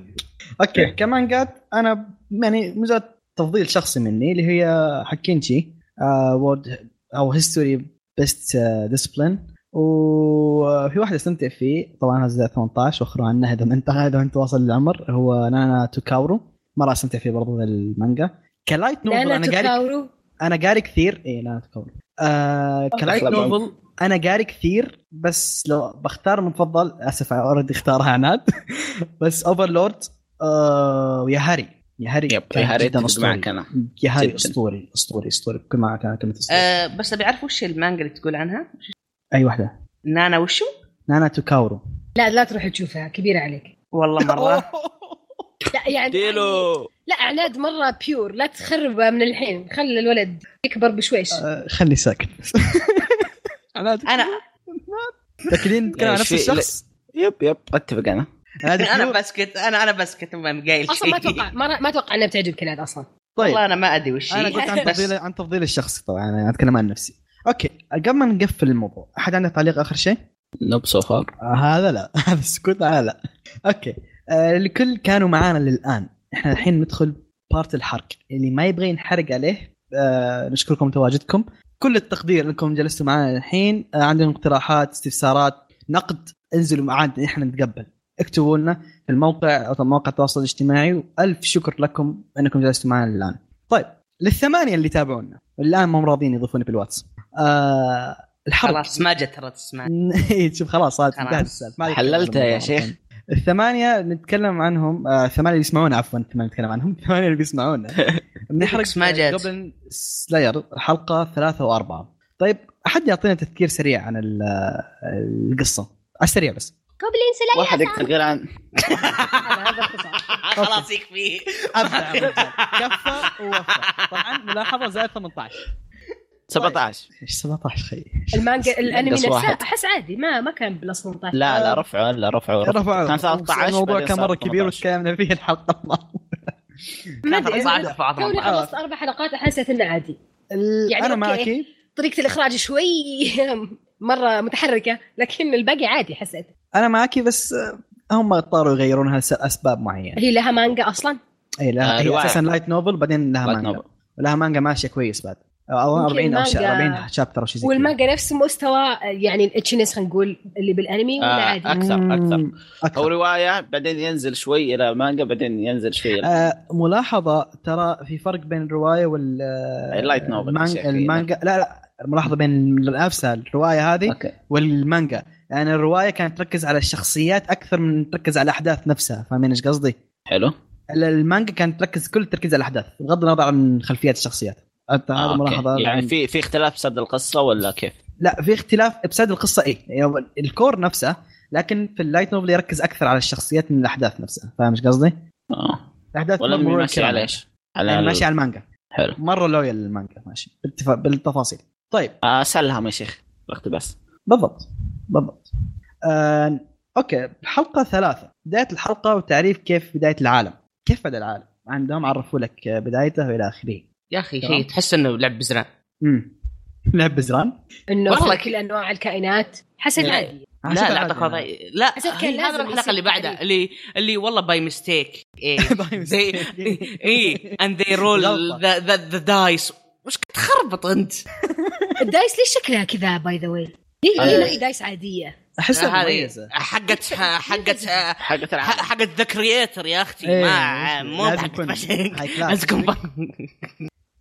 A: اوكي كمان قاعد انا يعني مجرد تفضيل شخصي مني اللي هي حكينشي آه وورد او هيستوري بيست ديسبلين وفي واحد استمتع فيه طبعا هذا 18 واخره عنه اذا ما انت اذا انت واصل للعمر هو نانا توكاورو مره استمتع فيه برضه ذا المانجا كلايت
D: لا
A: نوفل
D: لا
A: انا قاري
D: تكاورو
A: انا قاري كثير اي نانا توكاورو آه كلايت
C: أحلى
A: نوفل انا قاري كثير بس لو بختار مفضل اسف اوريدي اختارها عناد بس اوفرلورد آه ويا هاري يا هاري
C: يب
A: كان
C: يا ريت
A: جداً
C: أتفق
A: اسطوري
C: معك انا
A: يا هاري
C: جداً.
A: اسطوري اسطوري اسطوري بكل ما كان كلمه اسطوري
B: أه بس ابي اعرف وش المانجا اللي تقول عنها
A: اي واحده
B: نانا وشو
A: نانا توكاورو
D: لا لا تروح تشوفها كبيره عليك
B: والله مره
D: لا يعني
C: ديلو
D: لا عناد مره بيور لا تخربه من الحين خلي الولد يكبر بشويش
A: آه خلي ساكت عناد
B: انا
A: تاكدين نتكلم عن نفس
C: شيء-
A: الشخص
C: يب يب اتفق انا
A: عناد
B: انا
A: كيوت.
B: بسكت انا انا بسكت ما قايل
D: اصلا ما
B: شيء.
D: اتوقع ما, ما اتوقع انها بتعجبك عناد اصلا
A: طيب
B: والله انا ما ادري وش
A: انا
B: هي.
A: قلت عن
B: بس-
A: تفضيل عن تفضيل الشخصي طبعا انا اتكلم عن نفسي اوكي قبل ما نقفل الموضوع احد عنده تعليق اخر شيء؟
C: نوب سو فار
A: آه، هذا لا هذا السكوت هذا لا اوكي آه الكل كانوا معانا للان احنا الحين ندخل بارت الحرق اللي ما يبغى ينحرق عليه آه نشكركم تواجدكم كل التقدير انكم جلستوا معنا الحين آه عندكم اقتراحات استفسارات نقد انزلوا معانا احنا نتقبل اكتبوا لنا في الموقع او مواقع التواصل الاجتماعي والف شكر لكم انكم جلستوا معنا الان طيب للثمانيه اللي تابعونا والان مو راضيين يضيفوني بالواتس آه الحرق
B: خلاص ما جت ترى تسمع
A: إيه، شوف خلاص هذا
B: خلاص.
A: انتهت السالفة. ما عليك
C: حللتها يا
A: تتكلم.
C: شيخ
A: الثمانية نتكلم عنهم آه، الثمانية اللي يسمعونا عفوا الثمانية نتكلم عنهم الثمانية اللي بيسمعونا بنحرق
B: Netflix ما جت.
A: قبل سلاير حلقه ثلاثه واربعه طيب احد يعطينا تذكير سريع عن ال- القصه على السريع بس
F: جوبلين سلاير
C: واحد يقتل غير عن
D: هذا اختصار
B: خلاص يكفي
A: ابدع الرجال. كفى ووفى طبعا ملاحظه زائد 18
C: 17
A: ايش 17 خي
D: المانجا الانمي
C: نقص
D: نفسه
C: واحد.
D: احس عادي ما ما كان بلس 18
C: لا لا رفعوا لا رفعوا
A: رفعوا
C: كان 13
A: الموضوع
C: بعدين
A: كان
C: صار
A: مره كبير
C: 18.
A: وتكلمنا فيه الحلقه الماضيه
D: ما
B: كان
D: ادري
B: 19 بعض
D: كوني
B: المرات.
D: خلصت اربع حلقات حسيت انه عادي يعني
A: يعني انا
D: أوكي.
A: معك
D: طريقه الاخراج شوي مره متحركه لكن الباقي عادي حسيت
A: انا معك بس آه، هم اضطروا يغيرونها لاسباب معينه
D: هي لها مانجا اصلا
A: اي لها
C: آه،
A: إيه، هي
C: رواية.
A: اساسا لايت نوفل بعدين لها
C: Light
A: مانجا
C: novel.
A: لها مانجا ماشيه كويس بعد او
D: يمكن
A: 40 او شا-
D: المانجا-
A: 40 شابتر او شيء زي كذا.
D: والمانجا نفس مستوى يعني الاتشنس خلينا نقول اللي بالانمي ولا
C: آه،
D: عادي
C: أكثر، أكثر.
A: مم،
C: او
A: اكثر
C: روايه بعدين ينزل شوي الى مانجا بعدين ينزل شوي الى
A: آه ملاحظه ترى في فرق بين الروايه وال آه،
C: اللايت نوفل
A: المانجا,
C: شكلياً.
A: المانجا لا لا ملاحظه بين نفسها الروايه هذه
C: اوكي
A: والمانجا يعني الروايه كانت تركز على الشخصيات اكثر من تركز على الاحداث نفسها فاهمين ايش قصدي؟
C: حلو
A: ال- المانجا كانت تركز كل التركيز على الاحداث بغض النظر عن خلفيات الشخصيات أنت
C: آه،
A: هذا
C: أوكي.
A: ملاحظه
C: يعني
A: عن-
C: في في اختلاف سرد القصه ولا كيف؟
A: لا في اختلاف ابساد القصه ايه يعني الكور نفسه لكن في اللايت نوفل يركز اكثر على الشخصيات من الاحداث نفسها فاهم ايش قصدي؟
C: اه
A: الاحداث
C: ولا
A: ما مرور
C: ماشي
A: الكلام.
C: على ايش؟ على
A: يعني ماشي
C: ال-
A: على المانجا
C: حلو
A: مره لويال للمانجا ماشي بالتف... بالتفاصيل طيب
C: آه، سلهم يا شيخ الاقتباس
A: بالضبط بالضبط آه... اوكي الحلقه ثلاثه بدايه الحلقه وتعريف كيف بدايه العالم كيف بدا العالم عندهم عرفوا لك بدايته والى اخره
B: يا اخي
A: تمام.
B: شيء تحس انه لعب بزران
A: امم لعب بزران
D: انه
B: والله إيه.
D: والله
B: ك-
D: كل انواع الكائنات حسيت
B: لا.
D: عادي
B: لا لا اعطاك
A: خضايا
B: وضعي- لا
D: حسيت كان
B: هي
D: لازم
B: هذا الحلقه
D: يصير
B: اللي بعدها
D: تعريف.
B: اللي اللي والله باي ميستيك ايه زي ايه اند ذي رول
A: غلطة.
B: ذا ذا دايس وش كنت تخربط انت؟
D: الدايس ليش شكلها كذا باي ذا واي؟ ليه ليه ما هي دايس عاديه؟
A: احسها
B: هذه
A: مميزه
B: حقت حقت
C: حقت العالم
B: حقت ذا كرييتر يا اختي
A: إيه،
B: ما مو
A: لازم
B: حقت
A: يكون
B: بشر.
A: high class.
B: لازم يكون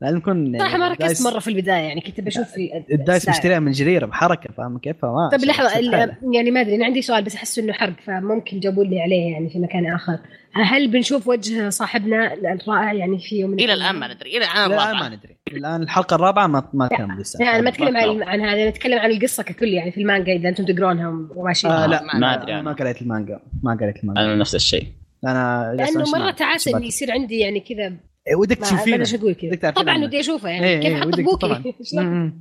A: لازم يكون
D: صراحه ما ركزت
A: الدايس-
D: مره في البدايه يعني كنت بشوف في
A: الدايس
D: الساعة.
A: مشتريها من جريره بحركه فاهم كيف؟ فما
D: طيب لحظه ال-
A: سبحان الله.
D: يعني ما ادري انا عندي سؤال بس احس انه حرق فممكن جابوا لي عليه يعني في مكان اخر هل بنشوف وجه صاحبنا الرائع يعني في يوم من
B: الى الان ما ندري الى الان
A: لا ما
B: الرابعة.
A: ندري الان الحلقه الرابعه ما ما كان لسه
D: لا انا ما اتكلم عن
C: ما
D: عن هذا انا اتكلم عن القصه ككل يعني في المانجا اذا انتم تقرونها وماشيين
A: آه
C: آه،
A: لا
B: ما
A: ما
C: أدري
A: ادري
C: أنا.
A: ما قريت المانجا ما قريت المانجا
C: انا نفس الشيء
A: انا
D: لانه
A: لسه
D: مره
A: مش-
D: تعاس
A: مش-
D: اني يصير عندي يعني كذا ما-
A: إيه، ودك
D: ما
A: تشوفينه
D: أدري إيش اقول
A: بدك
D: كذا
A: تعرفين
D: طبعا
A: عنه.
D: ودي اشوفه يعني
A: إيه،
D: كيف
A: إيه،
D: احط
A: ودك طبعا.
D: بوكي شلون؟
A: م- م.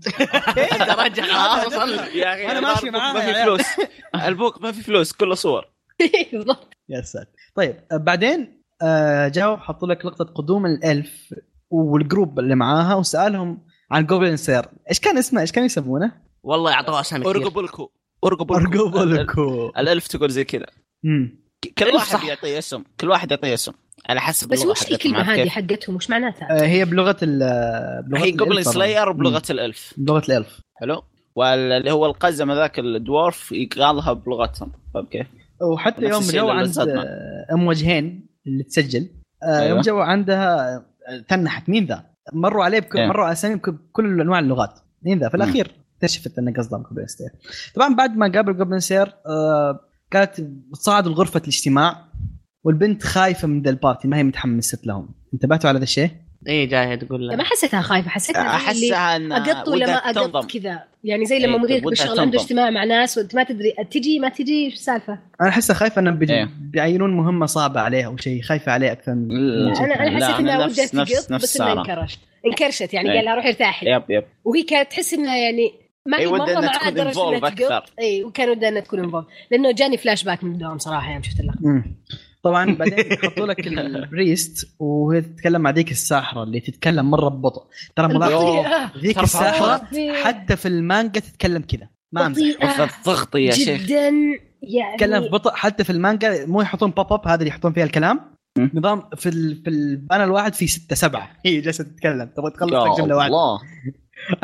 B: درجة
A: إيه.
B: خلاص وصلنا
C: يا اخي
A: أنا ماشي معاه
C: ما
A: يا
C: في فلوس البوك ما في فلوس كله صور
D: بالضبط
A: يا ساتر طيب آه، بعدين آه، جاوا حطوا لك لقطه قدوم الالف والجروب اللي معاها وسالهم عن جوبلين سير ايش كان اسمه ايش كانوا يسمونه؟
B: والله اعطوه اسامي كثير
C: ارقبوا لكم ارقبوا لكم.
A: ارجوبولكو
C: الالف تقول زي كذا ك- كل
B: ألف
C: واحد
B: صح.
C: يعطيه اسم كل واحد يعطيه اسم على حسب
D: بس
C: اللغة
D: وش
C: حقتهم،
D: الكلمه
C: عارف
D: هذه
C: كيف؟
D: حقتهم وش معناتها؟
A: آه، هي بلغه ال آه، بلغة
C: هي
A: الإلف
C: جوبلين
A: طبعاً.
C: سلاير
A: مم.
C: بلغه الالف
A: بلغه الالف
C: حلو واللي هو القزم هذاك الدورف يقالها بلغتهم فاهم كيف؟
A: وحتى
C: نفس
A: يوم
C: الشيء
A: جو
C: اللي
A: عند
C: بالصدمة.
A: آه، ام وجهين اللي تسجل آه،
C: أيوة.
A: يوم جو عندها آه، تنحت مين ذا؟ مروا عليه بكل
C: أيوة.
A: مروا اسامي بك- بكل انواع اللغات مين ذا؟ في
C: مم.
A: الاخير اكتشفت انه قصدهم جوبلين سير طبعا بعد ما قابل جوبلين سير آه، كانت بتصعد لغرفه الاجتماع والبنت خايفه من ذا البارتي ما هي متحمسه لهم انتبهتوا على ذا الشيء؟
B: اي جاي تقول
D: لا
B: إيه، له
D: ما حسيتها خايفه
C: آه،
D: حسيتها زي يعني اللي
C: احسها ان
D: اقط ولا ما
C: ودها تنضم.
D: اقط كذا يعني زي لما
C: إيه،
D: مديرك
C: ودها
D: بالشغل عنده
C: تنضم.
D: اجتماع مع ناس وانت ما تدري تجي ما تجي ايش السالفه؟
A: انا احسها خايفه انهم بي-
C: أيوة.
A: بيعينون مهمه صعبه عليها او شيء خايفه عليه اكثر من
C: لا،
A: من-
D: انا انا
C: لا،
D: حسيت
C: أنا
D: انها
C: نفس-
D: ودها
C: نفس-
D: تقط
C: نفس
D: بس انها
C: سارة.
D: انكرشت انكرشت يعني
C: إيه.
D: قال لها روحي ارتاحي
C: يب يب
D: وهي كانت تحس انها يعني ما هي
C: إيه، ودها
D: مره
C: إنها
D: معاها
C: تكون
D: درجه
C: involved
D: انها
C: أكثر.
D: تقط اي وكان ودها انها تكون انفولف لانه جاني فلاش باك من الدوام صراحه يوم شفت اللقطه
A: مم. طبعا بعدين حطوا لك البريست وهي تتكلم مع ذيك الساحره اللي تتكلم مره ببطء ترى ملاحظه
D: بطيئة.
A: ذيك
B: ترفع
A: الساحره
D: بطيئة.
A: حتى في المانجا تتكلم كذا ما امزح
C: وفي
D: بطيئه
C: الضغط يا شيخ
D: جدا آه، يعني
A: تتكلم ببطء حتى في المانجا مو يحطون بوب اب هذا اللي يحطون فيها الكلام
C: مم.
A: نظام في ال... في البان الواحد في ستة سبعة هي جالسة تتكلم تبغى تخلص
C: يا
A: لك جملة واحدة
C: الله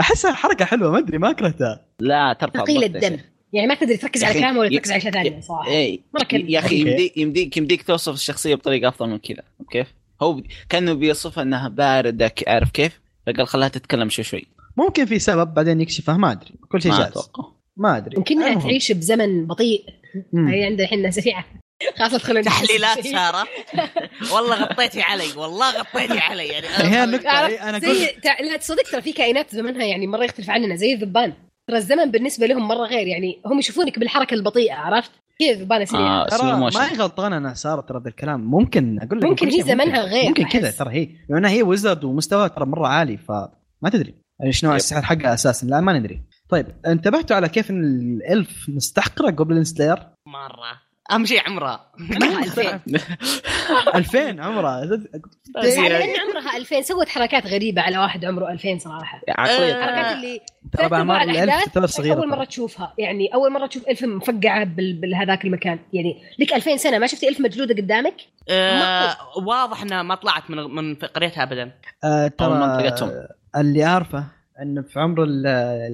A: احسها حركة حلوة ما ادري ما كرهتها
C: لا ترفع
D: ثقيل
C: الضغط يا
D: الدم
C: شيخ.
D: يعني ما تدري تركز
C: يا
D: على
C: أخي،
D: كلامه ولا
C: ي-
D: تركز على شيء ثاني صراحه
C: ايه
D: مرة كلمة.
C: يا اخي
A: أوكي.
C: يمديك يمديك يمديك توصف الشخصيه بطريقه افضل من كذا كيف؟ هو ب- كانه بيصفها انها بارده ك- عارف كيف؟ فقال خلاها تتكلم شوي شوي
A: ممكن في سبب بعدين يكشفه ما ادري كل شيء
C: ما
A: جاهز
C: اتوقع
A: ما ادري
D: يمكنها
A: المهم.
D: تعيش بزمن بطيء
A: آه. مم.
D: هي عندنا الحين سريعه خلاص خلينا
B: تحليلات
C: آه،
B: ساره والله غطيتي علي والله غطيتي علي يعني أنا-
A: هي النقطه
D: تعرف
A: إيه، انا
D: زي
A: قلت
D: تع... لا تصدق ترى في كائنات زمنها يعني مره يختلف عننا زي الذبان ترى الزمن بالنسبه لهم مره غير يعني هم يشوفونك بالحركه البطيئه عرفت؟ كذا الذبانه سريعه
C: اه
A: ترى
C: سلو
A: ما
C: موشن
A: هي غلطانه انا ساره ترى بالكلام ممكن اقول لك
D: ممكن هي
A: ممكن-
D: زمنها غير
A: ممكن
D: أحس.
A: كذا ترى هي لانها هي ويزرد ومستواها ترى مره عالي فما تدري يعني شنو
C: يب.
A: السحر حقها اساسا لا ما ندري طيب انتبهتوا على كيف ان الالف مستحقره قبل السلاير
B: مره اهم شيء عمرها
D: عمرها 2000
A: 2000 عمرها
D: على ان يعني عمرها 2000 سوت حركات غريبه على واحد عمره 2000 صراحه
C: عقلية
B: آه.
D: الحركات اللي
A: ترى باعمار
D: أرباع الأحداث
A: الالف تعتبر صغيره
D: اول مره
A: ترى.
D: طيب، تشوفها يعني اول مره تشوف الف مفقعه بال- بهذاك المكان يعني لك 2000 سنه ما شفتي الف مجلوده قدامك
B: آه واضح انها ما طلعت من من قريتها ابدا
A: آه،
C: أو
A: ترى
C: منطقتهم
A: اللي اعرفه انه في عمر ال-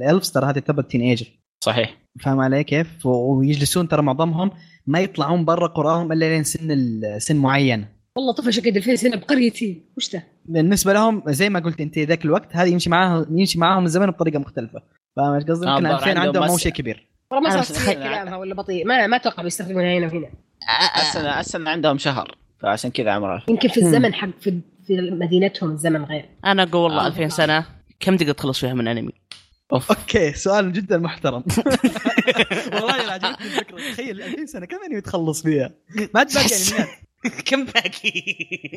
A: الالفز ترى هذه تعتبر تين ايجر
C: صحيح
A: فاهم علي كيف؟ و- ويجلسون ترى معظمهم ما يطلعون برا قراهم الا لين سن ال- سن معين
D: والله طفل شقد 2000 سنه بقريتي وش ذا؟
A: بالنسبه لهم زي ما قلت انت ذاك الوقت هذا يمشي معاهم يمشي معاهم الزمن بطريقه مختلفه فاهم ايش قصدي؟
C: آه،
A: يمكن
C: برا
A: 2000
C: عندهم
A: عندهم مو
C: مس-
A: شيء كبير
D: والله ما
C: أنا
D: صار
C: مش-
D: كثير كلامها ولا بطيء ما ما اتوقع بيستخدمونها هنا وهنا
C: آه، السنة السنة عندهم شهر فعشان كذا عمرها
D: يمكن في
A: مم.
D: الزمن حق في في مدينتهم الزمن غير
B: انا اقول والله
C: آه.
B: 2000 سنه كم تقدر تخلص فيها من انمي؟
A: اوكي سؤال جدا محترم والله أنا عجبتني الفكره تخيل 2000 سنه كم انمي تخلص فيها؟ ما عاد باقي انميات
B: كم باقي؟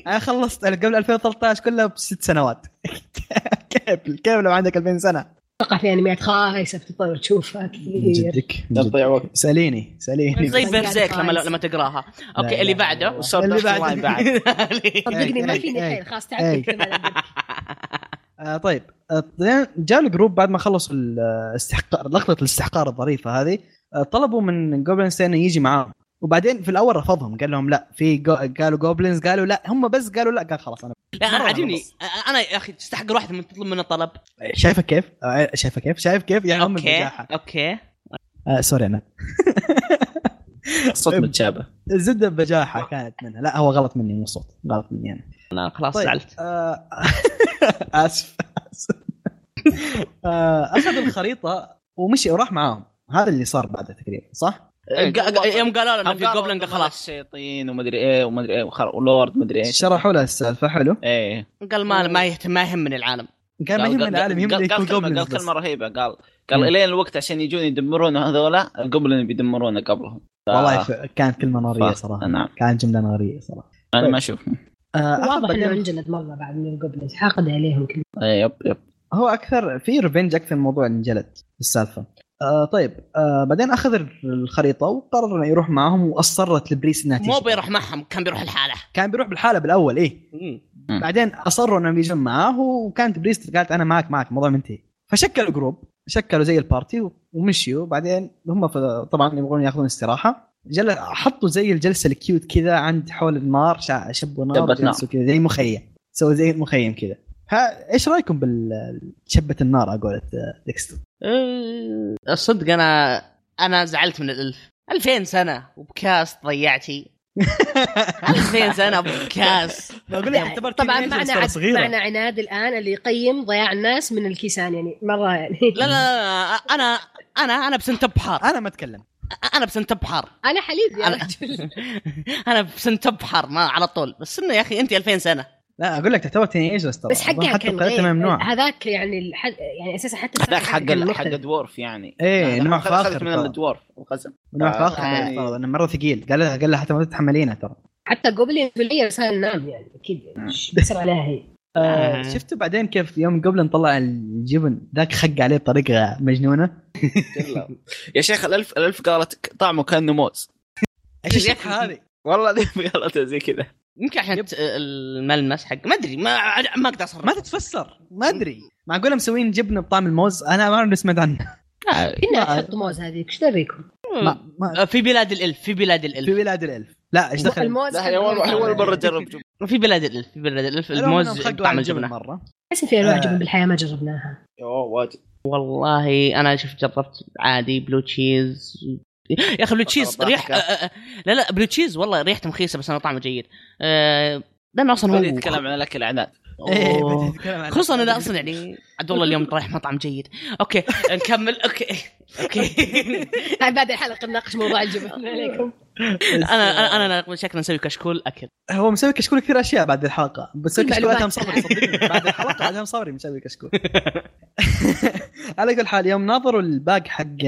A: انا خلصت قبل 2013 كلها بست سنوات كيف كيف لو عندك 2000 سنه؟
D: اتوقع في انميات خايسه بتضطر تشوفها كثير
A: جدك
C: لا تضيع وقت
A: ساليني ساليني
B: زي
D: بس
B: بيرزيك
D: يعني
B: لما
D: خايس.
B: لما تقراها
A: لا
B: اوكي اللي
A: لا لا
B: بعده
C: وصار
A: اللي
C: اللي
A: بعد.
C: بعد بعد
D: صدقني ما
A: أي-
D: فيني
A: أي-
D: حيل خلاص تعبت
A: أي.
D: كذا على قد.
A: آه طيب آه، جاء الجروب بعد ما آه، خلصوا الاستحقار لقطه الاستحقار الظريفه هذه آه، طلبوا من جوبلينز انه يجي معاهم وبعدين في الاول رفضهم قال لهم لا في جو... قالوا جوبلينز قالوا لا هم بس قالوا لا قال خلاص انا
B: لا انا
A: مرة
B: عاجبني
A: خلص.
B: انا يا اخي تستحق الواحد من تطلب منه طلب
A: شايفه كيف؟ آه، شايفه كيف؟ شايف كيف؟ يعني هم
B: اوكي
A: البجاحه
B: اوكي
A: آه سوري انا
C: الصوت متشابه
A: الزبده بجاحه كانت منها لا هو غلط مني مو صوت غلط مني انا
B: انا خلاص
A: طيب.
B: زعلت
A: آه، اسف اسف آه، اخذ الخريطه ومشي وراح معاهم هذا اللي صار بعده تقريبا صح؟
C: إيه،
B: قا- قا- يوم قالوا لنا في
C: أفكار
B: جوبلن قال خلاص
C: الشياطين ومدري ايه ومدري ايه وخر... ولورد مدري ايش
A: شرحوا له السالفه حلو
C: ايه
B: قال ما ما يهتم ما يهمني العالم
A: قال ما
C: قال-
A: يهمني
C: قال-
A: العالم يهمني
C: قال-
A: يكون
C: قال كلمة-
A: جوبلينز
C: قال
A: بس
C: كلمه رهيبه قال
A: مم.
C: قال الين الوقت عشان يجون يدمرون هذولا القبلن بيدمرونا قبلهم ف-
A: والله ف- كانت كلمه ناريه
C: ف-
A: صراحه
C: نعم
A: كانت جمله ناريه صراحه
C: انا
A: طيب.
C: ما اشوف
A: آه، أخذ
D: واضح انه
C: يعني.
A: بعدين-
D: انجلد مره بعد من قبل حاقد عليهم كلهم
C: إيه، يب يب
A: هو اكثر في ريفنج اكثر من موضوع انجلد في السالفه آه طيب آه بعدين اخذ الخريطه وقرر انه يروح معاهم واصرت لبريس انها
B: مو
A: تيجي.
B: بيروح معهم كان بيروح لحاله
A: كان بيروح بالحاله بالاول ايه
C: مم.
A: بعدين اصروا انهم يجون معاه وكانت بريست قالت انا معك معك الموضوع منتهي فشكلوا جروب شكلوا زي البارتي ومشيوا بعدين هم ف- طبعا يبغون ياخذون استراحه جل... حطوا زي الجلسه الكيوت كذا عند حول النار شع... شبوا نار
C: شبت نار.
A: وجلسوا كذا زي مخيم سووا زي مخيم كذا ها ايش رايكم بالشبه النار على قولة ديكستر؟
B: إيه، الصدق انا انا زعلت من الالف 2000 سنه وبكاس ضيعتي 2000 سنه بكاس
A: بقول
D: يعني طبعا معنا عد... معنا عناد الان اللي يقيم ضياع الناس من الكيسان يعني مره يعني
B: لا لا, لا انا انا انا بسنت بحر
A: انا ما اتكلم
B: انا بسنت بحر
D: انا حليب يا
B: انا
D: رجل
B: انا بسنت بحر ما على طول بس انه يا اخي انت 2000 سنه
A: لا اقول لك تعتبر تين ايجرز ترى
D: بس حقها
A: حتى
D: كان
A: قراءتها
D: غير.
A: ممنوعه
D: هذاك يعني الح... يعني اساسا حتى
C: هذاك
D: الساعة
C: حق
D: كان
C: ال- حق
D: مختلف.
C: الدورف يعني
A: إيه،
C: هذا
A: نوع
C: أخذ- أخذت
A: فاخر
C: من
A: طبعا.
C: الدورف والقزم
A: نوع
C: آه،
A: فاخر
C: يعني-
A: ترى، لانه مره ثقيل قال لها قال لها حتى ما تتحملينها ترى
D: حتى قبل في صار نام يعني اكيد بسر عليها هي
A: آه،
B: آه.
A: شفتوا بعدين كيف يوم قبل نطلع الجبن ذاك خق عليه بطريقه مجنونه
C: يا شيخ الالف الالف قالت ك- طعمه كانه موز
A: ايش
B: يا
A: الشطحه هذه؟
C: والله الالف قالتها زي كذا
B: يمكن عشان ت- الملمس حق ما ادري ما ما اقدر اصرف
A: ما تتفسر ما ادري معقوله مسوين جبنه بطعم الموز انا ما عمري سمعت عنها
D: كنا
A: ما-
D: نحط موز هذيك ايش دريكم؟
A: ما ما
B: في بلاد الالف في بلاد
A: في
B: الالف
A: ولاد الالف لا ايش دخل
D: الموز
C: لا هي اول هي أول مره اجرب
B: في بلاد الالف في بلاد الالف
A: أنا أمهم
B: الموز
A: خقوا
B: طعم
A: على
B: الجبنه
A: مره
D: احس إن في انواع
A: آه.
D: جبن بالحياه ما جربناها
C: اوه واجد
B: والله انا شفت جربت عادي بلو تشيز يا اخي بلو تشيز
C: طبعاً
B: ريح
C: كان.
B: آه، آه، لا لا بلو تشيز والله ريحته مخيسه بس انا طعمه جيد آه، لانه اصلا هو
C: خلينا نتكلم عن الاكل عناد
A: إيه،
B: أوه.
A: بدي أتكلم عن-
B: خصوصا انا اصلا يعني عاد والله اليوم رايح مطعم جيد اوكي نكمل اوكي اوكي
D: هاي بعد الحلقه نناقش موضوع الجبن عليكم
B: انا انا انا شكلنا نسوي كشكول اكل
A: هو مسوي كشكول كثير اشياء بعد الحلقه بس
D: كل
A: كشكول
D: معلومات.
A: ادهم صبري صدقني. بعد الحلقه ادهم صبري مسوي كشكول على كل حال يوم ناظروا الباق حق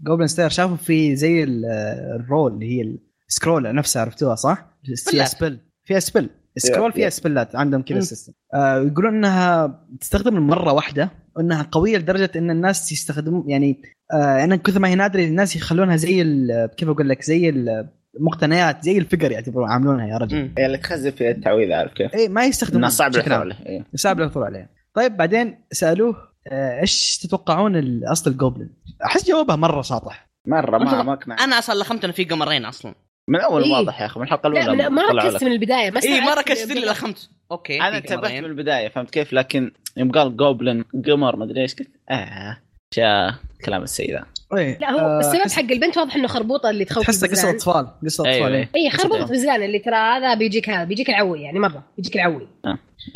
A: جوبلن ستير شافوا في زي ال- آه، الرول اللي هي السكرول نفسها عرفتوها صح؟ فيها سبل فيها سبل سكرول فيها
C: يا.
A: سبلات عندهم كذا
B: مم.
A: السيستم آه يقولون انها تستخدم مره واحده وانها قويه لدرجه ان الناس يستخدمون يعني آه انا كثر ما هي نادره الناس يخلونها زي ال- كيف اقول لك زي المقتنيات زي الفقر يعتبرون عاملونها يا رجل
B: أمم.
C: هي إيه، اللي تخزن فيها التعويذه عارف كيف؟
A: اي ما يستخدمون
C: انها صعب
A: بشكل عام.
C: الحول إيه.
A: صعب العثور عليها طيب بعدين سالوه آه، ايش تتوقعون ال- اصل الجوبلين؟ احس جوابها مره شاطح
C: مره ما
B: أنت-
C: ما اقنع
B: انا اصلا لخمت انه في قمرين اصلا
C: من اول
D: إيه.
C: واضح يا اخي من الحلقه
D: لا
C: الاولى
D: لا ما إيه،
C: طلعوا
D: ركزت
C: لك.
D: من البدايه ما
B: اي
D: استوعبت
B: مره كشت اللي
D: إنه-
B: لخمت اوكي
C: انا
B: في قمرين.
C: انتبهت من البدايه فهمت كيف لكن يوم قال جوبلن قمر ما ادري ايش قلت اه شا كلام السيء ذا
A: ايه
D: لا هو السبب حق البنت واضح انه خربوطه اللي تخوف
A: تحسها قصه
D: البزلان.
A: اطفال قصه
C: أيوة،
A: اطفال
C: أيوة.
A: إيه.
D: اي خربوطه
C: صدق.
D: بزلان اللي ترى هذا بيجيك هذا بيجيك العوي يعني مره بيجيك العوي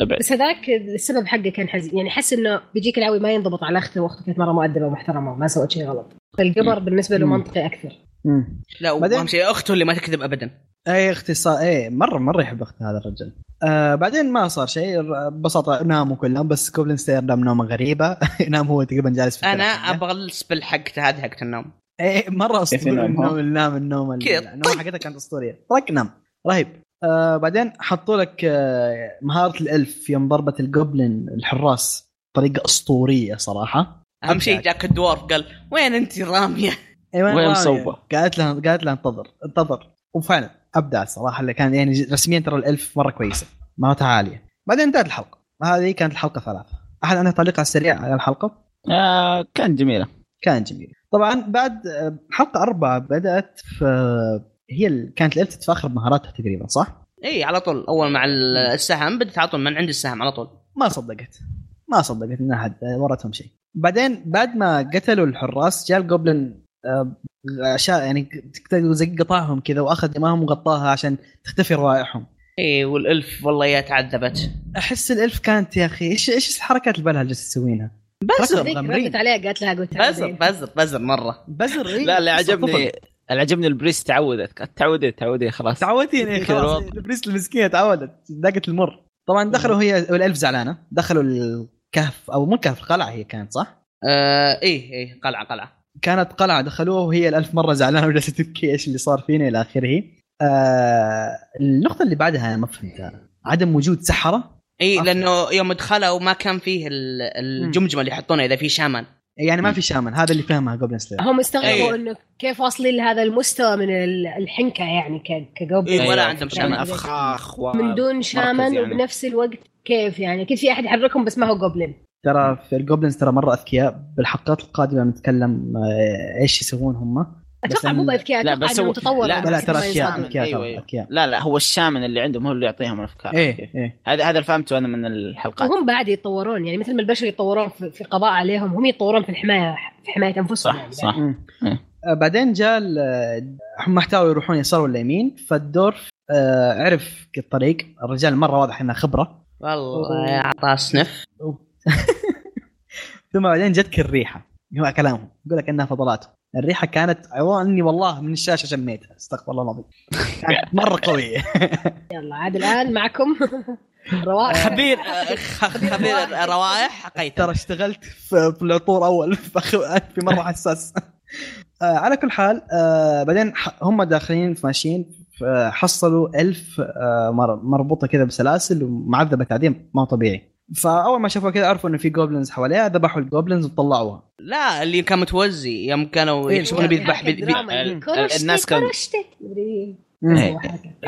C: ابعد
D: بس هذاك السبب حقه كان حزين يعني حس انه بيجيك العوي ما ينضبط على اخته واخته كانت مره مؤدبه ومحترمه وما سوت شيء غلط فالقمر بالنسبه له
A: مم.
D: منطقي اكثر
A: مم.
B: لا
A: بعدين-
B: واهم شيء اخته اللي ما تكذب ابدا
A: اي اختصار اي مره مره يحب اخت هذا الرجل آه بعدين ما صار شيء ر- ببساطه ناموا كلهم بس كوبلين ستير نام نومه غريبه نام هو تقريبا جالس في
B: انا
A: التلفزيون.
B: ابغى السبل حق هذا حق النوم
A: ايه مره اسطوري
C: نام هو؟
A: النوم النام النوم
B: كذا،
A: النوم حقتها كانت اسطوريه طق نام رهيب آه بعدين حطوا لك آه مهاره الالف يوم ضربت الجوبلين الحراس طريقه اسطوريه صراحه
B: اهم شيء
A: أبدعت.
B: جاك الدورف قال وين انت راميه
A: إيه، وين
C: وين
A: رامي؟
C: صوبة؟
A: قالت لها قالت لها انتظر انتظر وفعلا ابدع صراحه اللي كان يعني رسميا ترى الالف مره كويسه مهارتها عاليه بعدين انتهت الحلقه هذه كانت الحلقه ثلاثه احد عنده تعليق على السريع على الحلقه
C: آه كان جميله
A: كان جميل طبعا بعد آه، حلقه اربعه بدات في هي ال- كانت الالف تتفاخر بمهاراتها تقريبا صح؟
B: اي على طول اول مع ال- السهم بدت على طول من عند السهم على طول
A: ما صدقت ما صدقت ان احد آه، ورتهم شيء بعدين بعد ما قتلوا الحراس جاء الجوبلن آه، عشان يعني تقدر تقول زي قطعهم كذا واخذ دماهم وغطاها عشان تختفي روائحهم
B: اي والالف والله يا تعذبت
A: احس الالف كانت يا اخي ايش ايش الحركات البلها اللي جالسه تسوينها؟ بزر
D: هذيك ردت عليها قالت لها قلت لها
B: بزر
D: زين.
B: بزر بزر مره
A: بزر إيه؟
C: لا اللي
A: قصة
C: عجبني
A: طفل.
C: اللي عجبني البريس تعودت كانت تعودي تعودي خلاص
A: تعودتيني خلاص البريس المسكينه تعودت ذاقت المر طبعا دخلوا هي والالف زعلانه دخلوا الكهف او مو كهف القلعه هي كانت صح؟
B: آه اي اي قلعه قلعه
A: كانت قلعه دخلوها وهي الالف مره زعلانه وجالسه تبكي ايش اللي صار فينا الى اخره. آه النقطه اللي بعدها انا ما فهمتها عدم وجود سحره
B: اي
A: أوكي.
B: لانه يوم دخلوا ما كان فيه ال- الجمجمه اللي يحطونها اذا في شامان
A: يعني ما في شامن هذا اللي فهمها قبل سلير
D: هم
B: إيه.
D: استغربوا انه كيف واصلين لهذا المستوى من ال- الحنكه يعني ك- كقبل
B: إيه، ولا
C: أيوة،
B: عندهم
C: كان
B: شامن.
C: افخاخ و...
D: من دون شامن
C: يعني.
D: وبنفس الوقت كيف يعني اكيد في احد يحركهم بس ما هو قبلين
A: ترى في الجوبلنز ترى مره اذكياء بالحلقات القادمه بنتكلم آه، ايش يسوون هم
D: اتوقع
A: إن-
D: مو باذكياء
C: لا،
D: اتوقع
C: بس
D: انهم
C: هو-
D: تطوروا
C: لا،
D: بس
A: لا ترى
D: ما
A: اذكياء
D: يصادموا.
A: اذكياء
C: أيوة،
A: ترى
C: أيوة.
A: اذكياء
C: لا لا هو الشامن اللي عندهم هو اللي يعطيهم الافكار
D: أيوة.
A: ايه ايه
C: هذا هذا اللي فهمته انا من الحلقات
D: إيه. وهم بعد يتطورون يعني مثل ما البشر يتطورون في في قضاء عليهم هم يتطورون في الحمايه في حمايه انفسهم
C: صح
D: يعني
C: صح
A: مم.
C: إيه.
A: آه، بعدين جاء ال- هم احتاروا يروحون يسار ولا يمين فالدورف آه، عرف الطريق الرجال مره واضح انه خبره
B: والله يا عطاه سنف
A: و- ثم بعدين جتك الريحه هو كلامهم يقول لك انها فضلاته الريحه كانت أيوة اني والله من الشاشه شميتها استغفر الله العظيم كانت مره قويه
D: يلا عاد الان معكم روائح
B: خبير آه، خ- خبير روائح
A: ترى
B: حقيته
A: اشتغلت في في العطور اول فأخ- في مره حساس آه، على كل حال آه، بعدين ح- هم داخلين في ماشيين ف- حصلوا ألف آه، مر- مربوطة كذا بسلاسل ومعذبة تعذيب ما طبيعي فأول ما شافوها كذا عرفوا إنه في جوبلينز حواليها ذبحوا الجوبلينز وطلعوها
B: لا اللي كان متوزي يوم كانوا
E: آه،
A: إيه،
B: يحسبونه بيذبح بي- بي-
D: دراما، يعني
C: ال-
D: كرشتي،
C: الناس كانوا-
D: كرشتي. مدري
C: إيه.
D: إيه.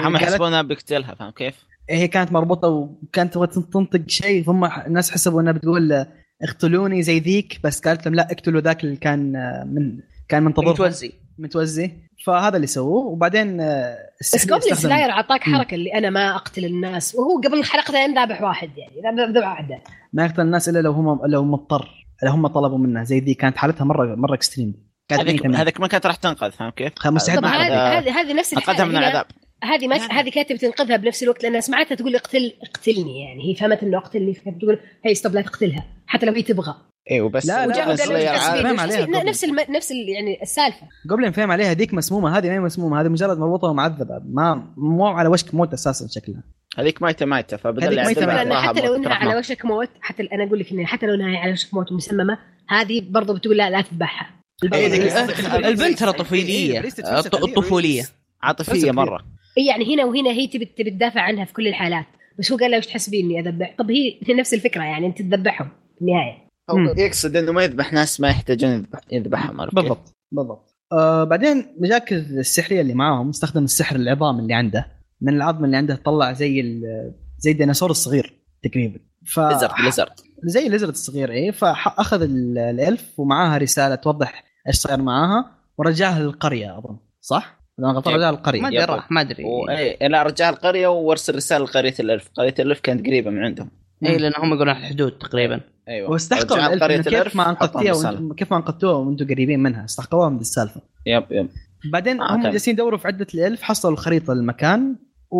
C: هم
A: قالت-
C: يحسبونها بيقتلها فاهم كيف؟
A: هي كانت مربوطة وكانت تبغى تنطق شيء ثم الناس حسبوا إنها بتقول آه، اقتلوني زي ذيك بس قالت لهم لا اقتلوا ذاك اللي كان آه، من كان منتظرهم
B: متوزي
A: متوزي فهذا اللي سووه وبعدين آه،
D: بس
A: السحر
D: قبل
A: استخدم-
D: سلاير اعطاك
A: مم.
D: حركه اللي انا ما اقتل الناس وهو قبل حلقتين ذابح واحد يعني ذابح- ذابح واحده
A: ما يقتل الناس الا لو هم لو مضطر لو هم طلبوا منه زي ذي كانت حالتها مره مره اكستريم كانت
C: هذيك
A: ميتة منها.
C: هذيك ما كانت راح تنقذ فاهم كيف؟
A: خ- مستحيل
D: طب
A: ما
D: هذه
A: أعتقد.
D: هذه هذه نفس
C: انقذها
D: الحالة
C: من
D: هنا.
C: العذاب
E: هذه ما هذه كاتبه تنقذها بنفس الوقت لانها سمعتها تقول اقتل اقتلني يعني هي فهمت انه اقتلني فبتقول هي ستوب لا تقتلها حتى لو هي تبغى
C: اي وبس
A: لا، لا،
E: وجاء
A: بس
E: قال له
A: لا
E: إيش
A: يا عالم.
E: تسوي؟
A: ما
E: إيش
A: عليها
E: تسوي؟
A: قبل.
E: نفس الم... نفس ال... يعني السالفه
A: قبل فهم عليها هذيك مسمومه هذه ما هي مسمومه هذه مجرد مربوطه ومعذبه ما مو على وشك موت اساسا شكلها
C: هذيك مايته مايته فبدل
A: هذيك ميتة
C: يعذبها
A: ميتة.
E: لان
C: يطلعها
E: طيب، حتى لو
C: بوقت
E: انها على
C: رحمة.
E: وشك موت حتى ال- انا اقول لك إن حتى لو انها على وشك موت ومسممه هذه برضو بتقول لا لا تذبحها
A: آه،
C: إيه،
E: البنت-
C: إيه.
B: البنت ترى
A: إيه،
B: طفيليه طفوليه
C: عاطفيه مره
E: يعني هنا وهنا هي تبي تبي تدافع عنها في كل الحالات بس هو قال لها وش تحسبين اني اذبح طب هي هي نفس الفكره يعني انت تذبحهم في النهايه
C: هو
A: مم.
C: يقصد انه ما يذبح ناس ما يحتاجون يذبح- يذبحهم عرفت كيف؟
A: بالضبط بالضبط آه بعدين مجاك السحريه اللي معاهم استخدم السحر العظام اللي عنده من العظم اللي عنده طلع زي ال- زي الديناصور الصغير تقريبا ف
C: ليزرد ليزرد
A: زي الازرد الصغير ايه فاخذ الالف ومعاها رساله توضح ايش صاير معاها ورجعها للقريه اظن صح؟ اذا أنا غلطان
C: إيه.
A: رجعها
B: ما
A: للقريه
B: ادري راح ما ادري
C: و- إيه، لا رجع القريه وارسل رساله لقريه الالف قريه الالف كانت قريبه من عندهم
B: اي لان إيه، هم يقولون على الحدود تقريبا
C: ايوه
A: واستحقر
C: رجع
A: الالف إنه كيف ما
C: حطهم
A: انقذتيها
C: رسالة.
A: وإنت- كيف ما انقذتوها وانتم قريبين منها استحقروها من السالفه
C: يب يب
A: بعدين
C: آه،
A: هم
C: تمام.
A: جالسين يدوروا في عده الالف حصلوا الخريطه للمكان و...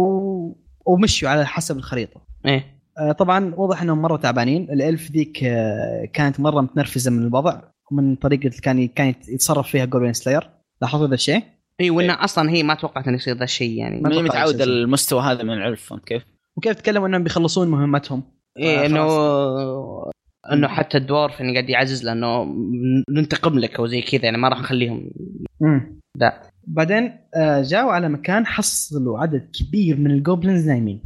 A: ومشوا على حسب الخريطه
B: ايه
A: آه، طبعا واضح انهم مره تعبانين الالف ذيك آه، كانت مره متنرفزه من الوضع ومن طريقه اللي كان كان يتصرف فيها جولدن سلاير لاحظوا هذا الشيء
B: اي وانها اصلا إيه، هي ما توقعت انه يصير ذا الشيء يعني
A: ما
C: ماني
A: أتوقع
C: متعود
A: شيء.
C: على المستوى هذا من العلف فهمت كيف؟
A: وكيف تكلموا انهم بيخلصون مهمتهم
B: إيه
A: آه،
B: انه انه
A: مم.
B: حتى الدوارف انه قاعد يعزز لانه ننتقم لك او زي كذا يعني ما راح نخليهم
A: امم
B: لا.
A: بعدين آه، جاوا على مكان حصلوا عدد كبير من الجوبلينز نايمين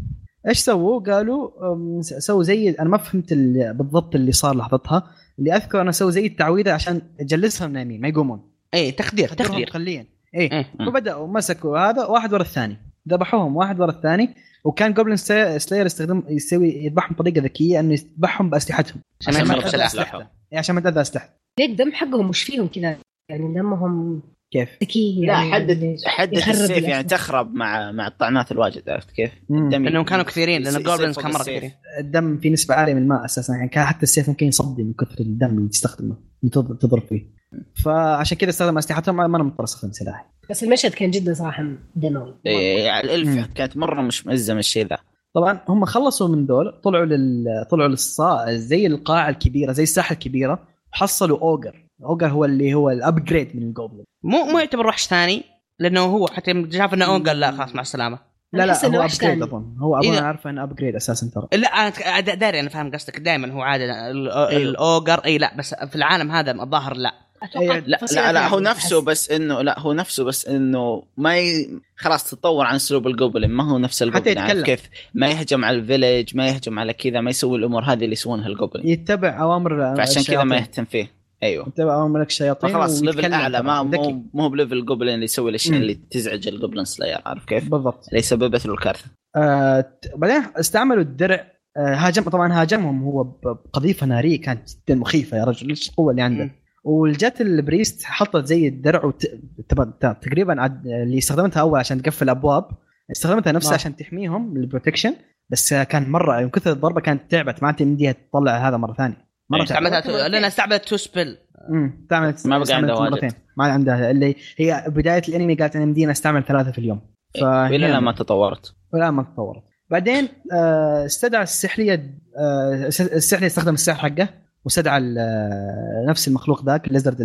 A: ايش سووا؟ قالوا أم، س- سووا زي انا ما فهمت ال- بالضبط اللي صار لحظتها اللي اذكر انا سووا زي التعويذه عشان اجلسهم نايمين ما يقومون
B: اي تخدير
A: أخدرهم
B: تخدير
A: قليا ايه
B: ايه
C: مم.
A: وبداوا مسكوا هذا واحد ورا الثاني ذبحوهم واحد ورا الثاني وكان جوبلين سلا- سلاير يستخدم يسوي يذبحهم بطريقه ذكيه انه يذبحهم باسلحتهم
B: عشان ما
A: عشان ما
B: يخرب
A: تأذى
C: سلاحهم.
A: أسلحته. إيه، عشان ما تاذى اسلحته
E: ليه الدم حقهم وش فيهم كذا يعني دمهم
A: كيف؟
E: ذكي
C: لا
E: يعني
C: حدد حدد
E: يخرب
C: السيف يعني
E: الأسلحة.
C: تخرب مع مع الطعنات الواجد عرفت كيف؟
A: مم.
C: دم
B: لانهم كانوا كثيرين لان
C: يصير-
B: الجوبلنز
C: يصير
B: إيه، كان مره
C: فوق السيف.
B: كثيرين
A: الدم في نسبه عاليه من الماء اساسا يعني كان حتى السيف ممكن يصدي من كثر الدم اللي تستخدمه اللي تض- تضرب فيه فعشان كذا استخدم اسلحتهم ما ما انا مضطر استخدم سلاحي
E: بس المشهد كان جدا صراحه دموي
C: إيه، يعني
A: مم.
C: الالف كانت مره مشمئزه من الشيء ذا
A: طبعا هم خلصوا من دول طلعوا لل طلعوا للصا زي القاعه الكبيره زي الساحه الكبيره وحصلوا اوجر اوجر هو اللي هو الابجريد من الجوبلين
B: مو مو يعتبر وحش ثاني لانه هو حتى يوم شاف انه اون قال لا خلاص مع السلامه
A: لا
E: أحس
A: لا
E: إنه
A: هو
E: وحش
A: ابجريد
E: ثاني.
A: اظن هو اظن
B: إيه.
A: انا عارفه انه ابجريد اساسا ترى
B: لا انا ت- أنا داري انا فاهم قصدك دائما هو عاده ال-
C: أيوه.
B: الاوجر اي لا بس في العالم هذا الظاهر لا
E: اتوقع
A: إيه،
C: لا
E: تفاصيل
C: لا, لا هو
E: يعني
C: نفسه
E: أحس.
C: بس انه لا هو نفسه بس انه ما ي... خلاص تطور عن اسلوب الجوبلين ما هو نفس
A: حتى
C: الجوبلين عارف
A: يتكلم.
C: كيف ما يهجم على الفيلج ما يهجم على كذا ما يسوي الامور هذه اللي يسوونها الجوبلين
A: يتبع اوامر
C: فعشان كذا ما
A: الشياطين.
C: يهتم فيه ايوه
A: يتبع اوامر الشياطين
C: فخلاص ليفل
A: أيوه، ويتكلم
C: اعلى ما
A: طبعاً، ذكي.
C: مو مو بليفل الجوبلين اللي يسوي الاشياء
A: مم.
C: اللي تزعج الجوبلين سلاير عارف كيف؟
A: بالضبط
C: اللي سببت له الكارثه
A: آه، ت- بعدين استعملوا الدرع آه، هاجم طبعا هاجمهم هو ب- بقذيفه ناريه كانت جدا مخيفه يا رجل ايش القوه اللي عنده
B: مم.
A: وجت البريست حطت زي الدرع وت... تب- ت- تقريبا عد... اللي استخدمتها اول عشان تقفل ابواب استخدمتها نفسها
C: نعم.
B: آه.
A: عشان تحميهم من البروتكشن بس آه، كان مره من كثر الضربه كانت تعبت ما عاد يمديها تطلع هذا مره ثانيه مره
C: إيه.
A: تعبت
B: استعملتها تو... لانها استعملت تو سبيل
A: امم تعملت
C: ما بقى
A: استعملت
C: عندها واجد.
A: مرتين ما عاد عندها اللي هي بدايه الانمي قالت انا يمدينا استعمل ثلاثه في اليوم فهي-
C: الى إيه، ما تطورت
A: ولا ما تطورت بعدين آه، استدعى السحريه آه، السحريه استخدم السحر حقه واستدعى ال- آه، نفس المخلوق ذاك الليزرد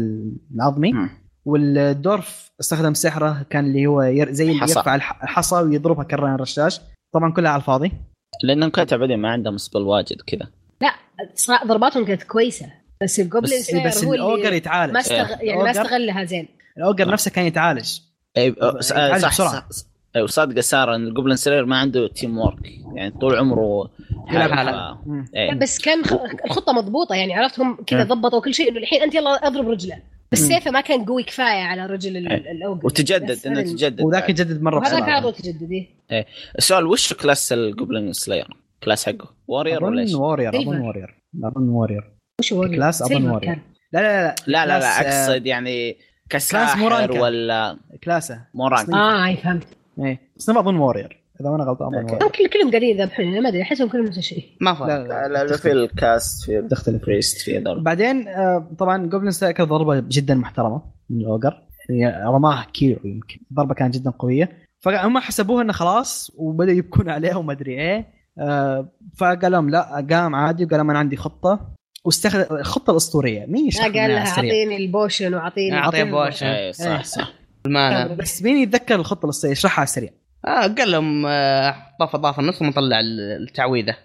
A: العظمي
C: مم.
A: والدورف استخدم سحره كان اللي هو ير- زي اللي
C: حصى.
A: يرفع الح- الحصى ويضربها كران الرشاش طبعا كلها على الفاضي
C: لانهم كانوا بعدين ما عندهم سبل واجد كذا
E: صراحة ضرباتهم كانت كويسه بس الجوبلين
A: بس بس
E: سلاير هو
A: الاوجر
E: اللي
A: يتعالج
E: ما استغ... يعني ما
A: الأوجر-
E: استغلها زين
A: الاوجر نفسه كان يتعالج
C: اي
A: يعني يتعالج
C: صح
A: بسرعة.
C: صح ايوه صادقه ساره ان الجوبلين سلاير ما عنده تيم وورك يعني طول عمره
B: يلعب
C: حاله.
B: حاله.
A: مم.
C: إيه.
E: بس كان خ... الخطه مضبوطه يعني عرفت هم كذا
A: إيه.
E: ضبطوا كل شيء انه الحين انت يلا اضرب رجله بس
A: مم.
E: سيفه ما كان قوي كفايه على رجل ال-
C: إيه.
E: الاوجر
C: وتجدد
E: بس
C: انه
E: هذا ال-
C: تجدد
A: وذاك
C: بعد.
A: يجدد مره
E: وهذا كان
A: بسرعه
E: عضو تجدد إيه.
C: السؤال وش كلاس الجوبلين سلاير؟ كلاس حقه وارير ولا ايش؟
A: اظن وارير اظن
E: سيلفر.
A: وارير اظن وارير
E: وش هو
A: كلاس أظن
E: سيلفر
A: وارير.
E: كان.
A: لا لا لا
C: لا لا لا
A: كلاس، آه،
C: اقصد يعني كساحر
A: مورانكا.
C: ولا
A: كلاسه
C: مورانكا
E: اه اي فهمت
A: ايه بس أنا اظن وارير اذا ما انا غلطان اظن
C: أوكي.
A: وارير
E: هم كل- كلهم قاعدين يذبحون انا ما ادري احسهم كلهم نفس الشيء
B: ما فرق
A: لا
C: في الكاست في
A: تختلف
C: بريست في ضرب
A: بعدين آه، طبعا جوبلين سلاير ضربه جدا محترمه من الاوجر يعني رماها كيلو يمكن الضربه كانت جدا قويه فهم حسبوها انه خلاص وبدأوا يبكون عليها وما ادري ايه آه، فقال لهم لا قام عادي وقال لهم انا عندي خطه واستخدم الخطه الاسطوريه مين
E: ما
A: يشرح
E: قال
A: لنا على
E: لها
A: السريع؟
E: اعطيني البوشن طيب. آه. واعطيني
B: اعطيه بوشه
C: اي
A: إيه.
C: صح صح
B: المانع
A: بس مين يتذكر الخطه الاسطوريه يشرحها على السريع
B: آه قال لهم آه، طاف طاف النص ومطلع ال- التعويذه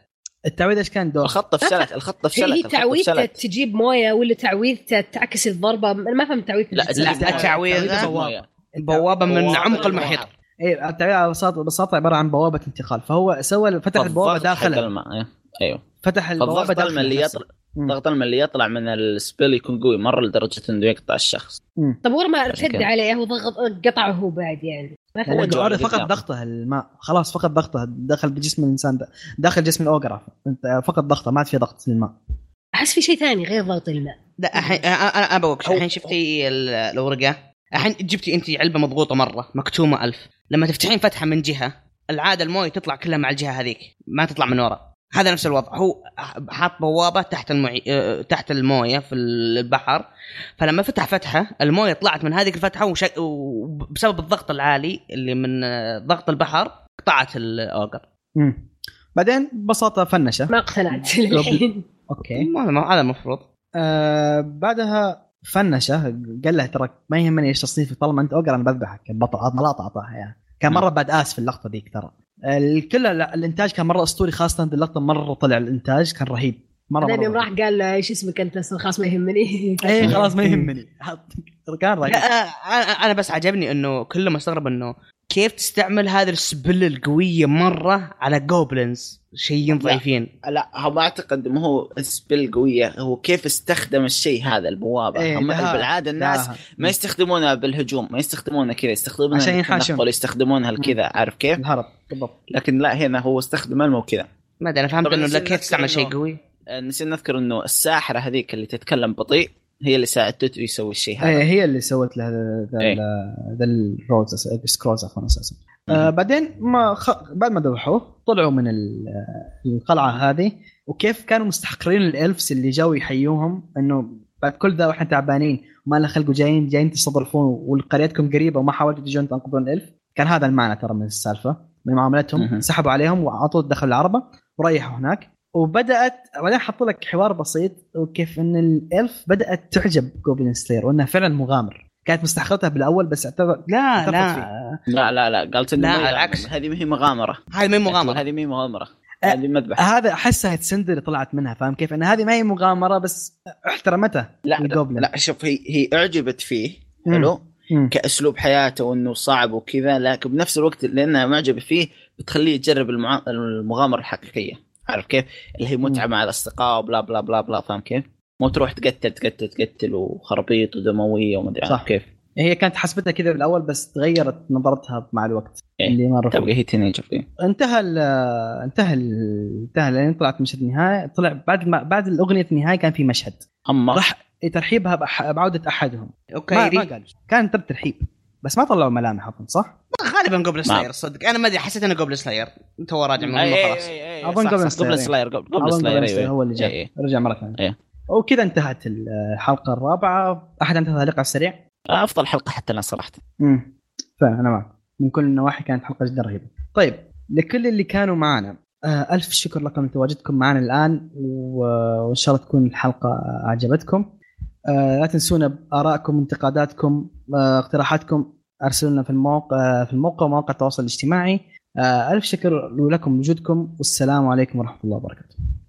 A: التعويذه ايش كان دور؟
C: الخطه فشلت الخطه
E: هي
D: إيه،
C: فشلت
E: هي
C: الخطة
E: تعويذته
C: فشلت.
E: تجيب مويه ولا تعويذته تعكس الضربه انا ما فهمت تعويذته
C: لا
B: لا،
C: تجيب موية.
B: التعويذة
C: تجيب موية.
B: بوابه من
C: بوابة
B: عمق
C: المحيط.
B: المحيط
A: ايه التعويذه على بساطه ببساطه عباره عن بوابه انتقال فهو سوى فتح البوابه
C: فالضغط حق
A: داخله
C: الماء. إيه. ايوه
A: فتح البوابه
C: فالضغط
A: داخله
C: الماء اللي
A: نفسه.
C: يطلع
A: مم.
C: ضغط الماء اللي يطلع من السبيل يكون قوي مره لدرجه انه يقطع الشخص
A: مم.
E: طب ورا ما
C: عشان
E: ارتد
C: كذا.
E: عليه هو ضغط قطعه هو بعد يعني ما
A: يعني
E: فهمت
C: وجعه
A: الأوغرا
C: اللي
A: فقط
C: قدام.
A: ضغطه الماء خلاص فقط ضغطه داخل جسم الانسان ده. داخل جسم الاوجرا فقط ضغطه ما عاد في ضغط للماء
E: احس في شيء ثاني غير ضغط الماء
B: لا الحين انا أنا ابوك
C: أو-
B: الحين شفتي ال- الورقه الحين جبتي انت علبه مضغوطه مره مكتومه ألف لما تفتحين فتحه من جهه العاده المويه تطلع كلها مع الجهه هذيك ما تطلع من ورا هذا نفس الوضع هو حاط بوابه تحت المعي... آه، تحت المويه في البحر فلما فتح فتحه المويه طلعت من هذيك الفتحه وش... وبسبب الضغط العالي اللي من آه، ضغط البحر قطعت الاوجر
A: مم. بعدين ببساطه فنشه
E: ما اقتنعت للحين
A: اوكي
B: ما- هذا المفروض
A: آه بعدها فنشه قال له ترى ما يهمني ايش تصنيفك طالما انت اوجر انا بذبحك البطل عطى ملاطه اعطاها يعني كان مره باد اس في اللقطه ذيك ترى الكل الانتاج كان مره اسطوري خاصه اللقطه مره طلع الانتاج كان رهيب مره مره
E: بعدين
A: رهيب.
E: راح قال له ايش اسمك انت أصلاً خلاص ما يهمني
A: ايه خلاص ما يهمني كان
B: لا،
A: رهيب
B: أنا- انا بس عجبني انه كله مستغرب انه كيف تستعمل هذه السبله القويه مره على جوبلينز شيئين
C: لا.
B: ضعيفين
C: لا هو ما اعتقد ما هو سبيل قويه هو كيف استخدم الشيء هذا البوابه
A: إيه،
C: هم
A: لها-
C: بالعاده الناس
A: لا،
C: ما يستخدمونها بالهجوم ما يستخدمونها كذا يستخدمونها
A: عشان ينحاشون.
C: للتنقل، يستخدمونها كذا عارف كيف
A: الهرب بالضبط
C: لكن لا هنا هو استخدم المو كذا
B: ما ادري انا فهمت
C: طبعاً
B: انه لا،
C: نسينا
B: كيف تستعمل
C: نذكر
B: شيء
C: إنه-
B: قوي
C: آه، نسينا نذكر انه الساحره هذيك اللي تتكلم بطيء هي اللي ساعدته يسوي الشيء هذا
A: ايه هي اللي سوت له ذا- ذا
C: إيه.
A: ال- ذا الروز أس- سكرولز عفوا اساسا آه بعدين ما خ... بعد ما ذبحوه طلعوا من ال- آه، القلعه هذه وكيف كانوا مستحقرين الالفس اللي جاوا يحيوهم انه بعد كل ذا واحنا تعبانين وما لنا خلق وجايين جايين تستضعفون وقريتكم قريبه وما حاولتوا تجون تنقذون الالف كان هذا المعنى ترى من السالفه من معاملتهم
C: مهم.
A: سحبوا عليهم وعطوا دخل العربه وريحوا هناك وبدات بعدين حطوا لك حوار بسيط وكيف ان الالف بدات تعجب جوبلين سلاير وانها فعلا مغامر كانت مستحقرتها بالاول بس اعتبر
B: لا
A: أتفق
B: لا
C: آه، لا لا لا قالت انه
B: لا،
C: ما يغامر.
B: العكس.
C: هذه ما هي مغامره
B: هذه ما هي مغامره
C: يعني هذه ما هي مغامره
A: أه.
C: هذه مذبحه
A: هذا احسها تسندر طلعت منها فاهم كيف ان هذه ما هي مغامره بس احترمتها
C: لا
A: الجوبلين
C: لا شوف هي هي اعجبت فيه
A: مم.
C: حلو
A: مم.
C: كاسلوب حياته وانه صعب وكذا لكن بنفس الوقت لانها معجبه فيه بتخليه يجرب المع... المغامره الحقيقيه عارف كيف؟ اللي هي متعه
A: مم.
C: مع الاصدقاء وبلا بلا بلا بلا فاهم كيف؟ مو تروح تقتل تقتل تقتل وخرابيط ودمويه ومدري
A: صح.
C: عارف كيف؟
A: هي كانت حسبتها كذا بالاول بس تغيرت نظرتها مع الوقت
C: إيه.
A: اللي مره
C: تبقى هي تينيجر فيه
A: انتهى ال انتهى ال انتهى لين طلعت مشهد النهايه طلع بعد ما بعد الاغنيه النهايه كان في مشهد
C: اما
A: راح ترحيبها بأح- بعوده احدهم ما, ما
B: اوكي
A: قال كان ترى ترحيب بس ما طلعوا ملامح اظن صح؟
B: غالبا جوبل سلاير صدق انا ما ادري حسيت انه جوبل سلاير تو راجع من
C: أي- أي-
B: المخرج
C: أي- أي-
A: أظن قبل
C: إيه، صح- صح، قبل
A: السلاير.
C: السلاير قبل قبل
A: أظن
C: السلاير
A: جوبلين
C: أيوة.
A: هو اللي
C: أي- أي.
A: جاء رجع مره ثانيه
C: إيه.
A: وكذا انتهت الحلقه الرابعه احد عنده تعليق على السريع؟
C: افضل حلقه حتى انا صراحه
A: امم فعلا انا معك من كل النواحي كانت حلقه جدا رهيبه. طيب لكل اللي كانوا معنا آه، ألف شكر لكم لتواجدكم معنا الآن و- وإن شاء الله تكون الحلقة عجبتكم آه، لا تنسونا بآرائكم انتقاداتكم آه، اقتراحاتكم أرسلوا لنا في الموقع في الموقع آه، ومواقع التواصل الاجتماعي آه، ألف شكر لكم وجودكم والسلام عليكم ورحمة الله وبركاته